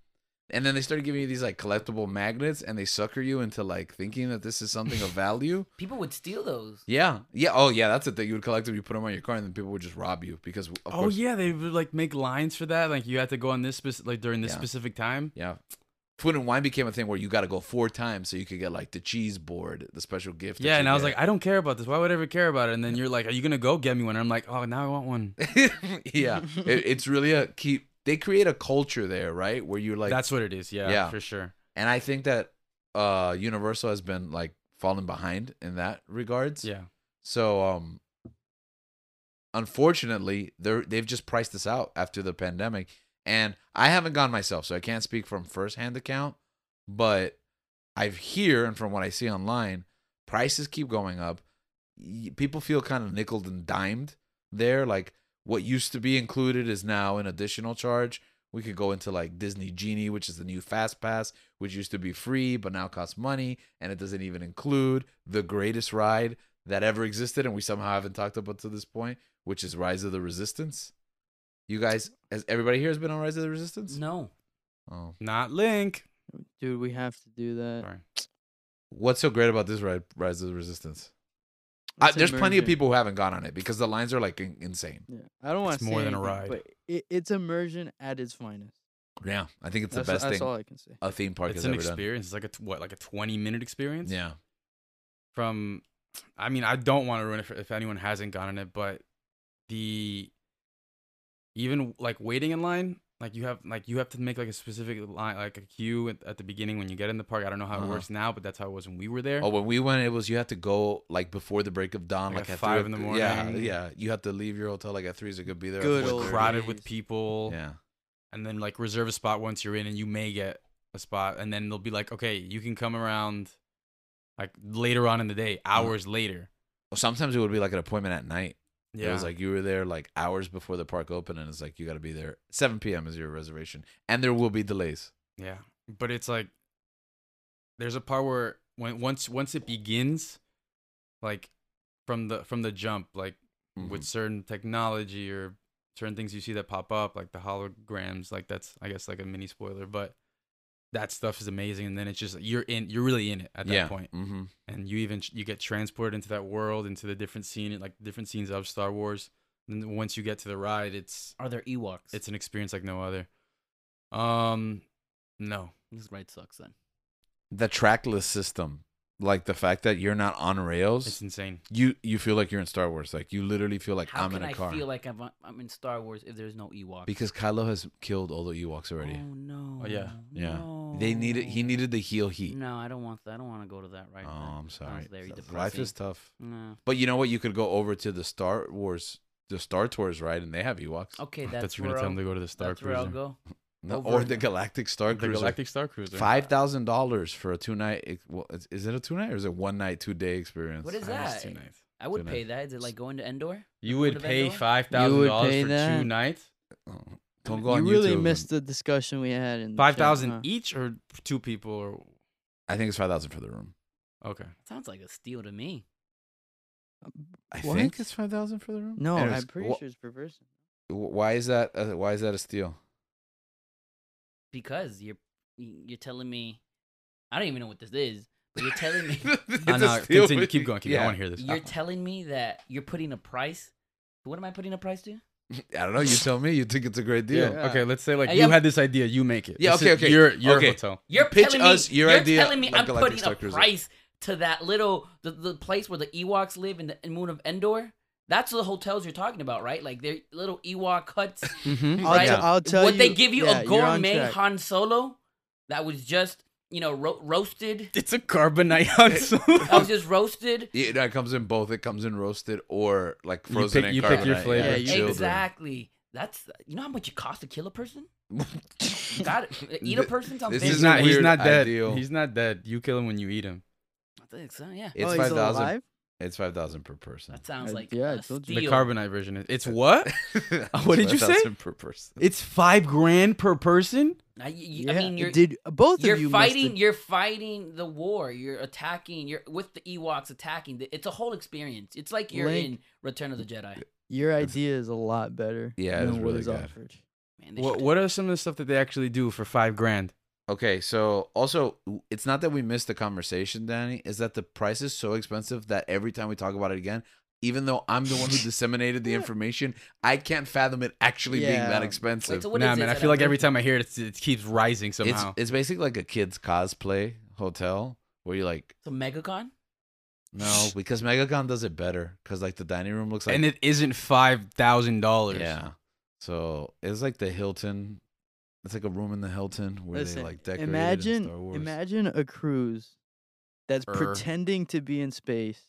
S1: and then they started giving you these like collectible magnets and they sucker you into like thinking that this is something of value.
S2: People would steal those.
S1: Yeah. Yeah. Oh yeah, that's the thing. You would collect them, you put them on your car, and then people would just rob you because of
S3: oh
S1: course,
S3: yeah, they would like make lines for that. Like you had to go on this specific, like during this
S1: Yeah.
S3: specific time.
S1: Yeah. Food and wine became a thing where you got to go four times so you could get like the cheese board, the special gift. that
S3: Yeah,
S1: you
S3: and I was
S1: get.
S3: like, I don't care about this. Why would I ever care about it? And then you're like, Are you gonna go get me one? And I'm like, Oh, now I want one.
S1: yeah, it, it's really a keep. They create a culture there, right? Where you're like,
S3: That's what it is. Yeah,
S1: Yeah.
S3: for sure.
S1: and I think that uh Universal has been like falling behind in that regards.
S3: Yeah,
S1: So um unfortunately, they're they've just priced us out after the pandemic. And I haven't gone myself, so I can't speak from firsthand account, but I've hear and from what I see online, prices keep going up. Y- People feel kind of nickled and dimed there. Like what used to be included is now an additional charge. We could go into like Disney Genie, which is the new Fast Pass, which used to be free but now costs money, and it doesn't even include the greatest ride that ever existed, and we somehow haven't talked about to this point, which is Rise of the Resistance. You guys, has everybody here has been on Rise of the Resistance?
S2: No.
S1: Oh,
S3: not Link.
S4: Dude, we have to do that.
S3: Sorry.
S1: what's so great about this ride, Rise of the Resistance? I,
S4: It's
S1: Uh, there's plenty of
S4: immersion.
S1: people who haven't gone on it because the lines are like in- insane.
S4: Yeah. I don't want
S3: It's
S4: to say
S3: more than a
S4: anything,
S3: ride.
S4: but it, it's immersion at its finest.
S1: Yeah, I think it's
S4: that's
S1: the best
S4: that's
S1: thing Uh,
S4: all I can say.
S1: a theme park
S3: It's
S1: has
S3: an
S1: ever
S3: experience. It's like a t- what, like a 20 minute
S1: done.
S3: experience.
S1: Yeah,
S3: From, I mean, I don't want to ruin it for, if anyone hasn't gotten it, but the even like waiting in line, like you have like you have to make like a specific line, like a queue at, at the beginning when you get in the park. I don't know how
S1: Uh-huh.
S3: it works now, but that's how it was when we were there.
S1: Oh, when we went, it was you had to go like before the break of dawn, like,
S3: Like at
S1: three
S3: five in the
S1: o'clock- Yeah,
S3: morning.
S1: yeah. You had to leave your hotel like at three, so you could be there. at
S3: It
S4: Good
S3: was
S1: 4:30.
S4: old
S3: crowded with
S4: days.
S3: people.
S1: Yeah,
S3: and then like reserve a spot once you're in and you may get a spot and then they'll be like okay you can come around like later on in the day
S1: Uh-huh.
S3: hours later
S1: Well, sometimes it would be like an appointment at night.
S3: yeah
S1: It was like you were there like hours before the park opened, and it's like you got to be there 7 p.m. is your reservation, and there will be delays.
S3: yeah but it's like there's a part where when once once it begins like from the from the jump like
S1: Mm-hmm.
S3: with certain technology or certain things you see that pop up, like the holograms, like that's I guess like a mini spoiler, but that stuff is amazing. And then it's just you're in, you're really in it at that point,
S1: hmm
S3: and you even you get transported into that world, into the different scene, like different scenes of Star Wars. And then once you get to the ride, it's
S2: Are there Ewoks?
S3: it's an experience like no other. Um, no,
S2: this ride sucks then.
S1: The trackless system, like the fact that you're not on rails,
S3: it's insane.
S1: you you feel like you're in Star Wars. Like you literally feel like
S2: How
S1: I'm
S2: can
S1: in a
S2: I
S1: car
S2: feel like I'm I'm in Star Wars if there's no Ewoks?
S1: because Kylo has killed all the Ewoks already.
S2: Oh no.
S3: Oh, yeah.
S1: Yeah. They needed he
S2: no.
S1: needed the heel heat.
S2: No, I don't want that. I don't want to go to Oh. that right
S1: oh,
S2: now.
S1: I'm sorry.
S2: very
S1: Life
S2: depressing.
S1: is tough.
S2: No.
S1: But you know what? You could go over to the Star Wars, the Star Tours ride, and they have Ewoks.
S2: Okay, that's,
S3: That's,
S2: that's
S3: you're gonna
S2: where I'll,
S3: tell them to go to the Star
S2: that's where I'll
S3: Cruiser,
S2: go.
S1: No,
S2: Oh, Over-
S1: or the Galactic Star
S3: the
S1: Cruiser.
S3: Galactic Star Cruiser.
S1: Five thousand dollars for a two night. ex- Well, is- is it a two night or is it one night, two day experience?
S2: What is
S3: Ah,
S2: that?
S3: that's too nice.
S2: I would
S1: Tonight.
S2: pay that. Is it like going to Endor? Go
S3: You
S2: to
S3: would pay
S2: Vandor?
S3: five
S4: You
S3: thousand
S4: would
S3: dollars
S4: pay
S3: for two
S4: that?
S3: nights.
S1: Oh, Don't go
S4: you
S1: on
S4: really
S1: YouTube.
S4: missed the discussion we had in the
S1: e
S3: Five
S4: chat, huh?
S3: thousand each or two people or
S1: I think it's five thousand for the room.
S3: Okay.
S2: Sounds like a steal to me.
S1: I
S4: What?
S1: think it's five thousand for the room.
S4: No,
S1: And it
S4: I'm
S1: was-
S4: pretty
S1: wh-
S4: sure it's per person.
S1: wh- Why is that? Uh, why is that a steal?
S2: because you're you're telling me I don't even know what this is, but you're telling me
S1: It's
S3: I
S1: a
S3: know.
S1: steal,
S3: Continue.
S1: but-
S3: Keep going. Keep going. I want to hear this. Ah.
S2: you're telling me that you're putting a price. What am I putting a price to?
S1: I don't know. You tell me. You think it's a great deal?
S4: Yeah.
S3: Okay. Let's say like
S2: I
S3: you
S2: am-
S3: had this idea. You make it.
S1: Yeah,
S3: This
S1: okay,
S3: is
S1: okay,
S3: Your your
S1: okay.
S3: hotel.
S2: You're
S1: Pitch
S2: telling me-
S1: us your
S2: you're
S1: idea
S2: telling me
S1: of
S2: I'm
S1: Galactic
S2: putting
S1: Star
S2: a
S1: Cruiser.
S2: price to that little the, the place where the Ewoks live in the in moon of Endor. That's the hotels you're talking about, right? Like they're little Ewok huts.
S3: Mm-hmm.
S4: I'll,
S2: Right.
S4: t- I'll tell
S2: Would
S4: you.
S2: they give you
S4: yeah,
S2: a
S4: you're on
S2: gourmet
S4: track.
S2: Han Solo that was just you know ro- roasted?
S3: It's a carbonite hot
S2: that was just roasted.
S1: Yeah, no, it comes in both. It comes in roasted or like
S3: You
S1: frozen
S3: pick-
S1: and
S3: you pick your
S1: carbonite.
S3: flavor.
S1: for
S4: Yeah, you-
S1: children.
S2: Exactly. That's you know how much it costs to kill a person. Got it. Eat a
S1: Th-
S2: person. Sounds
S1: this
S2: big.
S1: is
S3: He's not. He's
S1: weird
S3: not dead.
S1: ideal.
S3: He's not dead. You kill him when you eat him.
S2: I think so. Yeah.
S1: It's
S4: oh, he's
S1: five thousand.
S4: alive?
S1: It's five thousand per person.
S2: That sounds
S4: Uh,
S2: like
S4: yeah,
S2: yeah,
S4: I
S2: a
S4: told
S2: steal.
S4: you.
S3: The carbonite version. is- It's what?
S1: It's
S3: What did you say?
S1: 5,000 Per person.
S3: It's five grand per person.
S2: I, you- you- I mean, you're
S4: did both
S2: you're
S4: of you must have-
S2: fighting. You're fighting the war. You're attacking. You're with the Ewoks attacking. the- It's a whole experience. It's like you're
S4: Link.
S2: in Return of the Jedi.
S4: Your
S1: It's-
S4: idea is a lot better.
S1: Yeah, it
S4: than
S1: is
S4: what
S1: really
S4: is
S1: good.
S4: offered.
S2: Man, they
S3: What
S2: should-
S3: What are some of the stuff that they actually do for five grand?
S1: Okay, so also it's not that we missed the conversation, Danny, is that the price is so expensive that every time we talk about it again, even though I'm the one who disseminated the information, I can't fathom it actually being that
S4: Yeah.
S1: expensive.
S2: Wait, so what
S3: nah,
S2: is
S3: man.
S2: it
S3: I
S2: that
S3: feel
S2: I'm
S3: like every
S2: looking-
S3: time I hear it, it's, it keeps rising
S1: it's
S3: somehow.
S1: it's basically like a kid's cosplay hotel where you're like,
S2: It's a MegaCon.
S1: no, because MegaCon does it better because like the dining room looks like
S3: and it isn't five thousand dollars.
S1: yeah. So it's like the Hilton. It's like a room in the Hilton where they
S4: Listen,
S1: like decorate
S4: imagine,
S1: Star Wars.
S4: imagine a cruise that's
S3: Er.
S4: pretending to be in space.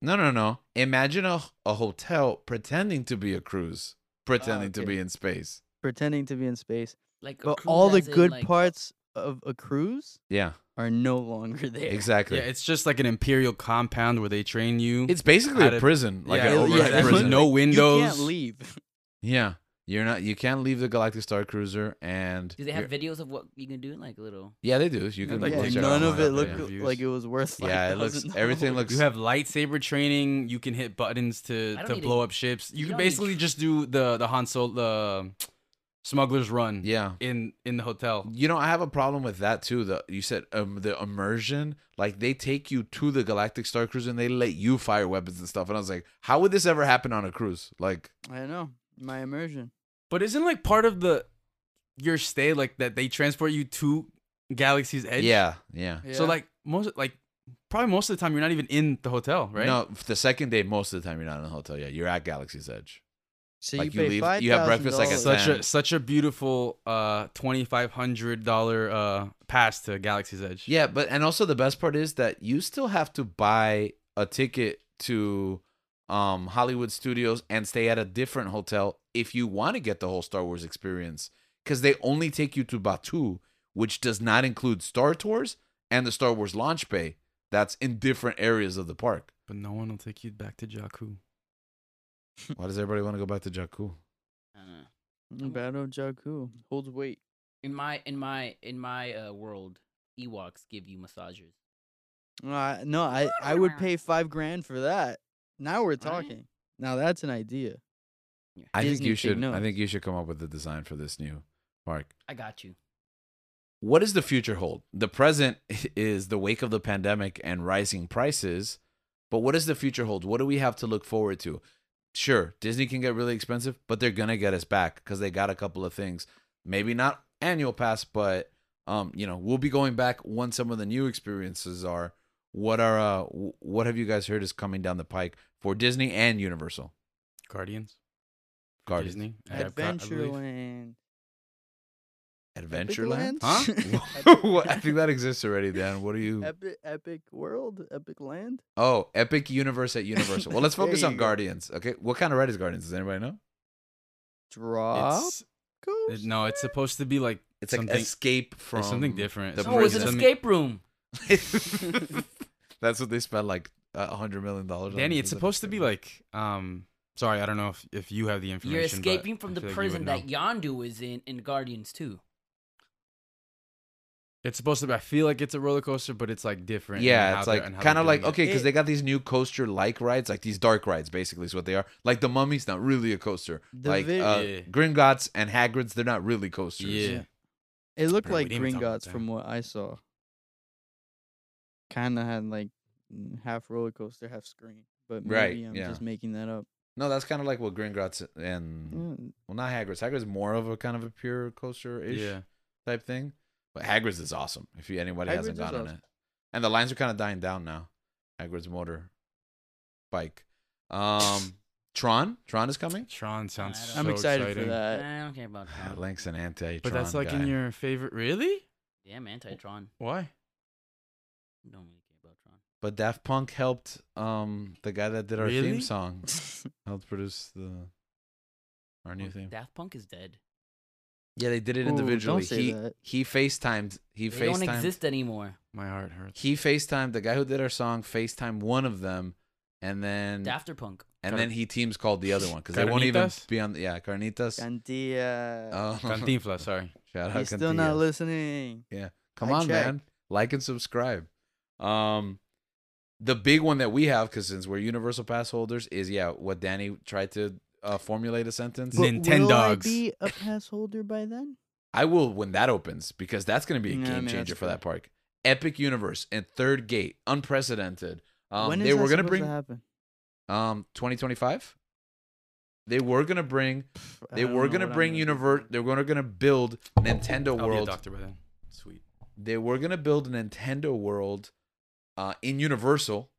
S1: No, no, no. Imagine a, a hotel pretending to be a cruise, pretending to
S4: okay.
S1: be in space.
S4: pretending to be in space.
S2: Like a
S4: But
S2: cruise
S4: all the
S2: as in,
S4: good
S2: like- uh
S4: parts of a cruise
S1: Yeah,
S4: are no longer there.
S1: exactly.
S3: Yeah, it's just like an imperial compound where they train you.
S1: it's basically
S3: How
S1: a
S3: to-
S1: prison, like
S3: yeah,
S1: an
S4: yeah,
S1: overnight
S4: that's
S1: prison.
S4: what-
S3: no
S4: You
S3: windows.
S4: can't leave.
S1: Yeah, you're not. You can't leave the Galactic Star Cruiser, and
S2: Do they have
S1: you're-
S2: videos of what you can do? Like a little.
S1: yeah, they do. You
S3: Yeah,
S1: can
S3: like
S1: go
S4: yeah,
S3: those
S1: check
S4: none
S1: out
S4: of it
S1: online,
S4: looked
S1: yeah.
S3: reviews.
S4: like it was worth. Like
S1: Yeah, it looks. Everything looks.
S3: You have lightsaber training. You can hit buttons to,
S2: I don't
S3: to
S2: need to-
S3: blow up ships. You,
S2: you
S3: can
S2: don't need
S3: basically
S2: tr-
S3: just do the the Han Solo, the Smuggler's Run.
S1: yeah.
S3: In in the hotel.
S1: You know, I have a problem with that too. The you said um, the immersion, like they take you to the Galactic Star Cruiser and they let you fire weapons and stuff. And I was like, how would this ever happen on a cruise? Like,
S4: I know my immersion.
S3: But isn't like part of the your stay like that they transport you to Galaxy's Edge?
S1: yeah, yeah.
S3: So like most like probably most of the time you're not even in the hotel, right?
S1: No, f- the second day, most of the time you're not in a hotel. Yeah, you're at Galaxy's Edge.
S4: so
S1: like,
S4: you,
S1: you
S4: pay
S1: leave- you have breakfast like a
S4: $5,000.
S1: sub-
S3: Such
S1: Ten.
S3: a such a beautiful uh twenty five hundred dollar uh pass to Galaxy's Edge.
S1: Yeah, but and also the best part is that you still have to buy a ticket to um Hollywood Studios and stay at a different hotel if you want to get the whole Star Wars experience cuz they only take you to Batuu, which does not include Star Tours and the Star Wars launch bay that's in different areas of the park.
S3: But no one will take you back to Jakku.
S1: Why does everybody want to go back to Jakku?
S2: I don't know.
S4: Mm, Battle of Jakku holds weight.
S2: In my in my in my uh, world, Ewoks give you massages.
S4: Uh, no, I I would pay five grand for that. Now we're talking. Now that's an idea.
S1: I think
S4: Disney
S1: you
S4: said
S1: should
S4: no.
S1: I think you should come up with the design for this new park.
S2: I got you.
S1: what does the future hold? The present is the wake of the pandemic and rising prices, but what does the future hold? What do we have to look forward to? Sure, Disney can get really expensive, but they're gonna get us back because they got a couple of things. Maybe not annual pass, but um, you know, we'll be going back when some of the new experiences are. What are uh, w- what have you guys heard is coming down the pike for Disney and Universal?
S3: Guardians.
S1: Guardians.
S3: Disney. at Epcot, I believe.
S4: Adventureland.
S1: Adventureland?
S4: Adventureland?
S1: Huh? What- I think that exists already, Dan. What are you?
S4: Epic, epic world, epic land.
S1: Oh, Epic Universe at Universal. Well, let's
S4: There
S1: focus
S4: you
S1: on
S4: go.
S1: Guardians. Okay, what kind of red is Guardians? Does anybody know?
S4: Drop.
S3: It's, it- no, it's supposed to be like
S1: Oh. It's like
S3: something,
S1: escape from
S3: it's something different.
S1: the
S4: Oh,
S2: No, it's an
S1: prison.
S2: escape room.
S1: different. That's what they spent like a hundred million dollars. on.
S3: Danny, it's
S1: Is that
S3: supposed to be
S1: escape?
S3: like um sorry, I don't know if, if you have the information.
S2: You're
S3: but
S2: escaping
S3: I
S2: from the
S3: feel like you would
S2: prison
S3: know.
S2: that Yondu is in in Guardians 2.
S3: It's supposed to be. I feel like it's a roller coaster, but it's like different. in
S1: Yeah,
S3: how
S1: it's
S3: they're-
S1: like
S3: and how
S1: kind
S3: they're
S1: of like
S3: doing it.
S1: okay, because
S4: It-
S1: they got these new coaster like rides, like these dark rides, basically is what they are. Like the Mummy's not really a coaster.
S4: The
S1: like
S4: vi-
S1: uh,
S3: Yeah.
S1: Gringotts and Hagrid's, they're not really coasters.
S3: Yeah.
S4: It looked
S3: Yeah, we
S4: like
S3: didn't even talk about
S4: Gringotts
S3: that.
S4: from what I saw. Kind of had like mm, half roller coaster, half screen. But maybe
S1: Right,
S4: I'm
S1: yeah.
S4: just making that up.
S1: No, that's kind of like what Gringotts and
S4: Mm,
S1: well, not Hagrid's. Hagrid's more of a kind of a pure coaster ish
S3: Yeah.
S1: type thing. But Hagrid's is awesome. If you, anybody hasn't
S4: Hagrid's is
S1: gone on
S4: awesome.
S1: it, and the lines are kind of dying down now. Hagrid's motor bike, um, Tron. Tron is coming. Ah,
S3: Tron sounds.
S2: I
S3: So
S2: don't-
S4: I'm excited for
S3: exciting.
S4: that.
S2: I don't care about Tron.
S1: Link's an anti.
S3: But that's like in your favorite. Really?
S2: Yeah, I'm anti-Tron.
S3: Why?
S2: Don't really care about Tron.
S1: But Daft Punk helped um the guy that did our theme
S3: Really?
S1: song
S4: Mm.
S1: helped produce the our new
S2: Well,
S1: theme.
S2: Oh, Daft Punk is dead.
S1: Yeah, they did it
S4: Ooh, don't
S1: individually.
S4: say
S1: he
S4: that.
S1: he FaceTimed. He
S2: They
S1: FaceTimed.
S2: don't exist anymore.
S3: My heart hurts.
S1: He FaceTimed the guy who did our song. FaceTime one of them, and then
S2: Daft Punk.
S1: and
S3: Car-
S1: then he teams called the other one because they won't even
S3: Carnitas?
S1: be on. The, yeah, Carnitas.
S4: Gandia.
S1: Oh.
S3: Cantinflas, sorry.
S1: shout out
S4: He's still not
S1: Cantillas.
S4: listening.
S1: Come
S4: I
S1: on,
S4: checked.
S1: man. Like and subscribe. Um the big one that we have, because since we're universal pass holders, is yeah, what Danny tried to uh, formulate a sentence.
S3: But- Nintendogs.
S4: Will I be a pass holder by then?
S1: I will when that opens, because that's gonna be a
S4: Yeah, I
S1: game
S4: mean,
S1: changer
S4: that's
S1: for that park. Epic universe and third gate, unprecedented. Um
S4: when is
S1: they
S4: that
S1: were gonna
S4: supposed
S1: bring
S4: To happen?
S1: um twenty twenty five. They were gonna bring
S4: I
S1: they
S4: don't
S1: were
S4: know
S1: gonna
S4: what I'm
S1: bring
S4: do.
S1: universe they were gonna build Nintendo
S3: I'll be a
S1: World
S3: doctor by then. Sweet.
S1: they were going to build a Nintendo World uh, in Universal.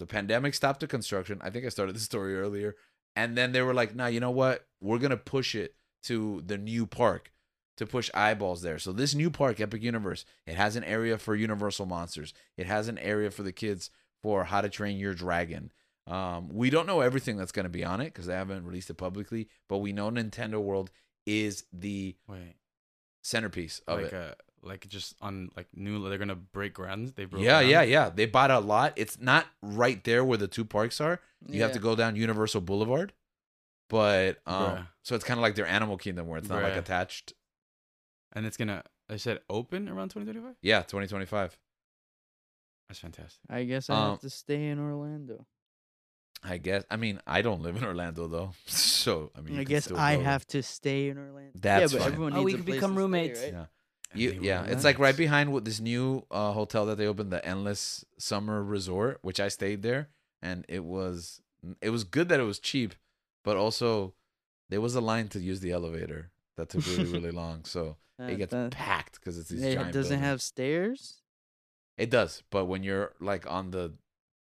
S1: The pandemic stopped the construction. I think I started the story earlier. And then they were like, nah, you know what? We're going to push it to the new park to push eyeballs there. So this new park, Epic Universe, it has an area for Universal Monsters. It has an area for the kids for How to Train Your Dragon. Um, we don't know everything that's going to be on it because they haven't released it publicly, but we know Nintendo World is the
S3: Wait.
S1: centerpiece of it.
S3: Like uh like just on like new. They're gonna break ground. They broke.
S1: Yeah,
S3: ground?
S1: yeah, yeah. They bought a lot. It's not right there where the two parks are. You have to
S4: Yeah.
S1: go down Universal Boulevard. But um
S3: Bruh.
S1: so it's kind of like their Animal Kingdom where it's not like
S3: Bruh.
S1: attached.
S3: And it's gonna. I said open around 2025.
S1: Yeah, 2025.
S3: That's fantastic.
S4: I guess I
S1: Um,
S4: have to stay in Orlando.
S1: I guess. I mean, I don't live in Orlando though. So, I mean, you
S4: I
S1: can
S4: guess
S1: still
S4: I
S1: go.
S4: have to stay in Orlando.
S1: That's
S4: yeah, but
S1: fine.
S4: everyone
S2: Oh,
S4: needs
S2: we
S4: a
S2: could
S4: place
S2: become
S4: to stay,
S2: roommates.
S4: right?
S1: Yeah.
S3: And
S1: You,
S3: they were
S1: yeah, it's like right
S3: nice.
S1: behind what this new uh, hotel that they opened, the Endless Summer Resort, which I stayed there, and it was it was good that it was cheap, but also there was a line to use the elevator that took really really long, so it
S4: Uh,
S1: gets
S4: uh,
S1: packed because it's these
S4: it
S1: giant.
S4: doesn't
S1: buildings.
S4: have stairs.
S1: It does, but when you're like on the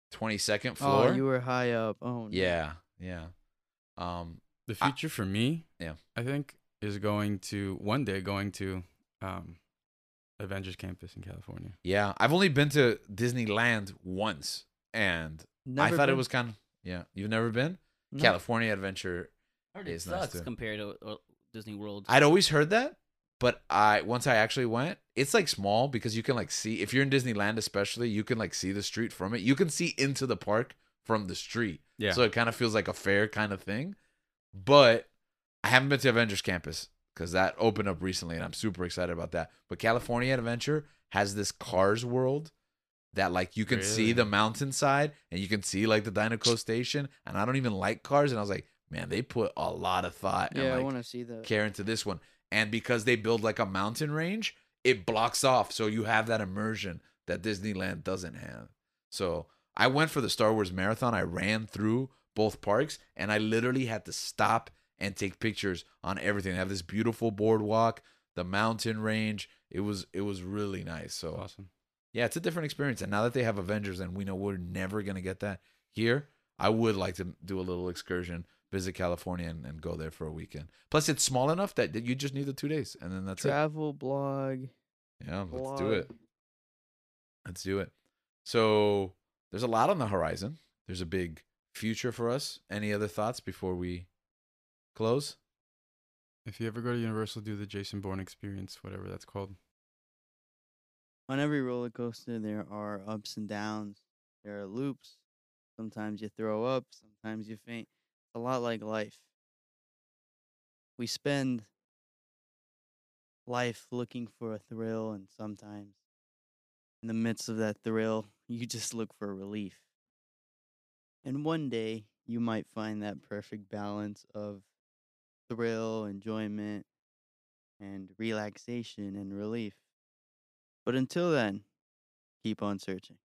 S1: twenty second floor,
S4: Oh, you were high up. Oh, no.
S1: yeah, yeah, um,
S3: The
S1: I-
S3: future for me,
S1: Yeah.
S3: I think is going to one day going to um Avengers Campus in California.
S1: yeah. I've only been to Disneyland once, and I
S4: Never
S1: thought it
S4: been-
S1: was kind of yeah. You've never been
S4: no.
S1: California Adventure
S2: I heard it
S1: It's nice
S2: sucks
S1: too.
S2: compared to uh, Disney World.
S1: I'd always heard that, but I once I actually went, it's like small because you can like see if you're in Disneyland especially, you can like see the street from it. You can see into the park from the street.
S3: Yeah.
S1: So it kind of feels like a fair kind of thing. But I haven't been to Avengers Campus because that opened up recently and I'm super excited about that. But California Adventure has this Cars World that like you can see
S3: Really?
S1: the mountainside and you can see like the Dynaco station. And I don't even like cars. And I was like, man, they put a lot of thought and
S4: Yeah, I
S1: like
S4: want to see that.
S1: care into this one. And because they build like a mountain range, it blocks off. So you have that immersion that Disneyland doesn't have. So I went for the Star Wars marathon. I ran through both parks and I literally had to stop and take pictures on everything. They have this beautiful boardwalk, the mountain range. It was it was really nice. So
S3: awesome.
S1: yeah, it's a different experience. And now that they have Avengers and we know we're never going to get that here, I would like to do a little excursion, visit California, and, and go there for a weekend. Plus, it's small enough that, that you just need the two days and then that's
S4: Travel blog.
S1: it. Yeah, let's do
S4: blog.
S1: it. Let's do it. So, there's a lot on the horizon. There's a big future for us. Any other thoughts before we close?
S3: If you ever go to Universal, do the Jason Bourne experience, whatever that's called.
S4: On every roller coaster, there are ups and downs. There are loops. Sometimes you throw up. Sometimes you faint. It's a lot like life. We spend life looking for a thrill, and sometimes in the midst of that thrill, you just look for relief. And one day, you might find that perfect balance of thrill, enjoyment, and relaxation and relief. But until then, keep on searching.